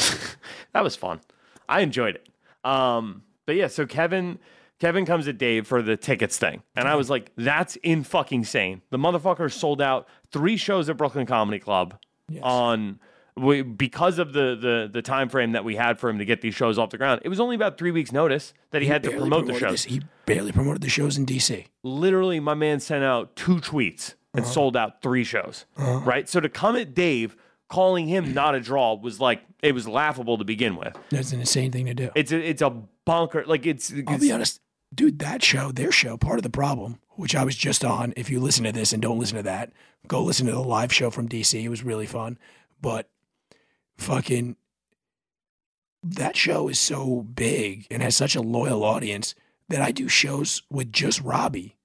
[SPEAKER 2] that was fun. I enjoyed it. Um, but yeah, so Kevin Kevin comes at Dave for the tickets thing, and I was like, "That's in fucking sane." The motherfucker sold out three shows at Brooklyn Comedy Club on we, because of the the the time frame that we had for him to get these shows off the ground. It was only about three weeks notice that he, had to
[SPEAKER 1] barely
[SPEAKER 2] promote the
[SPEAKER 1] promoted
[SPEAKER 2] shows
[SPEAKER 1] this- He barely promoted the shows in DC.
[SPEAKER 2] literally my man sent out two tweets and
[SPEAKER 1] Uh-huh.
[SPEAKER 2] sold out three shows right so to come at dave calling him not a draw was like it was laughable to begin with
[SPEAKER 1] That's an insane thing to do.
[SPEAKER 2] it's a, it's a bonker like it's,
[SPEAKER 1] I'll
[SPEAKER 2] it's
[SPEAKER 1] be honest, dude, that show, their show, part of the problem, which I was just on. If you listen to this and don't listen to that, go listen to the live show from DC. It was really fun. But fucking that show is so big and has such a loyal audience that I do shows with just Robbie.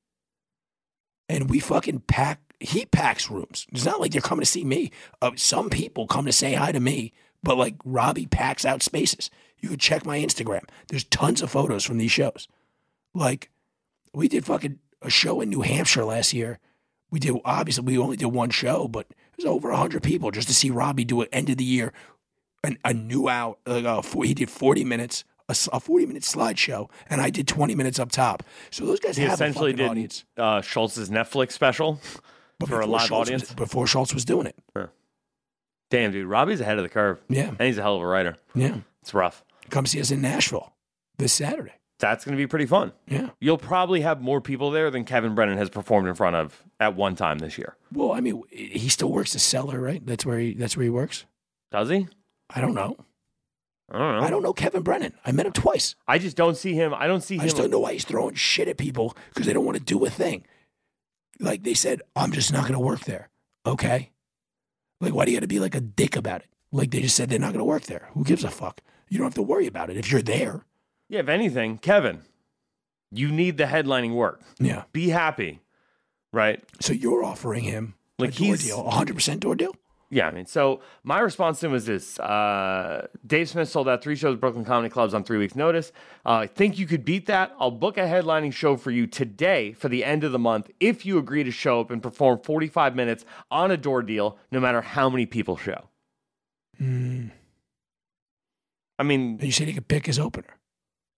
[SPEAKER 1] And we fucking pack he packs rooms. It's not like they're coming to see me. Uh, some people come to say hi to me, but like Robbie packs out spaces. You could check my Instagram. There's tons of photos from these shows. Like we did fucking a show in New Hampshire last year. We did obviously we only did one show, but it was over hundred people just to see Robbie do an end of the year, an, a new hour. Like a, four- he did forty minutes, a, s- a forty minute slideshow, and I did twenty minutes up top. So those guys
[SPEAKER 2] he
[SPEAKER 1] have
[SPEAKER 2] essentially
[SPEAKER 1] a fucking
[SPEAKER 2] did
[SPEAKER 1] audience.
[SPEAKER 2] uh schultz's netflix special
[SPEAKER 1] But
[SPEAKER 2] for a
[SPEAKER 1] before
[SPEAKER 2] live
[SPEAKER 1] Schultz was-
[SPEAKER 2] audience
[SPEAKER 1] before Schultz was doing it.
[SPEAKER 2] damn dude robbie's ahead of the curve
[SPEAKER 1] Yeah,
[SPEAKER 2] and he's a hell of a writer
[SPEAKER 1] yeah.
[SPEAKER 2] it's rough
[SPEAKER 1] Come see us in Nashville this Saturday.
[SPEAKER 2] that's going to be pretty fun
[SPEAKER 1] Yeah.
[SPEAKER 2] you'll probably have more people there than kevin brennan has performed in front of at one time this year
[SPEAKER 1] Well, I mean, he still works as seller, right? That's where he. That's where he works.
[SPEAKER 2] does he
[SPEAKER 1] I don't know.
[SPEAKER 2] i don't know
[SPEAKER 1] I don't know Kevin Brennan. I met him twice.
[SPEAKER 2] i just don't see him i don't see
[SPEAKER 1] I
[SPEAKER 2] him
[SPEAKER 1] just don't know why he's throwing shit at people because they don't want to do a thing. Like they said, I'm just not going to work there. Okay. Like, why do you got to be like a dick about it? Like they just said they're not going to work there. Who gives a fuck? You don't have to worry about it if you're there.
[SPEAKER 2] Yeah, if anything, Kevin, you need the headlining work.
[SPEAKER 1] Yeah.
[SPEAKER 2] Be happy, right?
[SPEAKER 1] So you're offering him
[SPEAKER 2] Like
[SPEAKER 1] a door
[SPEAKER 2] he's-
[SPEAKER 1] deal, 100% door deal.
[SPEAKER 2] Yeah, I mean, so my response to him was this: uh, Dave Smith sold out three shows at Brooklyn Comedy Clubs on three weeks' notice. Uh, I think you could beat that. I'll book a headlining show for you today for the end of the month if you agree to show up and perform 45 minutes on a door deal, no matter how many people show. I mean,
[SPEAKER 1] And you said he could pick his opener.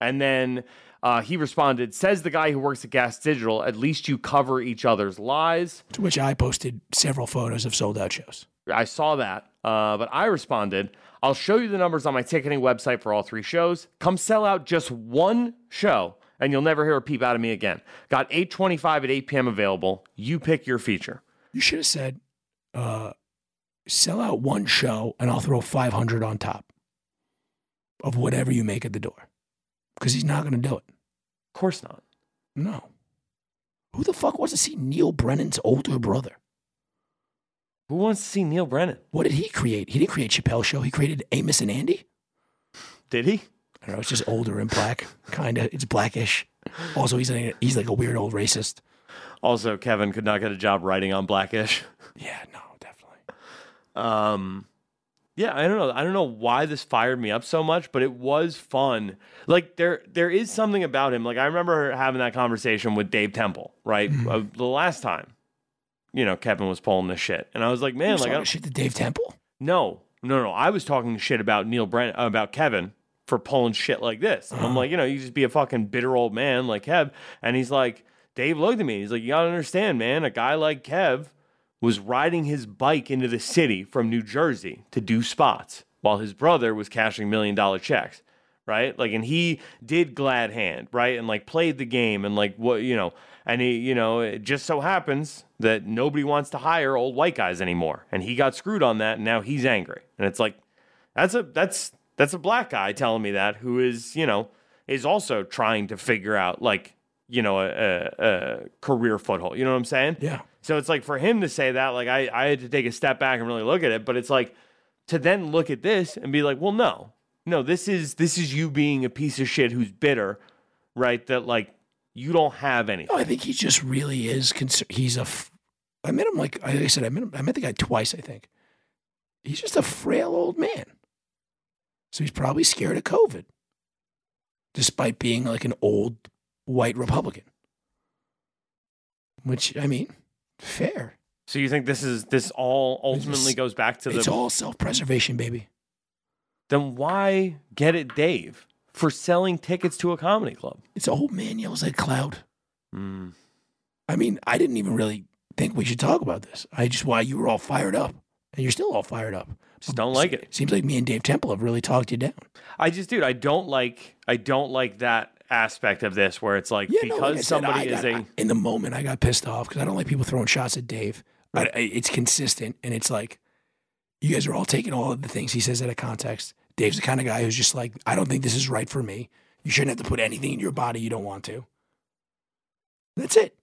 [SPEAKER 2] And then uh, he responded, says the guy who works at Gas Digital, at least you cover each other's lies.
[SPEAKER 1] To which I posted several photos of sold out shows.
[SPEAKER 2] I saw that, uh, but I responded, I'll show you the numbers on my ticketing website for all three shows. Come sell out just one show, and you'll never hear a peep out of me again. Got 825 at 8 p.m. available. You pick your feature.
[SPEAKER 1] You should have said, uh, sell out one show and I'll throw 500 on top of whatever you make at the door. Because he's not going to do it.
[SPEAKER 2] Of course not.
[SPEAKER 1] No. Who the fuck wants to see Neil Brennan's older brother?
[SPEAKER 2] Who wants to see Neil Brennan?
[SPEAKER 1] What did he create? He didn't create Chappelle's show. He created Amos and Andy.
[SPEAKER 2] Did he?
[SPEAKER 1] I don't know. It's just older and black, kind of. It's blackish. Also, he's like, he's like a weird old racist.
[SPEAKER 2] Also, Kevin could not get a job writing on Blackish.
[SPEAKER 1] Yeah, no, definitely.
[SPEAKER 2] Um, yeah, I don't know. I don't know why this fired me up so much, but it was fun. Like there, there is something about him. Like I remember having that conversation with Dave Temple, right?
[SPEAKER 1] Mm-hmm.
[SPEAKER 2] Uh, the last time, you know, Kevin was pulling this shit, and I was like, man,
[SPEAKER 1] He's
[SPEAKER 2] like, I
[SPEAKER 1] talking
[SPEAKER 2] don't,
[SPEAKER 1] shit to Dave Temple.
[SPEAKER 2] no, no, no. I was talking shit about Neil Brent about Kevin for pulling shit like this. And I'm like, you know, you just be a fucking bitter old man like Kev, and he's like, Dave looked at me. He's like, you gotta understand, man. A guy like Kev was riding his bike into the city from New Jersey to do spots while his brother was cashing million dollar checks, right? Like, and he did glad hand, right? And like played the game and like what, you know, and he, you know, it just so happens that nobody wants to hire old white guys anymore. And he got screwed on that and now he's angry. And it's like, that's a, that's, that's a black guy telling me that who is, you know, is also trying to figure out like, you know, a, a, a career foothold. You know what I'm saying?
[SPEAKER 1] Yeah.
[SPEAKER 2] So it's like for him to say that, like I, I had to take a step back and really look at it. But it's like to then look at this and be like, well, no, no, this is this is you being a piece of shit who's bitter, right? That like you don't have anything.
[SPEAKER 1] No, I think he just really is. Concer- he's a. F- I met him like like I said. I met him. I met the guy twice. I think. He's just a frail old man. So he's probably scared of COVID, despite being like an old white Republican. Which I mean, fair.
[SPEAKER 2] So you think this is this all ultimately
[SPEAKER 1] It's-
[SPEAKER 2] goes back to
[SPEAKER 1] it's
[SPEAKER 2] the
[SPEAKER 1] all self-preservation, baby.
[SPEAKER 2] then why get it, Dave, for selling tickets to a comedy club?
[SPEAKER 1] It's old man yells at cloud.
[SPEAKER 2] Mm.
[SPEAKER 1] I mean, I didn't even really think we should talk about this. I just why you were all fired up, and you're still all fired up.
[SPEAKER 2] Just don't like it.
[SPEAKER 1] Seems like me and Dave Temple have really talked you down.
[SPEAKER 2] I just, dude, I don't like, I don't like that aspect of this where it's like
[SPEAKER 1] Yeah, no,
[SPEAKER 2] because
[SPEAKER 1] like I said, I
[SPEAKER 2] somebody is
[SPEAKER 1] got-
[SPEAKER 2] a
[SPEAKER 1] in the moment I got pissed off because I don't like people throwing shots at Dave. I, I- it's consistent, and it's like you guys are all taking all of the things he says out of context. Dave's the kind of guy who's just like, I don't think this is right for me. You shouldn't have to put anything in your body you don't want to. That's it.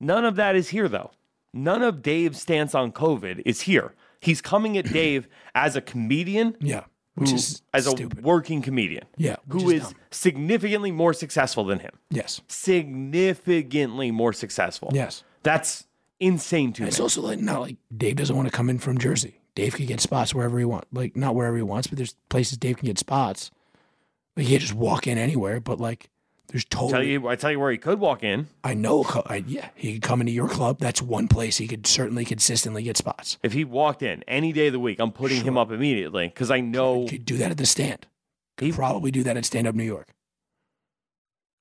[SPEAKER 2] None of that is here, though. None of Dave's stance on COVID is here. He's coming at Dave as a comedian,
[SPEAKER 1] Yeah, which
[SPEAKER 2] who-
[SPEAKER 1] is
[SPEAKER 2] as a
[SPEAKER 1] stupid.
[SPEAKER 2] working comedian,
[SPEAKER 1] yeah, which
[SPEAKER 2] who is,
[SPEAKER 1] dumb.
[SPEAKER 2] significantly more successful than him.
[SPEAKER 1] yes,
[SPEAKER 2] Significantly more successful.
[SPEAKER 1] yes.
[SPEAKER 2] That's insane to me.
[SPEAKER 1] It's also like not like Dave doesn't want to come in from Jersey. Dave can get spots wherever he wants. Like not wherever he wants, but there's places Dave can get spots. Like he can just walk in anywhere, but like there's totally
[SPEAKER 2] tell you, I tell you where he could walk in
[SPEAKER 1] I know co- I, yeah, he could come into your club. That's one place he could certainly consistently get spots.
[SPEAKER 2] if he walked in any day of the week. I'm putting him up immediately because I know
[SPEAKER 1] Could do that at the stand. Could
[SPEAKER 2] He-
[SPEAKER 1] probably do that at Stand Up New York.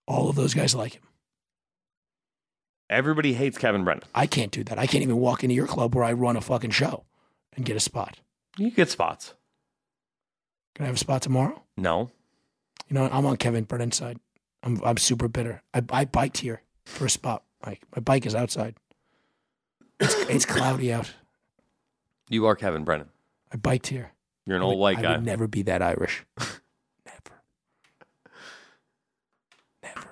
[SPEAKER 1] All of those guys like him.
[SPEAKER 2] everybody hates Kevin Brennan.
[SPEAKER 1] I can't do that. I can't even walk into your club where I run a fucking show and get a spot.
[SPEAKER 2] You get spots.
[SPEAKER 1] Can I have a spot tomorrow?
[SPEAKER 2] No,
[SPEAKER 1] You know, I'm on Kevin Brennan's side. I'm I'm super bitter. I I biked here for a spot. Mike, my bike is outside. It's, it's cloudy out.
[SPEAKER 2] you are Kevin Brennan.
[SPEAKER 1] I biked here.
[SPEAKER 2] You're an
[SPEAKER 1] I
[SPEAKER 2] old
[SPEAKER 1] would-
[SPEAKER 2] white
[SPEAKER 1] I
[SPEAKER 2] guy.
[SPEAKER 1] would never be that Irish. never. Never.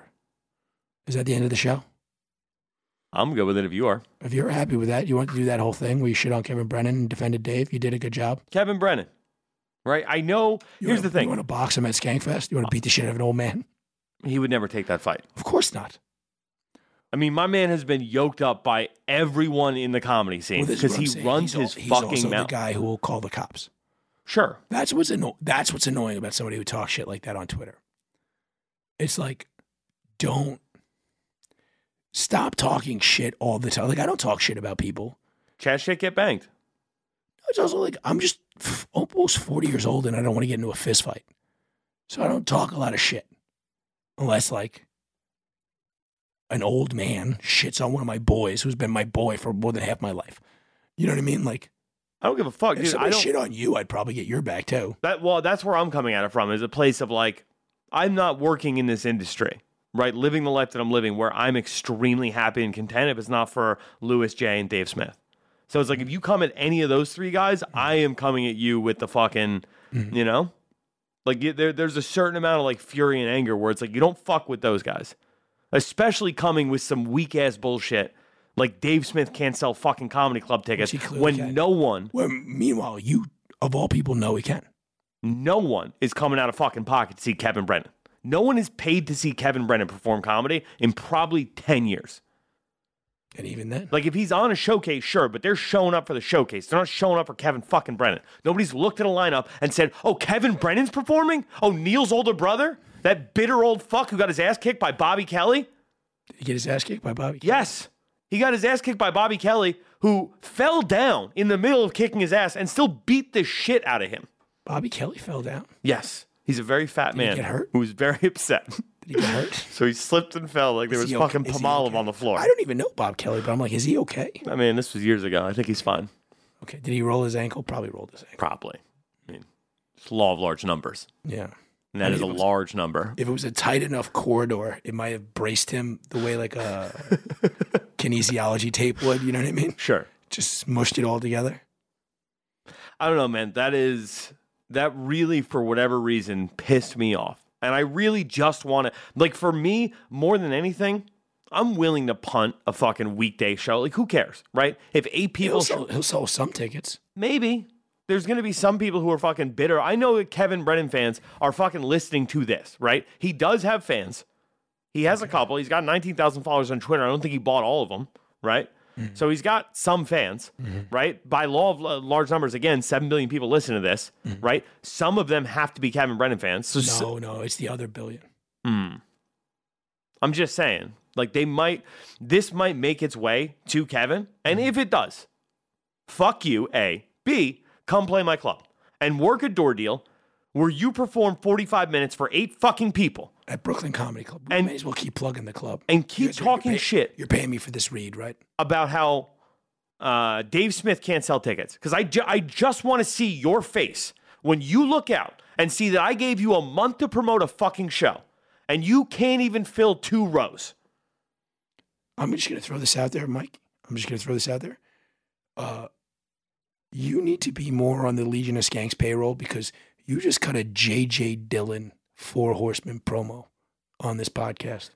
[SPEAKER 1] Is that the end of the show?
[SPEAKER 2] I'm good with it if you are.
[SPEAKER 1] If you're happy with that, you want to do that whole thing where you shit on Kevin Brennan and defended Dave. You did a good job.
[SPEAKER 2] Kevin Brennan. Right? I know.
[SPEAKER 1] You
[SPEAKER 2] here's
[SPEAKER 1] wanna-
[SPEAKER 2] the thing.
[SPEAKER 1] You want to box him at Skankfest? You want to beat the shit out of an old man?
[SPEAKER 2] he would never take that fight.
[SPEAKER 1] Of course not.
[SPEAKER 2] I mean, my man has been yoked up by everyone in the comedy
[SPEAKER 1] Well,
[SPEAKER 2] scene
[SPEAKER 1] this is
[SPEAKER 2] because
[SPEAKER 1] what I'm
[SPEAKER 2] he
[SPEAKER 1] saying.
[SPEAKER 2] runs
[SPEAKER 1] He's al-
[SPEAKER 2] his
[SPEAKER 1] he's also
[SPEAKER 2] fucking mouth.
[SPEAKER 1] the guy who will call the cops.
[SPEAKER 2] Sure.
[SPEAKER 1] That's what's anno- that's what's annoying about somebody who talks shit like that on Twitter. It's like, don't stop talking shit all the time. Like I don't talk shit about people.
[SPEAKER 2] Chad shit get banged.
[SPEAKER 1] It's also like I'm just f- almost 40 years old and I don't want to get into a fist fight. So I don't talk a lot of shit. Unless like an old man shits on one of my boys who's been my boy for more than half my life. You know what I mean? Like
[SPEAKER 2] I don't give a
[SPEAKER 1] if
[SPEAKER 2] fuck, dude. I
[SPEAKER 1] somebody
[SPEAKER 2] don't.
[SPEAKER 1] shit on you, I'd probably get your back too.
[SPEAKER 2] That well, that's where I'm coming at it from is a place of like, I'm not working in this industry, right? Living the life that I'm living, where I'm extremely happy and content. If it's not for Lewis J and Dave Smith, so it's like if you come at any of those three guys,
[SPEAKER 1] Mm-hmm.
[SPEAKER 2] I am coming at you with the fucking, you know, like you- there, there's a certain amount of like fury and anger where it's like you don't fuck with those guys, especially coming with some weak ass bullshit. Like Dave Smith can't sell fucking comedy club tickets
[SPEAKER 1] he clearly
[SPEAKER 2] when
[SPEAKER 1] can.
[SPEAKER 2] no one
[SPEAKER 1] Where meanwhile, you of all people know he can.
[SPEAKER 2] No one is coming out of fucking pocket to see Kevin Brennan. No one is paid to see Kevin Brennan perform comedy in probably 10 years.
[SPEAKER 1] And even then,
[SPEAKER 2] Like if he's on a showcase, sure, but they're showing up for the showcase. They're not showing up for Kevin fucking Brennan. Nobody's looked at a lineup and said, "Oh, Kevin Brennan's performing. Oh, Neil's older brother, that bitter old fuck who got his ass kicked by Bobby Kelly."
[SPEAKER 1] did he get his ass kicked by Bobby?
[SPEAKER 2] Yes, he got his ass kicked by Bobby Kelly, who fell down in the middle of kicking his ass and still beat the shit out of him.
[SPEAKER 1] Bobby Kelly fell down.
[SPEAKER 2] Yes, he's a very fat man
[SPEAKER 1] get hurt?
[SPEAKER 2] who was very upset.
[SPEAKER 1] Did he get hurt?
[SPEAKER 2] so he slipped and fell like there
[SPEAKER 1] Is
[SPEAKER 2] was
[SPEAKER 1] he okay?
[SPEAKER 2] fucking
[SPEAKER 1] Is he
[SPEAKER 2] Pomaliv
[SPEAKER 1] okay?
[SPEAKER 2] on the floor.
[SPEAKER 1] I
[SPEAKER 2] I,
[SPEAKER 1] don't even know Bob Kelly, but I'm like, is he okay?
[SPEAKER 2] mean, this was years ago. I think he's fine.
[SPEAKER 1] Okay. Did he roll his ankle? Probably rolled his ankle.
[SPEAKER 2] Probably. I mean, it's law of large numbers.
[SPEAKER 1] Yeah.
[SPEAKER 2] And that is a large number.
[SPEAKER 1] If it was a tight enough corridor, it might have braced him the way like a kinesiology tape would. You know what I mean?
[SPEAKER 2] Sure.
[SPEAKER 1] Just mushed it all together.
[SPEAKER 2] I don't know, man. That is that really for whatever reason pissed me off. And I really just want to like for me, more than anything, I'm willing to punt a fucking weekday show. Like who cares, right? If eight people
[SPEAKER 1] He'll sell, he'll sell some tickets.
[SPEAKER 2] maybe there's going to be some people who are fucking bitter. I know that Kevin Brennan fans are fucking listening to this, right? He does have fans. He has a couple. He's got 19,000 followers on Twitter. I don't think he bought all of them, right? So he's got some fans, right? By law of l- large numbers, again, 7 billion people listen to this, right? Some of them have to be Kevin Brennan fans. Mm-hmm. So s-
[SPEAKER 1] No, no, it's the other billion.
[SPEAKER 2] I'm just saying, like they might, this might make its way to Kevin, and if it does, fuck you. A, B, come play my club and work a door deal where you perform 45 minutes for eight fucking people
[SPEAKER 1] At Brooklyn Comedy Club. We
[SPEAKER 2] And-
[SPEAKER 1] may as well keep plugging the club.
[SPEAKER 2] and keep
[SPEAKER 1] guys are- you're
[SPEAKER 2] talking
[SPEAKER 1] pay-
[SPEAKER 2] shit
[SPEAKER 1] You're paying me for this read, right?
[SPEAKER 2] about how uh, Dave Smith can't sell tickets because I ju- I just want to see your face when you look out and see that I gave you a month to promote a fucking show and you can't even fill two rows.
[SPEAKER 1] I'm just going to throw this out there, Mike. I'm just going to throw this out there. Uh, you need to be more on the Legion of Skanks payroll because you just cut a JJ Dillon Four Horsemen promo on this podcast.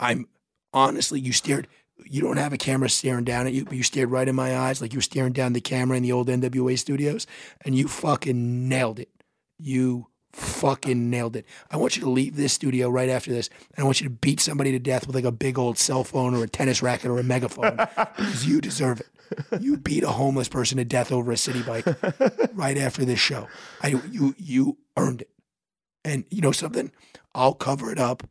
[SPEAKER 1] I'm honestly, you stared. You don't have a camera staring down at you, but you stared right in my eyes like you were staring down the camera in the old NWA studios, and you fucking nailed it. You fucking nailed it. I want you to leave this studio right after this, and I want you to beat somebody to death with like a big old cell phone or a tennis racket or a megaphone because you deserve it. You beat a homeless person to death over a city bike right after this show. I you you earned it, and you know something. I'll cover it up,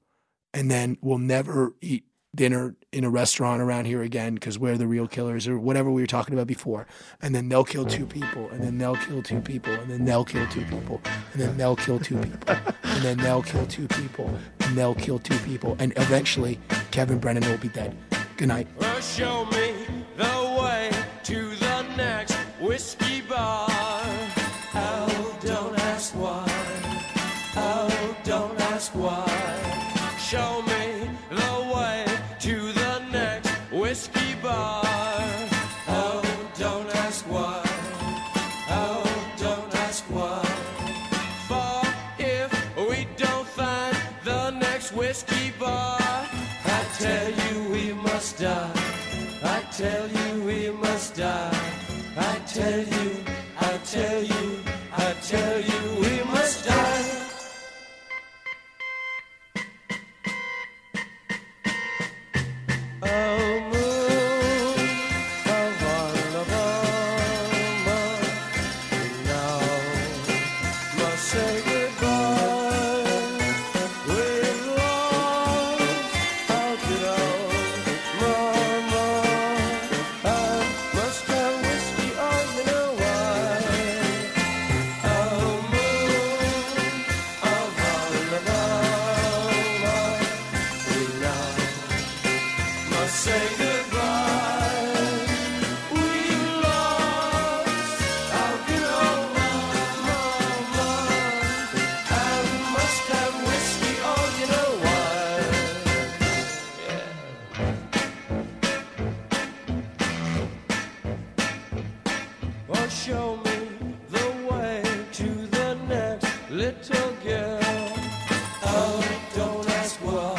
[SPEAKER 1] and then we'll never eat dinner in a restaurant around here again because we're the real killers or whatever we were talking about before. And then they'll kill two people, and then they'll kill two people, and then they'll kill two people, and then they'll kill two people, and then they'll kill two people, and they'll kill two people, and eventually Kevin Brennan will be dead. Good night.
[SPEAKER 8] Show me the way to the next whiskey bar. Oh, don't ask why. Oh, don't ask why. Show me the way to the next whiskey bar. Oh, don't ask why. Oh, don't ask why. For if we don't find the next whiskey bar, I tell you we must die. I tell you we must die. I tell you, I tell you, I tell you we must die. Oh, moon of Alabama, now must say goodbye. With love, how could I must have whiskey on you know why? Oh, moon of Alabama, we now must say goodbye. We lost our good old mama. I must have whiskey, oh, you know why? Oh, show me the way to the next little girl. Oh, don't ask why.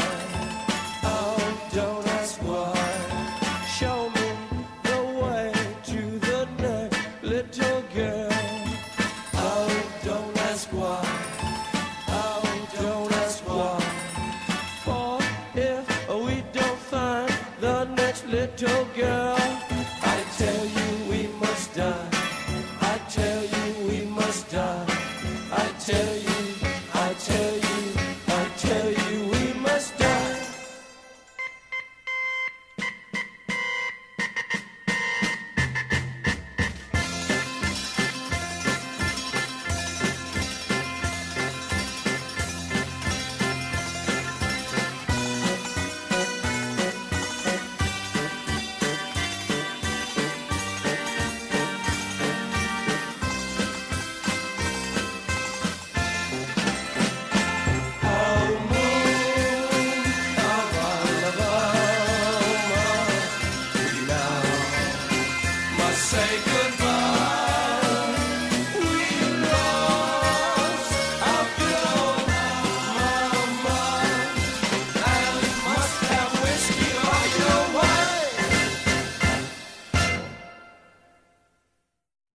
[SPEAKER 8] Oh, don't ask why. Show me the way to the next little Oh,